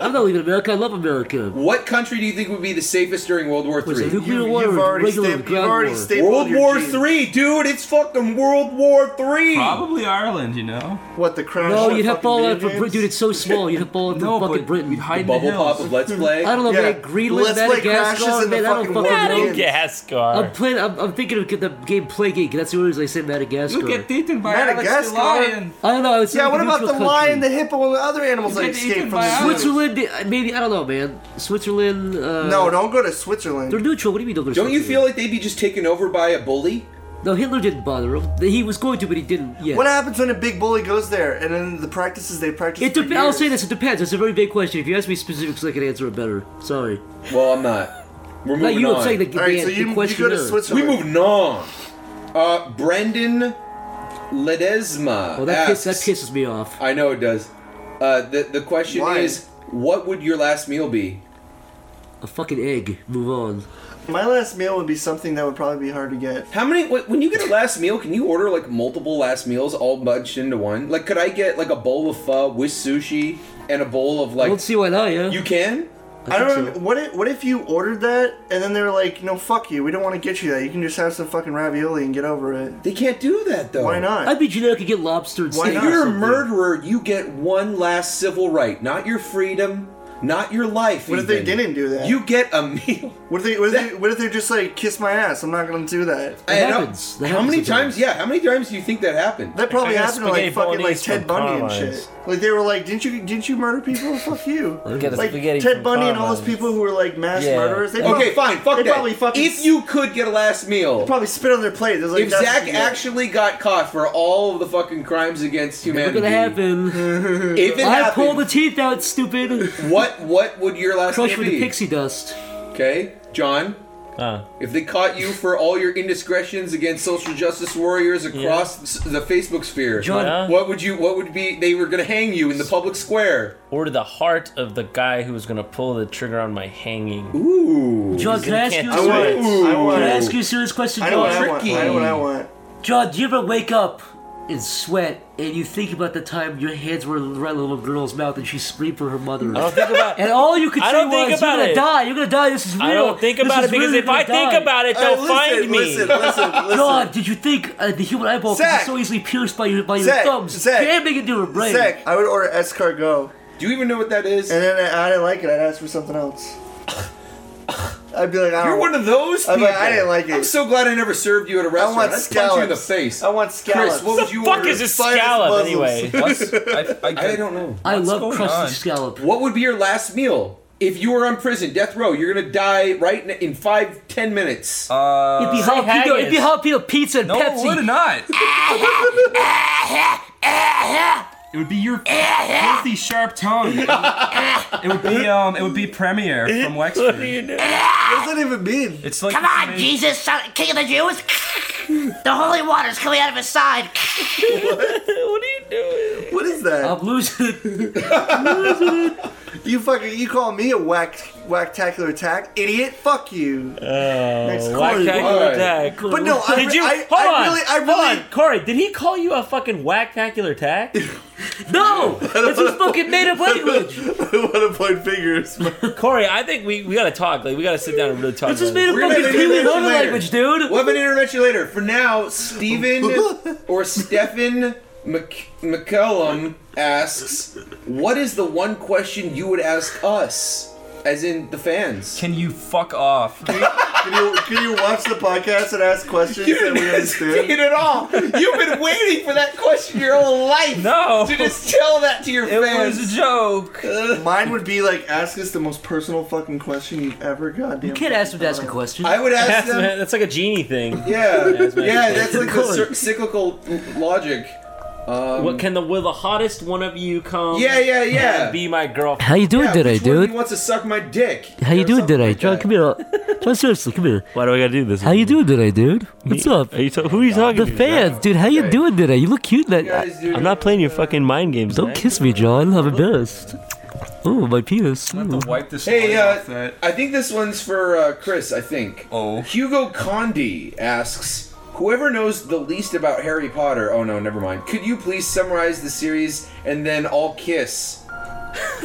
S6: I'm not leaving America. I love America.
S7: What country do you think would be the safest during World War III?
S5: nuclear You- war you've or already regular sta- you've ground already war? stapled
S7: World
S5: your
S7: War
S5: jeans.
S7: III, dude. It's fucking World War III.
S8: Probably Ireland, you know.
S5: What the crown?
S6: No, you'd have fallout for Britain. Dude, it's so small. You'd have fallout for fucking Britain. We'd
S8: hide
S7: in the Bubble hills. pop of Let's Play?
S6: I don't know,
S7: Yeah.
S6: man. Greenland,
S7: Let's Play
S6: Madagascar,
S7: crashes in the
S6: man. I don't
S7: fucking
S6: fucking
S7: war
S6: know.
S3: Madagascar.
S6: I'm playing. I'm, I'm thinking of the game Plague Inc. That's the only reason I say Madagascar.
S5: You get
S8: eaten
S5: by Alex the Madagascar? lion.
S6: I don't know. It's
S5: yeah,
S6: like
S5: what
S6: a
S5: about the
S6: neutral country.
S5: lion, the hippo, and the other animals that escape from the zoo?
S6: Switzerland? uh, Maybe I don't know, man. Switzerland. Uh,
S5: No, don't go to Switzerland.
S6: They're neutral. What do you mean don't go to
S7: Don't you feel
S6: Switzerland?
S7: like they'd be just taken over by a bully?
S6: No, Hitler didn't bother him. He was going to, but he didn't. Yeah.
S5: What happens when a big bully goes there and then the practices they practice?
S6: It
S5: for
S6: depends. I'll
S5: years?
S6: say this. It depends. It's a very big question. If you ask me specifics, I can answer it better. Sorry.
S7: Well, I'm not. We're
S6: No,
S7: moving
S6: you don't
S7: on.
S6: say the-
S7: All right,
S6: the-
S7: so
S6: the
S7: you, you go to
S6: questionnaire.
S7: Switzerland. We moving on. Uh, Brandon Ledesma.
S6: Well, Oh, that, piss,
S7: asks,
S6: that pisses me off.
S7: I know it does. Uh, the the question
S6: Why?
S7: is, what would your last meal be?
S6: A fucking egg. Move on.
S5: My last meal would be something that would probably be hard to get.
S7: How many? wh- When you get a last meal, can you order like multiple last meals all bunched into one? Like, could I get like a bowl of pho with sushi and a bowl of like? I don't
S6: see why not. Yeah,
S7: you can.
S5: I, don't. What if what if you ordered that and then they're like, no, fuck you. We don't want to get you that. You can just have some fucking ravioli and get over it.
S7: They can't do that though.
S5: Why not?
S6: I bet you know I could get lobster and
S5: Why
S7: if
S5: not?
S7: you're a murderer, you get one last civil right, not your freedom, not your life.
S5: What if they
S7: even.
S5: didn't do that?
S7: You get a *laughs* meal.
S5: What if they? What if, they, what if they're just like, kiss my ass? I'm not gonna do that.
S7: And how- How, many times? Yeah, how many times do you think that happened?
S5: That probably happened to like fucking like
S7: bolognese
S5: Ted
S7: from
S5: Bundy and
S7: Caroline's.
S5: shit. Like they were like, didn't you didn't you
S7: *laughs*
S5: murder people? Fuck you.
S7: Get a
S5: like
S7: spaghetti
S5: Ted
S7: from
S5: Bundy and all those
S7: Caroline's.
S5: people who were like mass murderers. They probably,
S7: okay, fine. Fuck
S5: they
S7: that.
S5: Probably fucking
S7: if you could get a last meal,
S5: probably spit on their plate. There's like
S7: if
S5: that's
S7: Zach
S5: what you get.
S7: actually got caught for all of the fucking crimes against
S6: Never
S7: humanity,
S6: gonna happen.
S7: If it
S6: I
S7: happened-
S6: pulled the teeth out, stupid.
S7: *laughs* what what would your last
S6: Crush
S7: meal
S6: with
S7: be?
S6: the pixie dust.
S7: Okay, John. If they caught you for all your indiscretions against social justice warriors across s- the Facebook sphere,
S3: John- Yeah.
S7: what would you? What would be? They were gonna hang you in the public square.
S3: Or the heart of the guy who was gonna pull the trigger on my hanging.
S7: Ooh.
S6: John, can I ask you? a
S3: I want
S6: serious-
S3: it. I want
S6: Can I
S3: it.
S6: ask you a serious question?
S5: I
S6: John?
S5: know what I want. I know what I want.
S6: John, do you ever wake up and sweat and you think about the time your hands were around the little girl's mouth and she screamed for her mother?
S3: I don't think
S6: *laughs*
S3: about-
S6: And all you could
S3: I
S6: say
S3: don't think
S6: was,
S3: about
S6: "You're gonna
S3: it.
S6: die. You're gonna die. This is real."
S3: I don't think
S6: This
S3: about
S6: is
S3: it because
S6: real.
S3: if
S6: You're
S3: I
S6: gonna
S3: think
S6: die."
S3: about
S5: Uh,
S3: it, they'll find me.
S7: *laughs*
S6: John, did you think uh, the human eyeball could be so easily pierced by your by your
S5: Zach,
S6: thumbs?
S5: Zach,
S6: Can't make it do a brain.
S5: Zach, I would order escargot.
S7: Do you even know what that is?
S5: And then I, I didn't like it. I'd ask for
S7: *laughs*
S5: something else. I'd be like, I don't
S7: You're one of those
S5: I'm
S7: people.
S5: like, I didn't like it.
S7: I'm so glad I never served you at a restaurant.
S5: want
S7: I'd punch you in the
S5: scallops.
S7: face.
S5: I want scallops.
S7: Chris, what would you
S5: The fuck
S7: order?
S5: is a scallop, Silas anyway?
S7: *laughs*
S5: *laughs*
S7: What's- I,
S5: get-
S7: don't know.
S5: I
S6: love
S7: going
S6: crusty
S7: on? What would be your last meal? If you were on prison, death row, you're gonna die right in, in five, ten minutes. Uh,
S6: It'd be jalapeno. It'd be jalapeno pizza and
S7: No, it
S6: Pepsi.
S7: would not.
S8: *laughs* It would be your filthy sharp tongue. it would be um, it would be premiere from Wexford.
S3: *laughs*
S5: What does that even mean?
S8: It's like
S16: Come on, Jesus, son, King of the Jews! the holy water's coming out of his side.
S5: What is that?
S6: I'm losing
S3: *laughs*
S6: it.
S5: You fucking, you call me a whack, whacktacular tack, idiot? Fuck you.
S7: Oh,
S5: Next
S3: Whack
S5: question.
S3: tacular attack.
S5: But no, I,
S3: did you?
S5: I,
S3: hold
S5: I
S3: on,
S5: really, I
S3: hold
S5: really,
S3: on, Corey. Did he call you a fucking whack tacular
S5: *laughs*
S3: attack?
S6: no, that's his fucking made up language.
S5: *laughs* I want to play figures.
S3: Corey, I think we, we gotta talk. Like we gotta sit down and really talk.
S6: This is
S3: about
S6: made up
S7: We're gonna
S6: fucking
S7: have an
S6: Pee Wee
S7: intervention
S6: Herman
S7: later.
S6: language, dude.
S7: We'll have an intervention later. For now, Stephen or Stefan Mc- McCollum asks, "What is the one question you would ask us, as in the fans?"
S9: Can you fuck off?
S5: Can you, can you watch the podcast and ask questions
S7: You
S5: that
S7: *laughs*
S5: we
S7: didn't
S5: understand?
S7: it at all. You've been waiting for that question your whole life.
S9: No.
S7: to just tell that to your fans.
S9: was a joke.
S5: Mine would be like, ask us the most personal fucking question you've ever goddamn.
S6: You can't ask him to ask a question.
S7: I would ask
S3: That's,
S7: them.
S3: that's like a genie thing.
S7: Yeah,
S3: that's what
S7: yeah,
S3: it
S7: that's
S3: is.
S7: like the cir- cyclical logic. Um,
S3: What can the will the hottest one of you come?
S7: Yeah, yeah, yeah.
S3: and Be my girlfriend.
S6: How you doing
S7: yeah,
S6: today,
S7: which one of
S6: dude?
S7: you wants to suck my dick?
S6: How you doing today, John? Come here. John, seriously, come here.
S3: Why do I gotta do this?
S6: How you doing today, dude? What's up?
S3: Are you ta- who are you talking
S6: The
S3: to?
S6: fans, dude. How you doing today? You look cute. That
S3: I'm not playing your fucking mind games.
S6: don't
S3: Zach.
S6: kiss me, John. I'm embarrassed. Oh, my penis. Ooh.
S8: Wipe this.
S7: Hey,
S8: light
S7: uh,
S8: off that.
S7: I think this one's for uh, Chris. I think. Oh. Hugo Condi asks, "Whoever knows the least about Harry Potter? Oh no, never mind. Could you please summarize the series and then all kiss?"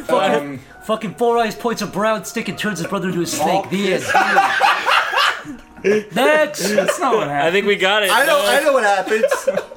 S7: um,
S6: Fucking four eyes points a brown stick and turns his brother into a snake. The *laughs* end. Next. That's not what
S3: I think we got it.
S5: I know, I know what happens.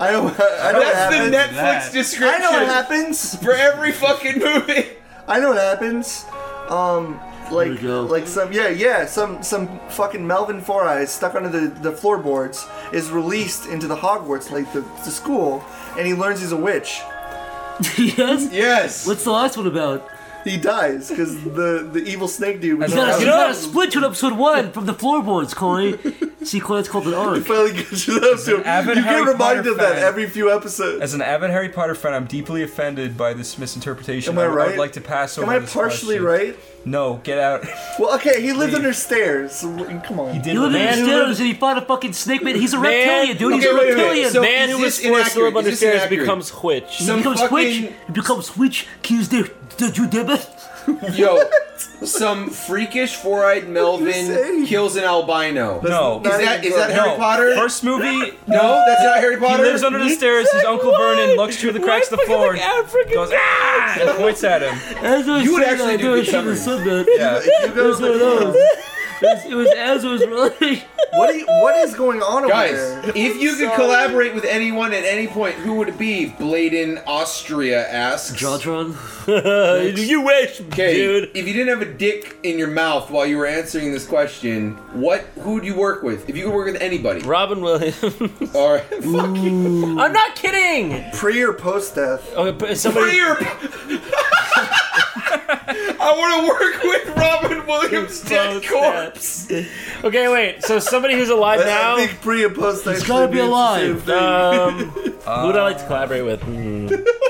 S5: I know, I know what
S7: That's
S5: happens.
S7: the Netflix
S5: I
S7: description
S5: know what happens.
S7: for every fucking movie.
S5: I know what happens. Um, like,
S6: we go.
S5: like some, yeah, yeah, some, some fucking Melvin Four Eyes stuck under the, the floorboards is released into the Hogwarts, like the, the school, and he learns he's a witch.
S6: *laughs* yes.
S7: Yes.
S6: What's the last one about?
S5: he dies because the the evil snake dude.
S6: You gotta, you gotta split to an episode one from the floorboards, Corey. See, Corey, that's called an arc.
S5: *laughs* finally get you that
S9: an avid
S5: You
S9: Harry
S5: get reminded
S9: Potter
S5: of that
S9: fan.
S5: every few episodes.
S9: As an avid Harry Potter fan, I'm deeply offended by this misinterpretation.
S5: Am I
S9: would- I
S5: right?
S9: would like to pass
S5: Am
S9: over.
S5: I
S9: this
S5: partially
S9: question.
S5: right?
S9: No, get out. *laughs*
S5: Well, okay, he lived under stairs. so- Come on. He
S9: did
S6: He lived in the
S9: Man who
S6: stairs and he fought a fucking snake man. He's a reptilian, dude. He's
S3: okay,
S6: a
S3: wait, wait, wait.
S6: reptilian.
S3: So man who was forced to live under stairs becomes witch.
S6: He becomes witch. He becomes witch. Kills the the Jew demon.
S7: Yo, some freakish four-eyed Melvin kills an albino.
S9: No.
S7: is that is that Harry
S9: No.
S7: Potter?
S9: First movie.
S7: No, that's not Harry Potter.
S9: He lives under the stairs. His uncle Vernon looks through the cracks of the floor. and goes ah! and points
S6: *laughs*
S9: at him.
S6: You would actually do good coverage. Yeah. That's what it was. It was as it was really.
S5: What, you, what is going on
S7: Guys, if you could collaborate with anyone at any point, who would it be? Bladen Austria asks.
S6: Jodron.
S7: you
S3: wish,
S7: dude. If you didn't have a dick in your mouth while you were answering this question, what who would you work with? If you could work with anybody,
S3: Robin Williams.
S7: All right, *laughs* fuck you.
S3: I'm not kidding.
S5: Pre or post death?
S3: Okay, but somebody.
S7: Pre or I want to work with Robin Williams' dead corpse.
S3: Okay, wait. So somebody who's alive
S5: *laughs* I- I
S3: now.
S5: think pre and post.
S3: He's
S5: actually means the same thing.
S6: Uh,
S3: Um, who would I like to collaborate with?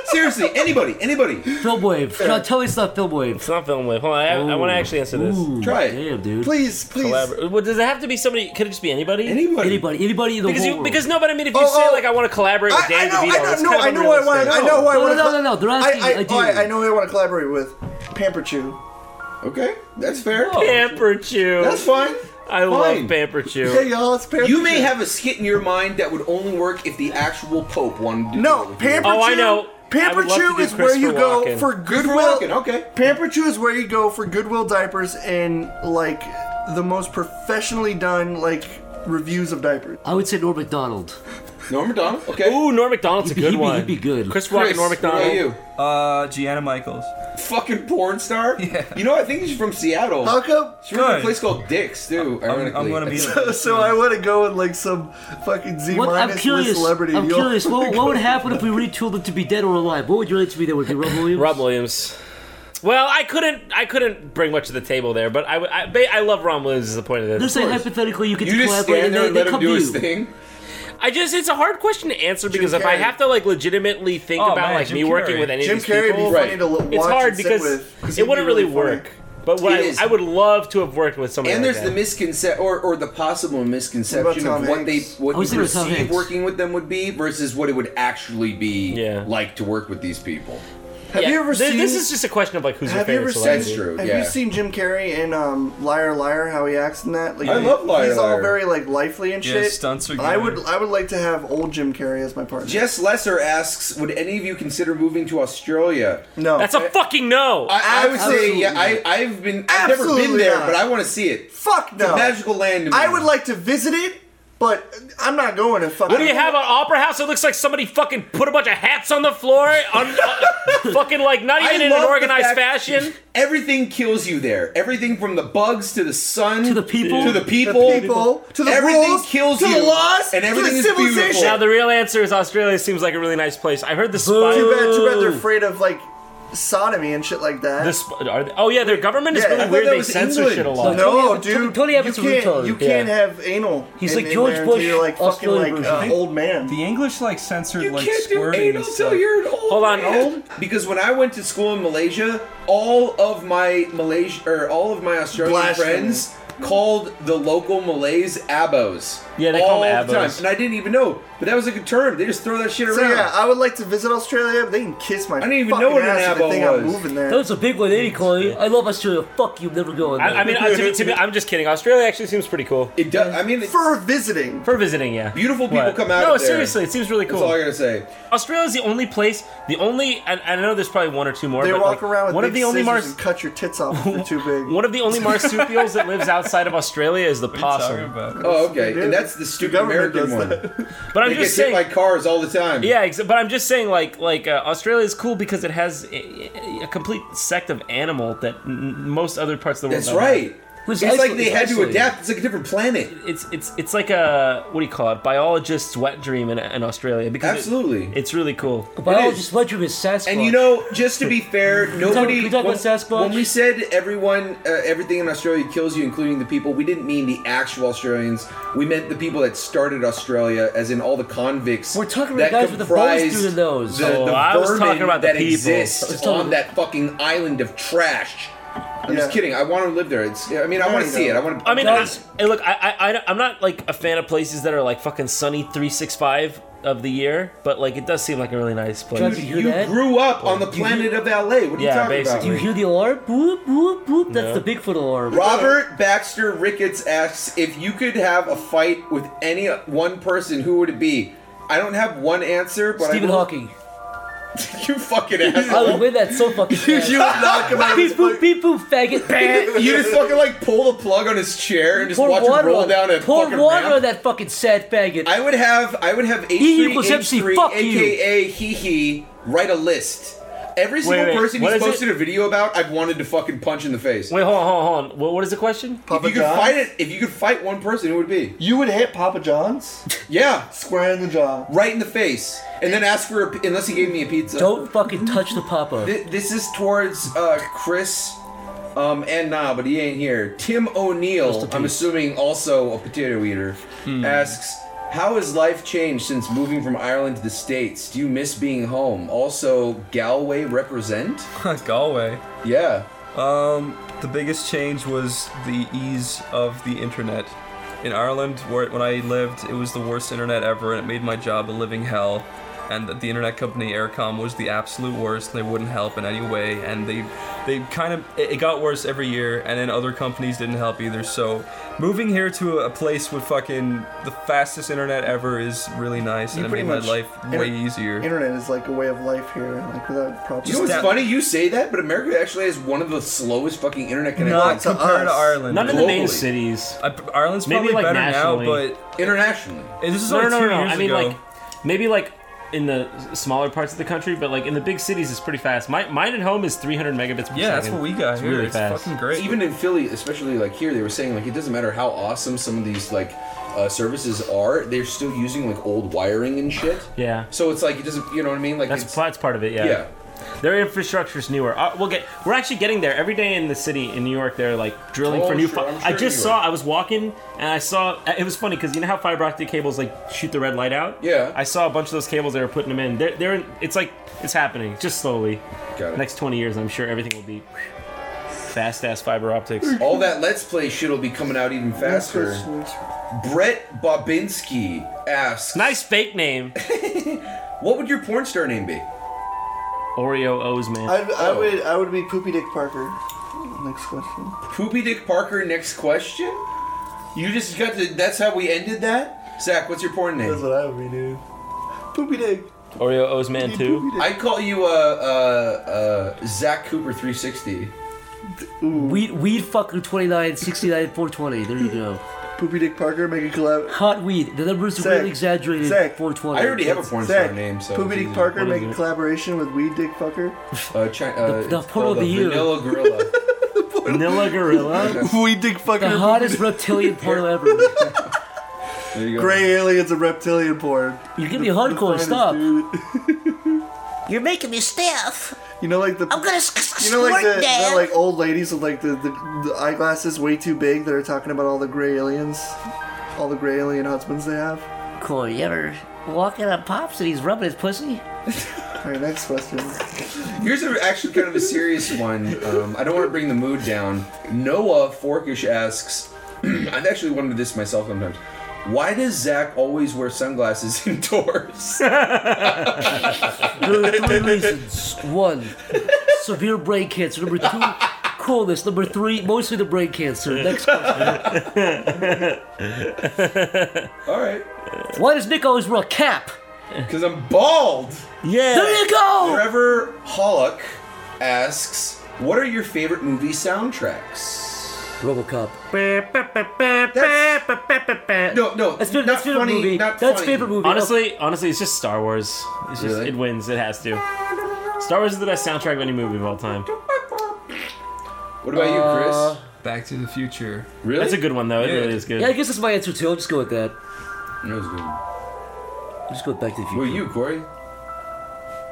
S7: Seriously, anybody, anybody.
S6: Filmwave. No, tell me it's not Filmwave. It's
S3: not Filmwave. Hold on, I, I want to actually answer this.
S7: Try it.
S6: Damn, dude.
S5: Please, please.
S3: Collabor- well, does it have to be somebody? Could it just be anybody?
S7: Anybody.
S6: Anybody. Anybody in the
S3: because
S6: whole
S3: you,
S6: world.
S3: because no, but I mean, if you
S6: Oh,
S3: say
S6: oh.
S3: like I want to collaborate with Dan DeVito, it's
S5: no,
S3: kind of
S5: I know who I want. I
S3: unrealistic.
S5: know who I
S6: No,
S5: want.
S6: no, no, no, they're asking
S5: I, I,
S6: ideas.
S5: all right, I know who I want to collaborate with. Pamper Chew.
S7: Okay, that's fair.
S3: Oh. Pamper Chew.
S7: That's fine.
S3: I
S7: Fine.
S3: love Pamper Chew.
S5: Hey, y'all, it's Pamper
S7: You may
S5: Chew.
S7: have a skit in your mind that would only work if the actual Pope wanted to.
S5: No,
S6: Oh,
S7: do it with you.
S5: Pamper Chew. Pamper Chew is where you go for Goodwill.
S7: Walken, okay.
S5: Pamper Chew is where you go for Goodwill diapers and like the most professionally done like reviews of diapers.
S6: I would say Norm McDonald.
S7: Norm McDonald. Okay.
S3: Ooh, Norm McDonald's a
S6: He'd be-
S3: good
S6: he'd be-
S3: one.
S6: he'd be good.
S3: Chris Rock and Norm
S7: Chris, what about
S3: McDonald.
S7: you?
S9: Uh, Gianna Michaels.
S7: Fucking porn star. You know, I think she's from Seattle.
S5: How come?
S7: She's from a
S9: Good.
S7: place called Dicks too. Ironically.
S5: so, *laughs* so I want to go with like some fucking Z
S6: What, I'm
S5: minus
S6: curious.
S5: celebrity.
S6: I'm
S5: You'll-
S6: curious. What, what would
S5: *laughs*
S6: happen if we retooled it to be dead or alive? What would you like to be there? Would it be Rob Williams?
S3: Rob Williams. Well, I couldn't. I couldn't bring much to the table there, but I. would- I, ba- I love Ron Williams. Is the point of this?
S6: They're saying
S7: *laughs*
S6: hypothetically you could collaborate and they, they come to you.
S3: I just it's a hard question to answer because if I
S6: Carrey.
S3: have to like legitimately think
S6: Oh,
S3: about
S6: man,
S3: like
S6: Jim
S3: me working
S6: Carrey.
S3: with any
S5: Jim
S3: of these
S5: Carrey would be
S3: people,
S5: funny to l-
S3: it's
S5: watch
S3: hard
S5: and sit
S3: because
S5: with, 'cause he'd
S3: it
S5: be
S3: wouldn't
S5: really
S3: really,
S5: funny.
S3: work. But what
S7: It
S3: I,
S7: is.
S3: I would love to have worked with somebody.
S7: And
S3: like
S7: there's the
S3: that.
S7: misconception, or, or the possible misconception
S5: What about
S7: of
S5: Tom
S7: what they
S5: Hanks?
S7: what
S5: I was
S7: you
S5: thinking of Tom
S7: perceive
S5: Hanks.
S7: working with them would be versus what it would actually be like to work with these people.
S5: Have you ever
S3: Th-
S5: seen?
S3: This is just a question of like who's your
S5: have you
S3: favorite
S5: ever seen?
S3: celebrity.
S5: have you seen Jim Carrey in um, Liar Liar? How he acts in that? Like,
S7: I love Liar
S5: He's
S7: Liar.
S5: all very like lively and
S7: Yeah,
S5: shit.
S7: stunts are
S5: I
S7: good.
S5: would I would like to have old Jim Carrey as my partner.
S7: Jess Lesser asks, "Would any of you consider moving to Australia?"
S5: No,
S3: That's a fucking no.
S7: I, I would say,
S5: Absolutely
S7: yeah. I,
S5: not.
S7: I've been, I've never been
S5: Absolutely
S7: there,
S5: not.
S7: but I want to see it.
S5: Fuck
S7: It's a
S5: no.
S7: magical land. to me.
S5: I would like to visit it, but I'm not going to fucking.
S3: What do you have an opera house? It looks like somebody fucking put a bunch of hats on the floor, on,
S5: *laughs*
S3: uh, fucking like not even
S7: I
S3: in
S7: love
S3: an
S7: the
S3: organized
S7: fact
S3: fashion.
S7: that Everything kills you there. Everything from the bugs to the sun to the
S6: people
S7: to the
S3: The
S7: people,
S5: people, to the
S7: everything
S5: rules,
S7: kills
S5: to the
S7: you,
S5: laws,
S7: and
S5: to the
S7: everything is
S5: civilization.
S7: beautiful.
S3: Now the real answer is Australia seems like a really nice place. I heard the spy.
S5: Too bad, too bad they're afraid of like sodomy and shit like that.
S3: The sp- are they- oh yeah, their government is
S5: Yeah, I
S3: really
S5: thought
S3: weird.
S5: that
S3: They
S5: was
S3: censor
S5: England.
S3: shit a lot.
S5: Oh, No, dude,
S6: Tony Abbott's a
S5: you can't,
S6: retard.
S5: You
S6: Yeah.
S5: can't have anal.
S6: He's
S5: in-
S6: like
S5: in
S6: George
S5: there until
S6: Bush,
S5: You're like fucking
S6: Australian
S5: like
S6: version.
S5: uh, old man.
S9: The English like censored like
S7: can't do
S9: squirting
S7: anal
S9: and
S7: till
S9: stuff.
S7: you're an old
S9: Hold on,
S7: man. Because when I went to school in Malaysia, all of my Malaysia or all of my Australian
S5: Blasphemy.
S7: friends called the local Malays abos. Yeah,
S5: they
S7: all
S5: call them
S7: the time.
S5: abos.
S7: and I didn't even know. But that was a good term. They just throw that shit
S5: So
S7: around.
S5: yeah, I would like to visit Australia. They can kiss my. I
S7: didn't even know what an abo
S5: think I'm
S7: was.
S5: moving
S6: That
S5: there.
S6: was a big one, Eddie Corey. I love Australia. Fuck you, never going there.
S3: I, I mean, uh, to be, to be, I'm just kidding. Australia actually seems pretty cool.
S7: It does. I mean,
S5: *laughs* for visiting,
S3: for visiting, yeah.
S7: Beautiful people
S3: But-
S7: come out
S3: No,
S7: of there.
S3: seriously, it seems really cool.
S7: That's all I gotta say.
S3: Australia is the only place, the only, and, and I know there's probably one or two more.
S5: they
S3: but like,
S5: walk around with
S3: one
S5: big
S3: of the only
S5: scissors
S3: mars,
S5: and cut your tits off. if They're too big.
S3: one of the only
S7: *laughs*
S3: marsupials that lives outside of Australia is the possum.
S7: Oh, okay. And that's the stupid American one.
S3: But I'm
S7: They
S3: just
S7: get hit
S3: saying,
S7: by cars all the time.
S3: yeah, ex- but I'm just saying, like, like uh, Australia is cool because it has a, a complete sect of animal that n- n- most other parts of the world.
S7: That's
S3: don't have.
S7: right.
S6: was
S7: it's like
S6: isolated-
S7: they had to
S6: isolated.
S7: adapt. It's like a different planet.
S3: It's it's it's like a what do you call it? Biologist's wet dream in, in Australia because it-
S7: Absolutely.
S3: it's really cool.
S7: biologist's
S6: wet dream is Sasquatch.
S7: And you know, just to be fair,
S3: talk-
S7: nobody.
S3: we talk about
S7: when,
S3: Sasquatch?
S7: when we said everyone, uh, everything in Australia kills you, including the people, we didn't mean the actual Australians. We meant the people that started Australia, as in all the convicts. We're talking
S6: about guys with the bones through their nose.
S7: The,
S6: Oh,
S7: the
S6: I was
S7: vermin
S6: talking about the
S7: that
S6: people. I was
S7: exists
S6: talking-
S7: on that fucking island of trash. I'm just
S3: Yeah.
S7: kidding. I want to live there. It's. I mean, I
S3: There
S7: want to
S3: you
S7: see
S3: go.
S7: it. I want to.
S3: I mean, I, I- look, I, I, I, I'm not like a fan of places that are like fucking sunny 365 of the year, but like it does seem like a really nice place.
S6: John, did you hear that?
S7: grew up on the
S6: Do you
S7: planet
S6: hear-
S7: of LA. What are you
S3: Yeah,
S7: talking
S3: basically.
S7: about?
S6: Do you hear the alarm? Boop, boop, boop. That's
S7: No.
S6: the Bigfoot alarm.
S7: Robert Baxter Ricketts asks if you could have a fight with any one person, who would it be? I don't have one answer, but
S6: Stephen
S7: I will-
S6: Hawking.
S7: *laughs* you fucking asshole.
S6: I would win that so fucking fast.
S7: You would *laughs* knock him out of his
S6: Beep *laughs* boop, beep boop, faggot.
S7: you just fucking like pull the plug on his chair and just watch him roll
S6: on,
S7: down a
S6: pour
S7: fucking
S6: water
S7: ramp.
S6: on that fucking sad faggot.
S7: I would have I would have H3,
S6: E equals MC,
S7: H3
S6: fuck you.
S7: aka Hee Hee write a list. Every
S3: Wait,
S7: single
S3: wait,
S7: person
S3: what
S7: he's
S3: is it?
S7: posted a video about, I've wanted to fucking punch in the face.
S3: Wait, hold on, hold on, hold on. What, what is the question?
S7: if you could fight it, if you could fight one person, who would it be?
S5: You would hit Papa John's?
S7: Yeah,
S5: square in the jaw,
S7: right in the face, and then ask for a, p- unless he gave me a pizza.
S6: Don't fucking touch the papa.
S7: Th- this is towards uh, Chris, um, and nah, but he ain't here. Tim
S6: Rest
S7: O'Neill,
S6: in
S7: I'm
S6: peace.
S7: assuming also a potato eater, asks. How has life changed since moving from Ireland to the States? Do you miss being home? Also, Galway represent?
S8: Galway.
S7: Yeah.
S8: Um, the biggest change was the ease of the internet. In Ireland, where when I lived, it was the worst internet ever, and it made my job a living hell. And the internet company Aircom was the absolute worst. They wouldn't help in any way, and they they kind of it it got worse every year. And then other companies didn't help either. So moving here to a place with fucking the fastest internet ever is really nice,
S5: You
S8: and it
S5: pretty
S8: made my
S5: much-
S8: life way
S5: inter-
S8: easier.
S5: Internet is like a way of life here, like without problems.
S7: You know what's funny? You say that, but America actually has one of the slowest fucking internet
S8: Not
S7: connections.
S8: compared to Ireland.
S7: Globally.
S3: cities.
S8: Oh, Ireland's
S3: Maybe,
S8: probably
S3: like,
S8: better
S3: nationally.
S8: now, but
S7: uh, internationally.
S8: This is
S3: no,
S8: only
S3: no, no,
S8: two
S3: no.
S8: years
S3: I mean,
S8: ago.
S3: like maybe like in the s- smaller parts of the country, but like in the big cities, it's pretty fast. My, mine at home is 300 megabits per second.
S8: Yeah, that's what we got
S3: It's
S8: here.
S3: really
S8: It's
S3: fast.
S8: fucking great.
S7: Even in Philly, especially like here, they were saying like it doesn't matter how awesome some of these like uh, services are, they're still using like old wiring and shit.
S3: Yeah.
S7: So it's like it doesn't, you know what I mean? Like
S3: That's,
S7: it's,
S3: that's part of it, yeah.
S7: Yeah.
S3: Their infrastructure's newer. Uh, we'll get. We're actually getting there every day in the city in New York. They're like drilling
S7: Oh,
S3: for new.
S7: sure, I'm sure
S3: I just
S7: you
S3: saw.
S7: are.
S3: I was walking and I saw. uh, It was funny because you know how fiber optic cables like shoot the red light out.
S7: Yeah.
S3: I saw a bunch of those cables. They were putting them in. They're. They're. in- It's like it's happening just slowly.
S7: Got it.
S3: Next twenty years, I'm sure everything will be fast ass fiber optics.
S7: all that Let's Play shit will be coming out even faster. Brett Bobinski asks,
S3: "Nice fake name.
S7: what would your porn star name be?"
S3: Oreo O's man.
S5: I'd, I would I would be Poopy Dick Parker. Next question.
S7: Poopy Dick Parker. Next question. You just got to. That's how we ended that. Zach, what's your porn name?
S5: That's what I would be, dude. Poopy Dick.
S3: Oreo O's man too.
S7: I call you uh, uh, uh, Zach Cooper 360.
S6: Weed, weed fucker 29, 69, 420. There you go.
S5: Poopy Dick Parker, make a collab.
S6: Hot weed. The numbers are
S5: Zach,
S6: really exaggerated.
S5: Zach,
S6: 420.
S5: Zach, Poopy Dick Parker, make a collaboration with Weed Dick Fucker.
S7: Uh, chi- uh,
S6: The- the
S7: it's
S6: porn
S7: called
S6: of
S7: a
S6: the year.
S7: Vanilla Gorilla.
S3: Vanilla
S7: *laughs*
S3: Gorilla.
S5: *laughs* Weed Dick Fucker.
S6: The hottest reptilian porno ever.
S7: There you go.
S5: Gray aliens and reptilian porn.
S6: You're
S5: *laughs*
S6: gonna be hardcore, stop.
S5: You're making me stiff. You know, like the
S16: I'm gonna s-
S5: you know, like
S16: squirt,
S5: the,
S16: Dad.
S5: the like old ladies with like the, the, the eyeglasses way too big that are talking about all the gray aliens, all the gray alien husbands they have.
S6: Cool. You ever walking on pops and he's rubbing his pussy?
S5: All right, next question.
S7: Here's a, actually kind of a serious one. Um, I don't want to bring the mood down. Noah Forkish asks, *clears throat* I've actually wondered this myself sometimes. Why does Zach always wear sunglasses *laughs* indoors?
S6: There are
S7: *laughs*
S6: three reasons. One, severe brain cancer. Number two, coolness. Number three, mostly the brain cancer. Next question.
S7: All right.
S6: Why does Nick always wear a cap?
S7: Because I'm bald.
S3: Yeah.
S6: There you go.
S7: Trevor Hollock asks, What are your favorite movie soundtracks?
S6: RoboCop.
S7: No, no,
S6: That's favorite, that's favorite movie. That's favorite movie.
S3: Honestly, honestly, it's just Star Wars. It's just
S7: Really?
S3: it wins. It has to. Star Wars is the best soundtrack of any movie of all time.
S6: Uh,
S7: What about you, Chris?
S9: Back to the Future.
S3: Really? That's a good one, though. It really is good.
S6: Yeah, I guess that's my answer too. I'll just go with that.
S2: That was good.
S6: Just go back to the future.
S2: Well, you, Corey.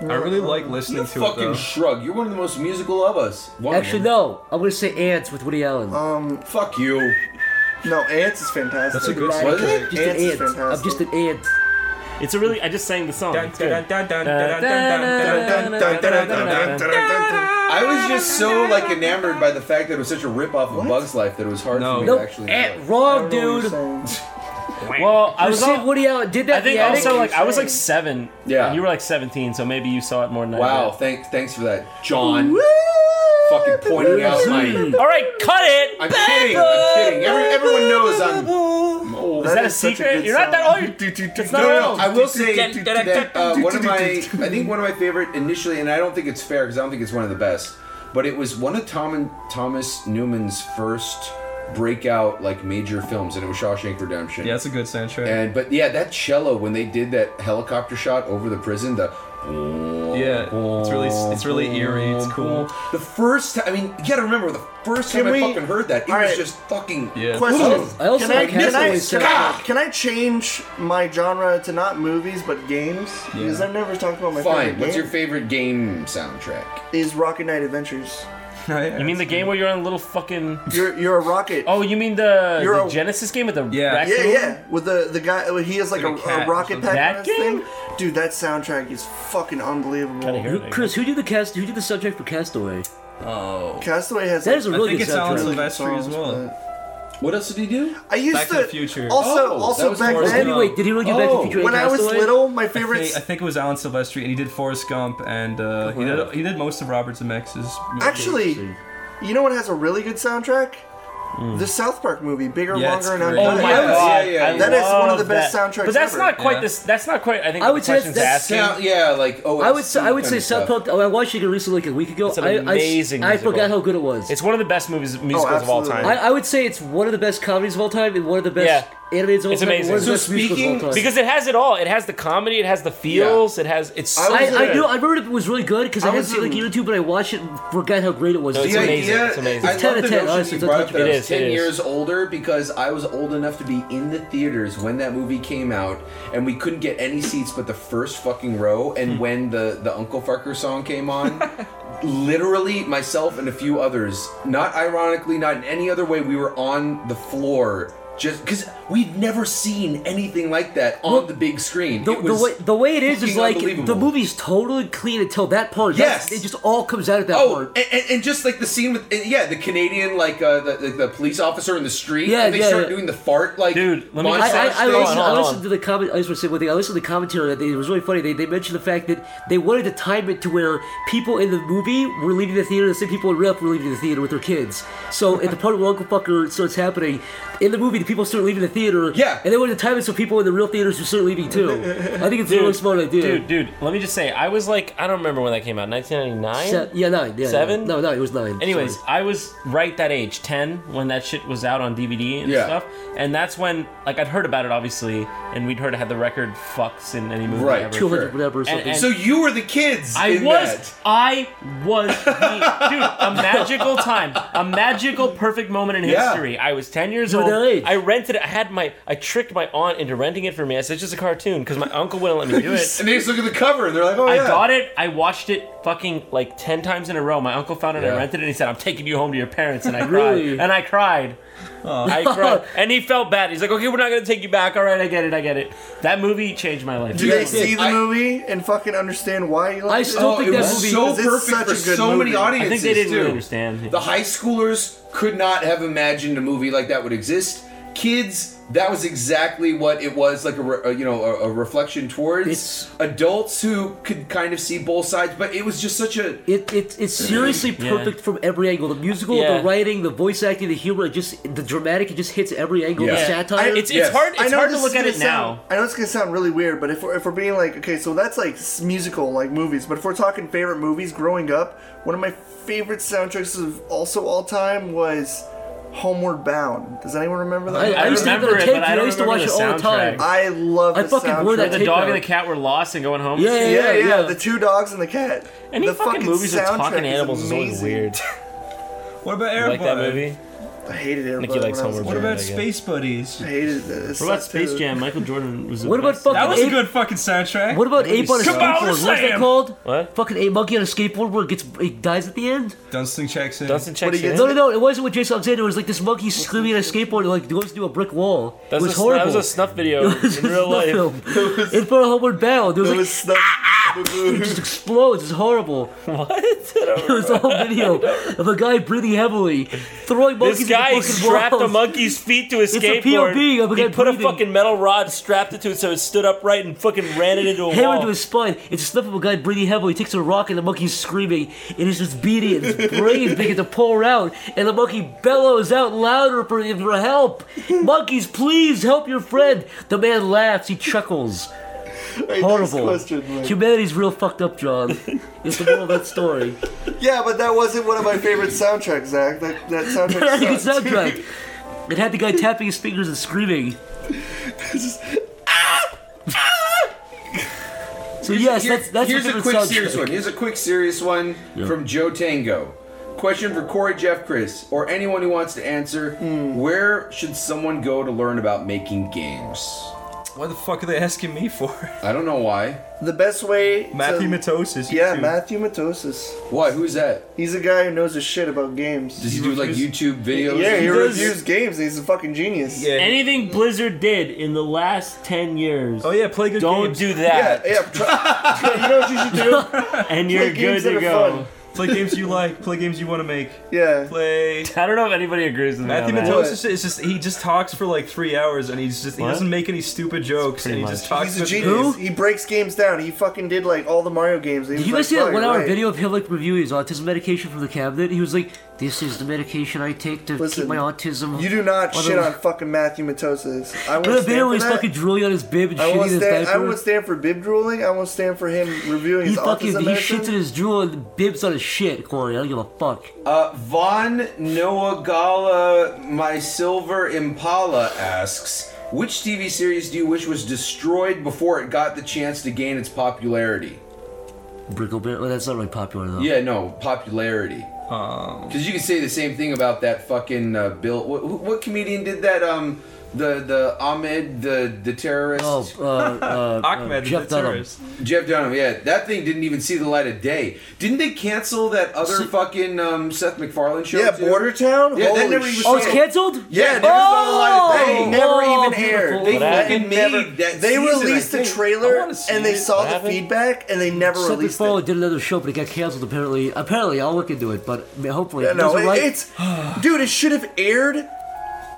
S9: I really like listening
S2: you
S9: to it,
S2: fucking
S9: though.
S2: shrug. You're one of the most musical of us. One of
S6: Actually,
S2: them.
S6: no. I'm gonna say ants with Woody Allen.
S5: Um,
S2: fuck you.
S5: No, ants is fantastic.
S6: That's a good
S5: Right.
S6: song.
S5: Ants
S6: Just an
S5: is
S6: ant. I'm
S5: fantastic. Oh,
S6: just an ant.
S3: It's a really. I just sang the song. It's good.
S2: I was just so like enamored by the fact that it was such a rip off of Bugs Life that it was hard for me
S6: Nope.
S2: to actually.
S6: Ant, wrong, dude.
S3: Well, I
S6: You
S3: was
S6: see
S3: all-
S6: Woody Allen did that.
S3: I think
S6: in the
S3: also like
S6: attic?
S3: I was like seven.
S2: Yeah.
S3: and you were like seventeen, so maybe you saw it more than I
S2: Wow,
S3: did.
S2: thanks thanks for that, John. Fucking pointing out my.
S3: All right, cut it.
S2: I'm kidding. I'm kidding. Every, everyone knows I'm. Oh,
S3: Is that, a secret? You're not that old. It's not
S2: No, no,
S3: old.
S2: I will say that uh, one
S6: *laughs*
S2: of my, I think one of my favorite initially, and I don't think it's fair because I don't think it's one of the best, but it was one of Tom and Thomas Newman's first breakout like major films, and it was Shawshank Redemption.
S9: Yeah, that's a good soundtrack.
S2: And but yeah, that cello when they did that helicopter shot over the prison, the
S9: yeah, it's really it's really eerie. It's cool.
S2: the first time. I mean, you gotta remember the first time
S5: Can
S2: I
S5: we-
S2: fucking heard that, it
S5: All
S2: was
S5: right.
S2: just fucking
S9: Yeah.
S5: Question.
S6: I also
S5: can, I,
S6: like
S5: can, I,
S6: Hathaway's
S5: can,
S6: soundtrack.
S5: I, can I change my genre to not movies but games? Because I've never talked about my
S2: Fine.
S5: favorite
S2: What's
S5: game.
S2: your favorite game soundtrack?
S5: is Rocket Knight Adventures.
S3: You mean the game where you're on a little fucking?
S5: You're you're a rocket.
S3: Oh, you mean the,
S5: You're
S3: the
S5: a-
S3: Genesis game with the
S9: Yeah.
S5: Yeah,
S3: raccoon?
S5: yeah. With the the guy, uh, he has like,
S9: Like a
S5: a, a,
S9: cat or
S5: rocket
S9: something.
S3: That
S5: pack on his thing. Dude, that soundtrack is fucking unbelievable.
S3: hear
S6: Who- Chris, who did the cast? Who did the soundtrack for Castaway?
S9: Oh.
S5: Castaway has
S6: That is a
S9: I
S6: really
S9: think
S6: good
S9: it's Alan
S6: soundtrack.
S9: Silvestri as
S5: songs,
S9: well.
S2: What else did he do?
S5: I used
S9: Back to
S5: to.
S9: the Future.
S5: Also,
S2: Oh, that
S5: also
S2: was
S5: back
S9: Forrest
S5: then,
S6: Did he, wait, did he really get back to the future? and
S5: Oh, when I was
S6: Castaway?
S5: little, my
S9: I
S5: favorite.
S9: think, I think it was Alan Silvestri, and he did Forrest Gump, and uh, he did he did most of Robert Zemeckis' movies.
S5: actually, you know what has a really good soundtrack?
S2: Hmm.
S5: The South Park movie, bigger,
S9: Yeah, it's
S5: longer, and
S9: great.
S5: uncut.
S3: Oh my
S2: Yeah,
S3: god!
S2: yeah, yeah,
S3: I
S2: yeah.
S5: That is one of
S3: love
S5: the best
S3: that.
S5: soundtracks
S3: But that's
S5: ever.
S3: not quite
S9: Yeah.
S3: this. That's not quite. I think
S6: I
S3: what
S6: would
S3: the
S6: say that's-
S3: question's
S6: that's
S3: asking.
S2: Sound, yeah, like oh,
S6: I would say I would say South Park. oh, I watched it recently like a week ago.
S3: It's an
S6: I- I s-
S3: amazing
S6: I,
S3: musical.
S6: forgot how good it was.
S3: It's one of the best movies musicals of all
S5: absolutely.
S3: time.
S6: I, I would say it's one of the best comedies of all time and one of the best animated animated of all
S3: It's
S6: time. and
S3: amazing.
S6: One of the
S3: So
S6: best musicals of all time.
S3: because it has it all. It has the comedy. It has the feels. It has. It's so
S5: was
S3: good.
S6: I, I knew I remember it was really good because I,
S5: I
S6: had
S5: was
S6: seen like
S5: in-
S6: YouTube, but I watched it and forgot how great it was.
S3: No, it's
S2: the
S3: amazing,
S2: idea,
S3: it's amazing.
S2: I
S6: It's
S2: love
S6: 10
S2: the
S6: out of 10,
S2: notion
S6: honestly,
S2: you
S6: it's
S2: brought up
S6: untouchable.
S2: that I
S3: It
S2: was
S3: is, it
S2: 10
S3: is.
S2: years older because I was old enough to be in the theaters when that movie came out and we couldn't get any seats but the first fucking row
S6: Hmm.
S2: and when the, the Uncle Fucker song came on, *laughs* literally myself and a few others, not ironically, not in any other way, we were on the floor just because we'd never seen anything like that on the big screen.
S6: The,
S2: It
S6: the
S2: was
S6: way the way it is is
S2: fucking
S6: like the
S2: unbelievable.
S6: movie's totally clean until that part.
S2: Yes.
S6: That's- it just all comes out at that
S2: Oh,
S6: part.
S2: and, and, and just like the scene with and yeah, the Canadian like uh, the, the the police officer in the street.
S6: Yeah,
S2: and they
S6: yeah,
S2: start
S6: yeah.
S2: doing the fart like.
S3: Dude, let me-
S2: montage
S6: I, I, I,
S2: thing.
S6: listened,
S3: on,
S6: I
S3: hold
S6: listened
S3: on.
S6: to the comment. I just want to say one thing. I listened to the commentary. That it was really funny. They, they mentioned the fact that they wanted to time it to where people in the movie were leaving the theater, the same people in real life were leaving the theater with their kids. So at the part where Uncle Fucker starts happening in the movie, the people start leaving the theater.
S2: Yeah.
S6: and they wanted to time it so people in the real theaters would start leaving too. I think it's a really smart idea.
S3: dude, dude. Let me just say, I was like, I don't remember when that came out. 1999.
S6: Se- yeah, nine. Yeah,
S3: Seven?
S6: No, no, it was nine.
S3: Anyways,
S6: Sorry.
S3: I was right that age, 10, when that shit was out on DVD and
S2: Yeah.
S3: stuff. And that's when, like, I'd heard about it, obviously, and we'd heard it had the record fucks in any movie
S2: Right.
S3: ever.
S2: Two-
S6: 200
S2: sure.
S6: whatever or
S3: And-
S6: something.
S3: and-
S2: So you were the kids.
S3: I
S2: in
S3: was,
S2: that.
S3: I was, the, dude, a magical time, a magical, perfect moment in
S2: Yeah.
S3: history. I was ten years
S6: were
S3: old.
S6: that age.
S3: I rented. it. I had my, I tricked my aunt into renting it for me. I said, "It's just a cartoon," because my uncle wouldn't let me do it.
S2: *laughs* And they just look at the cover and they're like, "Oh
S3: I
S2: yeah."
S3: got it. I watched it fucking like ten times in a row. My uncle found it. and I
S2: Yeah.
S3: rented it. and He said, "I'm taking you home to your
S2: *laughs*
S3: parents," and I
S6: Really?
S3: cried. And I cried. I cried. And he felt bad. He's like, "Okay, we're not gonna take you back. All right, I get it. I get it." That movie changed my life.
S5: do they see the
S2: I-
S5: movie and fucking understand why you
S6: I
S5: like
S6: still
S2: Oh,
S6: think
S2: it
S6: that
S2: was
S6: movie.
S2: so
S5: because it's
S2: perfect
S5: such
S2: for
S5: a good
S2: so many
S5: movie. I
S2: audiences
S3: I think they didn't
S2: too.
S3: really understand.
S2: The high schoolers could not have imagined a movie like that would exist. Kids, that was exactly what it was like a, re- a you know a, a reflection towards
S6: It's-
S2: adults who could kind of see both sides, but it was just such a
S6: It, it, it's seriously
S3: Yeah.
S6: perfect from every angle. The musical,
S3: Yeah.
S6: the writing, the voice acting, the humor, it just the dramatic, it just hits every angle. The
S2: Yeah.
S6: satire.
S5: I-
S3: it's it's
S2: Yes.
S3: hard. It's
S5: I know
S3: hard to
S5: this
S3: look
S5: is
S3: at
S5: gonna
S3: it now.
S5: sound- I know it's gonna sound really weird, but if we're, if we're being like, okay, so that's like s- musical like movies, but if we're talking favorite movies growing up, one of my favorite soundtracks of also all time was Homeward Bound. Does anyone remember that?
S6: I used to have
S3: remember
S6: that
S3: it,
S6: tape,
S3: but I
S6: dude.
S3: don't
S6: used to watch
S3: remember
S6: it
S3: the
S6: all the time.
S3: soundtrack.
S5: I love.
S6: I
S5: the
S6: fucking wore that
S5: soundtrack.
S3: The
S6: Take
S3: dog
S6: that.
S3: and the cat were lost and going home.
S6: Yeah, yeah,
S5: Yeah, yeah,
S6: yeah.
S5: the two dogs and the cat.
S3: Any
S5: the
S3: fucking movies with
S5: soundtrack
S3: talking animals is
S5: *laughs* amazing.
S3: always weird.
S9: What about
S3: You
S9: Airboy?
S3: like that movie?
S5: I hated it.
S3: Nikki likes homework.
S8: What about Space Buddies?
S5: I hated this.
S3: What about Space Jam? Michael Jordan was. the
S6: What about
S3: best.
S6: fucking
S3: That was
S6: Ape-
S3: a good fucking soundtrack.
S6: What about ape on a
S3: Kabouter
S6: skateboard? What's that
S3: Slam!
S6: called?
S3: What?
S6: Fucking ape monkey on a skateboard where it gets it dies at the end.
S8: Dunstan checks in.
S3: Dunstan checks in.
S6: No, no, no! It wasn't with Jason Alexander. It was like this monkey screaming on a skateboard and like goes through a brick wall.
S3: That's
S6: it was
S3: a,
S6: horrible.
S3: That was a snuff video
S6: *laughs* It was
S3: in real
S6: a
S3: life.
S6: *laughs*
S3: *laughs*
S6: snuff film. in front of Homeward Bound. It was, like, "Ah, ah!" it just explodes. It's horrible.
S3: What?
S6: It was a whole video of a guy breathing heavily, throwing monkeys.
S3: *laughs* This guy
S6: at the fucking
S3: strapped a
S6: walls.
S3: monkey's feet to his
S6: It's a
S3: skateboard.
S6: POV of a
S3: he
S6: guy
S3: put
S6: breathing.
S3: a fucking metal rod, strapped it to it so it stood upright, and fucking ran it into a
S6: Hammer
S3: wall.
S6: into his spine. It's a slip of a guy breathing heavily. He takes a rock and the monkey's screaming. And it's just beating
S3: *laughs*
S6: it. His brains begin to pour out. And the monkey bellows out louder for, for help. Monkeys, please help your friend. The man laughs. He chuckles. Horrible.
S5: question, Mike.
S6: Humanity's real fucked up, John. It's the moral of that story.
S5: Yeah, but that wasn't one of my favorite soundtracks, Zach. That that
S3: *laughs*
S5: soundtrack.
S6: That's a good
S5: sucked. *laughs*
S6: soundtrack. It had the guy tapping his fingers and screaming. so yes,
S2: Here-
S6: that's that's
S2: here's
S6: your
S2: a
S6: favorite
S2: quick
S6: soundtrack.
S2: serious one. Here's a quick serious one from Joe Tango. Question for Corey, Jeff, Chris, or anyone who wants to answer:
S6: Hmm.
S2: Where should someone go to learn about making games?
S8: Why the fuck are they asking me for?
S2: I don't know why.
S5: The best way.
S8: Matthew
S5: to,
S8: Matosis.
S5: Yeah,
S8: YouTube.
S5: Matthew Matosis.
S2: Why? Who's that?
S5: He's a guy who knows his shit about games.
S2: Does he do like YouTube videos?
S5: Yeah, he,
S3: does-
S5: reviews games. and He's a fucking genius.
S3: Anything Blizzard did in the last ten years. Oh
S8: yeah, play good
S3: Don't
S8: games.
S3: do that.
S5: Yeah, yeah. Try,
S3: *laughs*
S5: try- you know what you should do?
S3: And you're
S5: Play games
S3: good to
S5: that are
S3: go.
S5: fun.
S8: Play games you like. Play games you want to make.
S5: Yeah.
S3: *laughs*
S8: Play.
S3: I don't know if anybody agrees with me.
S8: Matthew
S3: on that.
S8: Matosis is just he just talks for like three hours and he's just he
S3: What?
S8: doesn't make any stupid jokes and
S3: pretty
S8: he just
S3: much-
S8: talks.
S5: He's a
S8: with-
S5: genius. He breaks games down. He fucking did like all the Mario games.
S6: Did you guys see that one hour video of him like reviewing his autism medication from the cabinet? He was like, This is the medication I take to
S5: Listen,
S6: keep my autism.
S5: You do not
S6: Well,
S5: shit
S6: the- *laughs*
S5: on fucking Matthew Matosis. I
S6: But the
S5: won't stand
S6: video
S5: for
S6: where he's
S5: that.
S6: fucking drooling on his bib and
S5: I
S6: shitting in
S5: won't
S6: his
S5: stand. I
S6: diaper.
S5: won't stand for bib drooling. I won't stand for him reviewing
S6: He
S5: his
S6: fucking
S5: autism
S6: he
S5: medicine.
S6: shits in his drool and bibs on his shit, Corey. I don't give a fuck.
S2: Uh, Von Noah Gala, my silver Impala asks: Which TV series do you wish was destroyed before it got the chance to gain its popularity?
S6: Brickleberry. Well, that's not really popular though.
S2: Yeah, no, popularity.
S6: Um.
S2: Because you can say the same thing about that fucking uh, Bill. What, what comedian did that? Um, the the Ahmed, the the terrorist.
S6: Oh, uh, uh,
S5: *laughs*
S8: Ahmed,
S6: uh, Jeff
S8: the
S6: Dunham.
S8: terrorist.
S2: Jeff Dunham, yeah, that thing didn't even see the light of day. Didn't they cancel that other fucking um, Seth MacFarlane show?
S5: Yeah,
S2: too?
S5: Border Town.
S2: Yeah,
S5: Holy
S2: that never even
S5: shit.
S6: Oh, it's canceled.
S2: Yeah, it never
S6: oh,
S2: saw the light of day. It never
S6: oh,
S2: even aired.
S6: beautiful.
S2: They
S3: That-
S2: fucking
S5: Never-
S2: made that.
S5: they
S2: season,
S5: released
S2: I
S5: the
S2: think.
S5: trailer
S8: wanna see
S5: and they
S8: it.
S5: saw the
S3: happened?
S5: feedback and they never
S6: Seth
S5: released
S6: MacFarlane
S5: it.
S6: did another show, but it got canceled. Apparently, apparently, I'll look into it. But I mean, hopefully,
S5: Yeah,
S6: He does
S5: no,
S6: it right.
S5: it, it's dude. It should have aired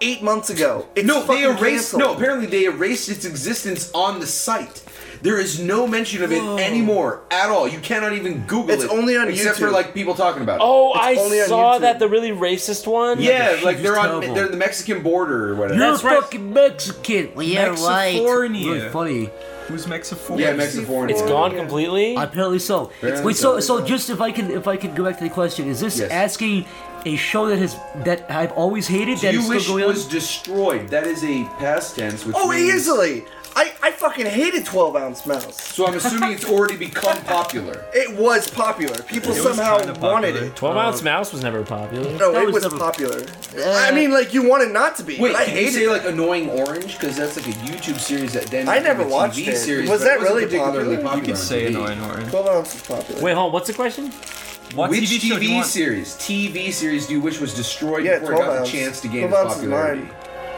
S5: eight months ago. It's
S2: No, they
S5: fucking
S2: erased.
S5: canceled.
S2: No, apparently they erased its existence on the site. There is no mention of it anymore at all. You cannot even Google
S5: It's
S2: it.
S5: only on
S2: except
S5: YouTube.
S2: for like people talking about it.
S3: Oh,
S5: It's only
S3: I
S5: on
S3: saw
S5: YouTube.
S3: that the really racist one.
S2: yeah,
S6: shit
S2: like
S6: was
S2: they're on
S6: terrible.
S2: they're the Mexican border or whatever.
S6: You're
S3: That's right.
S6: fucking Mexican.
S9: Well, you're right.
S6: Really
S8: Mexifornia.
S6: funny.
S8: Who's Mexifornia?
S2: yeah, Mexifornia.
S5: Oh,
S3: It's gone completely.
S6: Apparently so. Wait, so so just if I can if I can go back to the question, is this
S2: Yes.
S6: asking a show that has that I've always hated that is
S2: You wish
S6: still going
S2: was
S6: on?
S2: destroyed. That is a past tense. Which
S5: Oh,
S2: means,
S5: easily. I, I fucking hated 12 ounce mouse.
S2: So I'm assuming it's already become popular.
S5: It was popular. People
S8: was
S5: somehow
S8: kinda
S5: wanted
S8: popular.
S5: it.
S3: Twelve Ounce Mouse was never popular.
S5: No,
S6: That
S5: it
S6: was
S5: was
S6: never-
S5: popular. I mean, like you want it not to be.
S2: Wait,
S5: but I
S2: can you
S5: hated
S2: say
S5: it.
S2: like annoying orange because that's like a YouTube series that then
S5: I
S2: became
S5: never
S2: a
S5: watched
S2: TV
S5: it.
S2: Series,
S5: Was
S2: but it
S5: that
S2: wasn't
S5: really
S2: particularly
S5: popular?
S2: popular?
S8: You could say
S2: on
S8: annoying
S2: TV.
S8: orange.
S5: 12 ounce is popular.
S3: Wait, hold on. What's the question?
S8: What
S2: Which
S8: TV show do you
S2: TV
S8: want?
S2: series? TV series do you wish was destroyed
S5: Yeah,
S2: before it
S5: 12
S2: got
S5: ounce.
S2: the chance to gain
S5: 12
S2: its
S5: ounce is mine.
S2: popularity?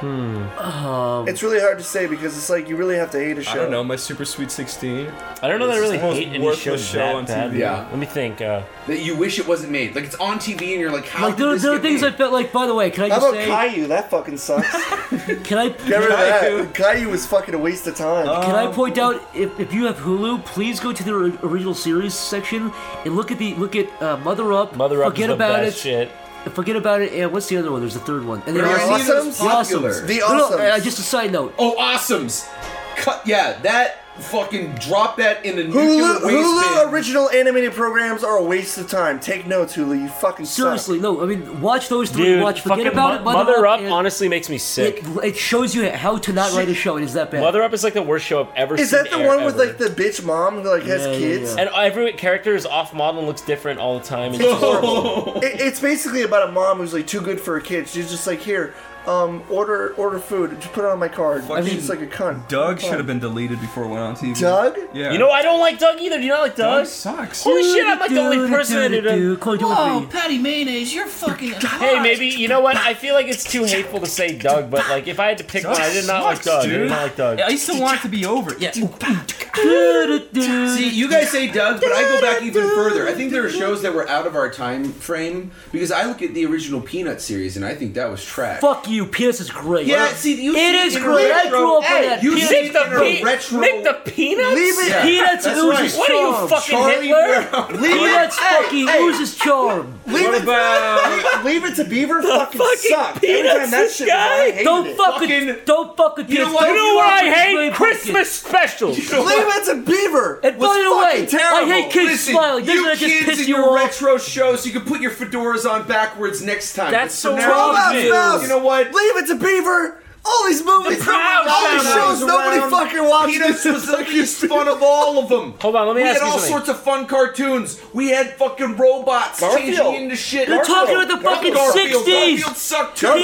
S3: Hmm. Um,
S5: It's really hard to say because it's like you really have to hate a show.
S8: I don't know. My Super Sweet Sixteen.
S3: I don't know that I really
S8: the most
S3: hate any
S8: worthless
S3: shows
S8: show
S3: that
S8: on
S3: badly.
S8: TV.
S2: Yeah.
S3: Let me think. Uh,
S2: That you wish it wasn't made. Like it's on TV and you're like, how
S6: Like there,
S2: did
S6: are-
S2: this
S6: there are
S2: get
S6: things I
S2: made?
S6: felt like. By the way, can I
S5: How
S6: just
S5: about
S6: say?
S5: Caillou? That
S2: *laughs*
S5: fucking sucks.
S6: Can I?
S5: Get rid of
S8: Caillou.
S5: that. Caillou was fucking a waste of time.
S2: Uh,
S6: Can I point out if, if you have Hulu, please go to the ori- original series section and look at the look at uh, Mother Up.
S3: Mother Up
S6: forget
S3: is the
S6: about
S3: best
S6: it.
S3: shit.
S6: Forget about it. And what's the other one? There's the third one. And
S2: But
S6: then
S2: you're
S5: Awesomes?
S2: seeing it as
S5: The
S2: popular.
S5: The
S6: No, no,
S5: awesome.
S6: uh, just a side note.
S2: oh, awesomes! Cut. Yeah, that Fucking drop that in a nuclear
S5: Hulu, Hulu
S2: waste
S5: original animated programs are a waste of time. Take notes, Hulu. You fucking
S6: Seriously, no. I mean, watch those three.
S5: Dude,
S6: watch. Forget
S5: fucking
S6: about
S5: Mo-
S6: it.
S3: Mother Up
S6: and-
S3: honestly makes me sick.
S6: It, it shows you how to not write a show. It is that bad.
S3: Mother Up is like the worst show I've ever
S5: Is
S3: seen.
S5: that the
S3: air
S5: one with
S3: ever.
S5: like the bitch mom who like has
S3: Yeah, yeah,
S5: kids?
S3: And every character is off model and looks different all the time. And
S5: It's horrible. *laughs* It- it's basically about a mom who's like too good for her kids. She's just like, here, um, order order food. Just put it on my card.
S17: Fucking
S5: She's just like a cunt.
S17: Doug should have been deleted before it went on TV.
S5: Doug?
S17: Yeah.
S3: You know, I don't like Doug either. Do you not like Doug?
S17: Doug sucks.
S3: Holy shit, I'm like the only person that did it.
S18: Whoa, Oh, Patty Mayonnaise, you're fucking.
S3: Hey, maybe you know what? I feel like it's too hateful to say Doug, but like if I had to pick one, I did not like Doug. I did not like Doug.
S9: I used to want it to be over. Yeah.
S2: See, you guys say Doug, but I go back even further. I think there are shows that were out of our time frame because I look at the original Peanut series and I think that was trash. *laughs*
S6: Fuck you. Penis is great.
S2: Yeah, see, you
S6: it
S2: see
S6: is
S2: it in a
S6: great. I
S2: retro-
S6: grew up
S2: Hey,
S6: with that.
S2: you
S6: Peanuts.
S2: see it in a Nick the- retro- Nick the
S3: Peanuts?
S6: Leave it.
S2: Yeah,
S6: Peanuts
S2: that's
S6: oozes
S2: right. What are you,
S6: charm.
S2: fucking Charlie Hitler? Brown.
S5: Leave it-
S6: Peanuts
S5: hey,
S6: fucking
S5: hey.
S6: oozes charm.
S5: Leave it,
S2: about-
S5: *laughs* leave it to Beaver
S6: The
S5: fucking,
S6: fucking
S5: sucked. Every
S6: Peanuts
S5: time that
S6: is
S5: shit was on, I hated
S6: Don't
S5: it.
S6: fuck with, don't fuck with Peanuts. Don't you want to explain Pumpkin.
S3: specials.
S5: Leave it to Beaver.
S6: And by
S2: was
S6: the
S2: fucking
S6: way,
S2: terrible.
S6: I hate kids
S2: Listen,
S6: smiling. Doesn't
S2: You
S6: that just
S2: kids
S6: piss
S2: in
S6: you
S2: your
S6: off?
S2: retro shows, you can put your fedoras on backwards next time.
S6: That's
S2: But
S6: so
S2: for now,
S5: Roll out
S2: you
S5: spouse.
S2: know what?
S5: Leave it to Beaver. All these movies,
S2: The Proud
S5: all these
S2: Family
S5: shows,
S2: was
S5: nobody
S2: around.
S5: fucking watches.
S2: Peanuts was the biggest fun of all of them.
S3: Hold on, let me
S2: we
S3: ask
S2: had
S3: you
S2: all
S3: something.
S2: sorts of fun cartoons. We had fucking robots
S3: Garfield.
S2: changing into shit.
S6: You're talking about the fucking
S2: Garfield.
S6: 60s.
S2: Garfield sucked too.
S3: How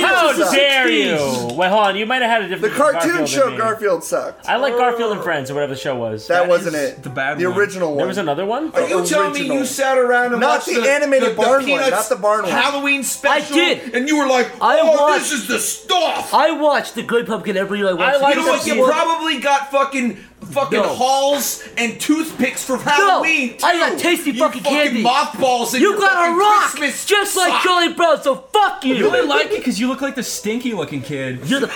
S3: dare you? Wait, hold on. You might have had a different.
S5: The cartoon
S3: Garfield
S5: show
S3: than me.
S5: Garfield sucked.
S3: I like Garfield and Friends or whatever the show was.
S5: That wasn't it. The bad The original one.
S3: There was another one.
S2: Are you telling me you sat around and
S5: Not
S2: watched
S5: the animated barn one,
S2: Peanuts
S5: not the barn one.
S2: Halloween special?
S6: did.
S2: And you were like, oh,
S6: I watched,
S2: this is the stuff.
S6: I watched the Great Pumpkin every year. I watched.
S2: you know what? You probably got fucking fucking
S6: No.
S2: halls and toothpicks for Halloween.
S6: I got tasty fucking, candy.
S2: mothballs in
S6: you
S2: your
S6: got a
S2: fucking
S6: rock,
S2: Christmas
S6: just like
S2: sock.
S6: Charlie Brown. So fuck you.
S9: You really like it because you look like the stinky looking kid.
S6: You're the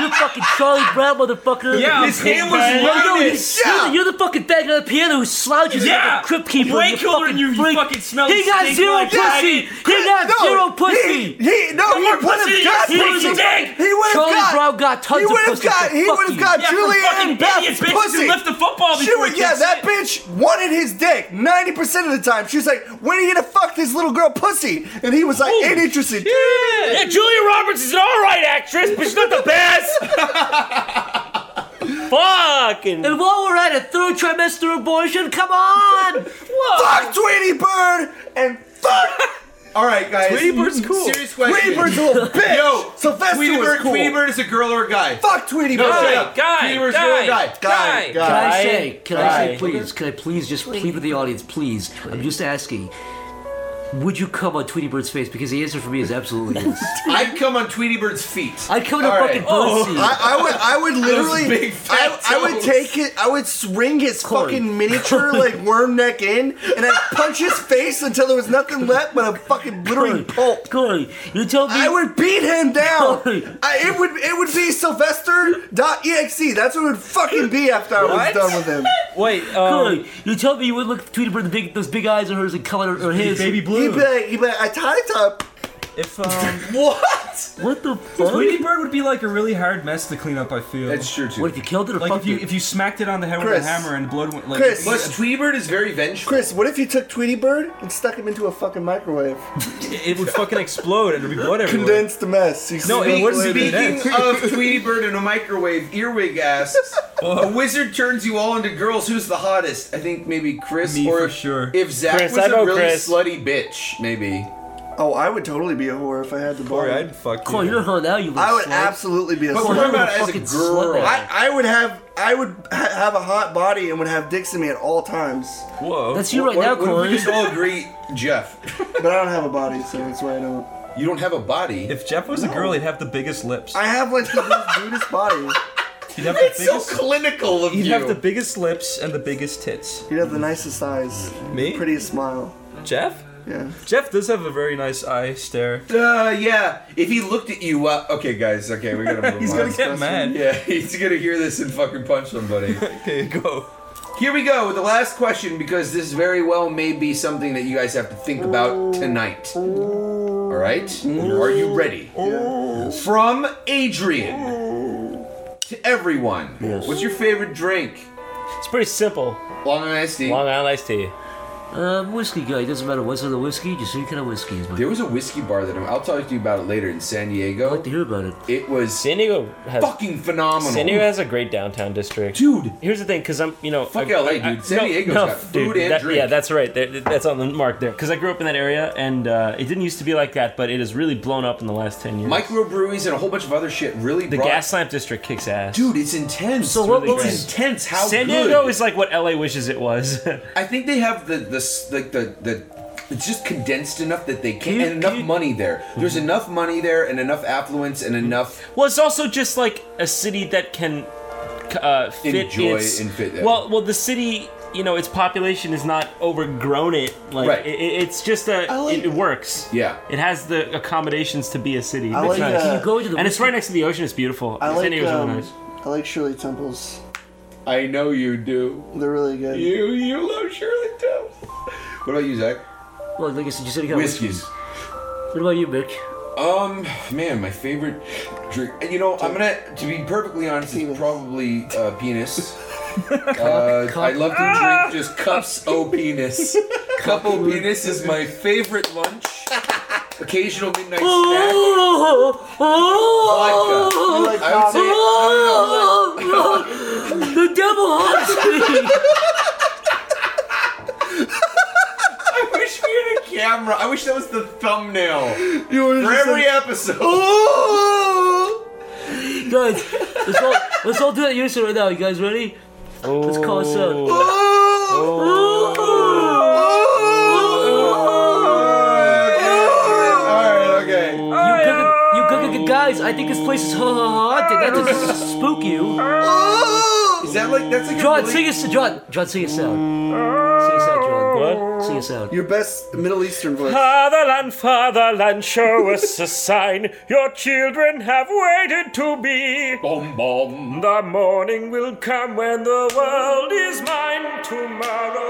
S6: you're fucking Charlie Brown motherfucker.
S9: Yeah,
S6: His
S9: Pink
S6: hand
S9: Panther.
S6: you're, the-
S9: Lotus.
S6: you're the- you're the fucking bag on the piano who slouches
S9: Yeah.
S6: like a crypt keeper.
S9: Way
S6: you
S9: cooler
S6: fucking
S9: than you, you
S6: freak.
S9: fucking smell
S6: He
S9: of
S6: got
S9: stink
S6: zero
S9: like that.
S6: pussy. He got
S5: No,
S6: zero
S5: he-
S6: pussy.
S5: he- no, he
S6: more
S5: would've
S6: pussy.
S5: got
S6: He
S5: pussy.
S6: would've got-
S5: He would've
S6: Charlie
S5: got-
S6: Brown got tons
S5: he
S6: of
S5: would've
S6: pussy.
S5: got-
S6: so
S5: he
S6: fuck
S5: would've
S6: you.
S5: got
S9: Yeah, for
S5: Julianne
S9: fucking
S5: Beth's
S9: idiots, bitches who
S5: pussy.
S9: lift the football
S5: She
S9: before
S5: was,
S9: it
S5: yeah,
S9: gets
S5: that bitch wanted his dick 90% of the time. She was like, when are you gonna fuck this little girl pussy? And he was like, ain't interested.
S3: Yeah, Julia Roberts is an alright actress, but she's not the
S2: *laughs*
S3: best! Fucking.
S6: And while we're at it, third trimester abortion, come on!
S5: Fuck Tweety Bird and *laughs* fuck.
S2: All right, guys.
S5: Tweety Bird's cool.
S2: Serious question.
S5: Tweety Bird's a little bitch.
S2: Yo,
S5: Sylvester
S2: Tweety
S5: was
S2: Bird,
S5: cool.
S2: Tweety Bird is a girl or a guy?
S5: Fuck Tweety
S2: No,
S5: Bird.
S2: shut up.
S9: guy,
S2: Tweety Bird's a
S9: guy,
S2: girl or a guy?
S9: guy.
S6: Can I say,
S2: Guy.
S6: can I say
S2: Guy.
S6: please, can I please just plead with the audience, please? I'm just asking. Would you come on Tweety Bird's face? Because the answer for me is absolutely yes.
S2: I'd come on Tweety Bird's feet.
S6: I'd come to fucking bird's seat.
S5: I, I would, I would literally,
S2: big
S5: I,
S2: fat
S5: I would
S2: toes.
S5: take it, I would swing his fucking miniature like worm neck in, and I'd punch his face until there was nothing left but a fucking glittering pulp.
S6: Corey, you told me
S5: I would beat him down.
S6: Corey.
S5: I, it would, it would be Sylvester.exe. That's what it would fucking be after I was
S9: What?
S5: done with him.
S9: Wait, um,
S6: Corey, you told me you would look at Tweety Bird the big those big eyes of hers and color or his.
S9: baby
S5: He'd be
S9: blue.
S5: like, he'd be like, I tied up.
S9: If
S8: uh,
S9: um,
S5: What?
S6: What the
S9: Tweety
S6: fuck?
S9: Bird would be like a really hard mess to clean up. I feel.
S2: That's true too.
S6: What if you killed it or
S9: Like
S6: fucked
S9: if you
S6: it?
S9: if you smacked it on the head
S5: Chris.
S9: with a hammer and blood went like.
S5: Chris.
S2: Plus, Tweety Bird is very vengeful.
S5: Chris, what if you took Tweety Bird and stuck him into a fucking microwave?
S9: It would fucking explode and there'd be
S8: *laughs*
S9: blood everywhere.
S5: Condensed mess. You
S9: No,
S5: see
S9: it
S5: the
S9: wouldn't
S5: flavor.
S9: be
S2: Speaking
S9: condensed.
S2: of Tweety Bird in a microwave, Earwig asks, "A wizard turns you all into girls. Who's the hottest? I think maybe Chris
S9: Me
S2: or
S9: for sure.
S2: if Zach
S3: Chris,
S2: was
S3: I
S2: a
S3: know
S2: really
S3: Chris.
S2: slutty bitch, maybe."
S5: Oh, I would totally be a whore if I had the bar.
S9: Corey, I'd fuck
S6: Corey, you know
S9: you.
S6: how now you look
S5: I would
S6: slut.
S5: absolutely be a
S2: But
S5: slut.
S2: we're talking about as
S6: you're
S2: a
S6: fucking slut
S2: girl.
S6: now.
S2: I,
S5: I, I would have I would ha- have a hot body and would have dicks in me at all times.
S9: Whoa.
S6: That's you right
S2: what,
S6: now,
S2: what if we
S6: Corey.
S2: just all agree, Jeff?
S5: But I don't have a body, so that's why I don't.
S2: You don't have a body.
S9: If Jeff was a girl, he'd have the biggest lips.
S5: I have like the
S9: *laughs*
S5: most nudist body.
S9: He'd have
S2: It's
S9: the
S2: so
S9: biggest.
S2: clinical of
S9: He'd
S2: you.
S9: have the biggest lips and the biggest tits.
S5: You'd have the nicest eyes,
S9: Me?
S5: prettiest smile.
S9: Jeff?
S5: Yeah.
S9: Jeff does have a very nice eye stare.
S2: Uh, yeah. If he looked at you, uh, okay, guys. Okay, we gotta move
S9: He's
S2: on.
S9: gonna get mad.
S2: Yeah, *laughs* he's gonna hear this and fucking punch
S3: *laughs*
S2: somebody.
S9: Okay, go.
S2: Here we go with the last question because this very well may be something that you guys have to think about tonight. All right? Are you ready? From Adrian to everyone. What's your favorite drink?
S3: It's pretty simple.
S2: Long Island iced tea.
S3: Long Island iced tea.
S6: Um, whiskey guy. Doesn't matter what's on the whiskey. Just any kind of whiskey. Is my
S2: There was a whiskey bar that I'm, I'll talk to you about it later in San Diego. I'd like
S6: to hear about it.
S2: It was
S3: San Diego has
S2: fucking phenomenal.
S3: San Diego has a great downtown district,
S2: dude.
S3: Here's the thing, because I'm you know
S2: Fuck
S3: I-
S2: LA,
S3: I- I-
S2: dude. San Diego's got food and
S3: that-
S2: drink.
S3: Yeah, that's right. There- that's on the mark there. Because I grew up in that area, and uh, it didn't used to be like that, but it has really blown up in the last ten years.
S2: Microbreweries and a whole bunch of other shit really
S3: the
S2: brought
S3: gas lamp district kicks ass,
S2: Dude, it's intense.
S3: So what- what was-
S2: intense? How
S3: San
S2: good.
S3: Diego is like what LA wishes it was. *laughs*
S2: I think they have the the s- like the the. It's just condensed enough that they can,
S3: you- Mhm.
S2: and enough money there. There's enough money there, and enough affluence, and enough
S3: Well, it's also just like a city that can uh, fit
S2: Enjoy
S3: its,
S2: and fit, yeah.
S3: Well, well, the city, you know, its population is not overgrown. It like
S2: Right.
S3: i- i- it's just a it, it works.
S2: Yeah.
S3: it has the accommodations to be a city.
S5: I
S3: It's
S5: like,
S3: nice.
S5: uh, Can you go
S6: to the
S3: and it's right next to the ocean. It's beautiful.
S5: I
S3: San
S5: like
S3: Diego's really
S5: um,
S3: nice.
S5: I like Shirley Temples.
S2: I know you do.
S5: They're really good.
S2: You you love Shirley Temple. What about you, Zach?
S6: Well, like I said, you said you got
S2: Whiskeys.
S6: What about you, Mick?
S2: Um, man, my favorite drink. and You know, I'm gonna to be perfectly honest, it's probably uh,
S6: *laughs*
S2: penis. Uh, I love
S6: Ah!
S2: to drink just cups o
S6: *laughs*
S2: penis. Cup o penis is my favorite lunch. Occasional
S6: *laughs*
S2: midnight snack.
S6: Oh,
S2: Vodka.
S6: *laughs*
S2: *laughs* I would say
S6: the devil
S2: I wish we had a camera. I wish that was the thumbnail
S5: for
S6: just
S2: every
S6: like-
S2: episode. *laughs*
S6: *laughs* Guys, let's all let's all do that unison right now. You guys ready? Let's call us out. You cook, you cook, cook, guys. I think this place is haunted. That
S2: *laughs*
S6: doesn't spook you.
S2: Is that like that's like
S6: John? Sing us, John. John, sing us out. Sing us out, John. What? Sing us out.
S5: Your best Middle Eastern voice.
S3: Fatherland, fatherland, show us a sign. Your children have waited to be.
S2: Bom, bom.
S3: The morning will come when the world is mine. Tomorrow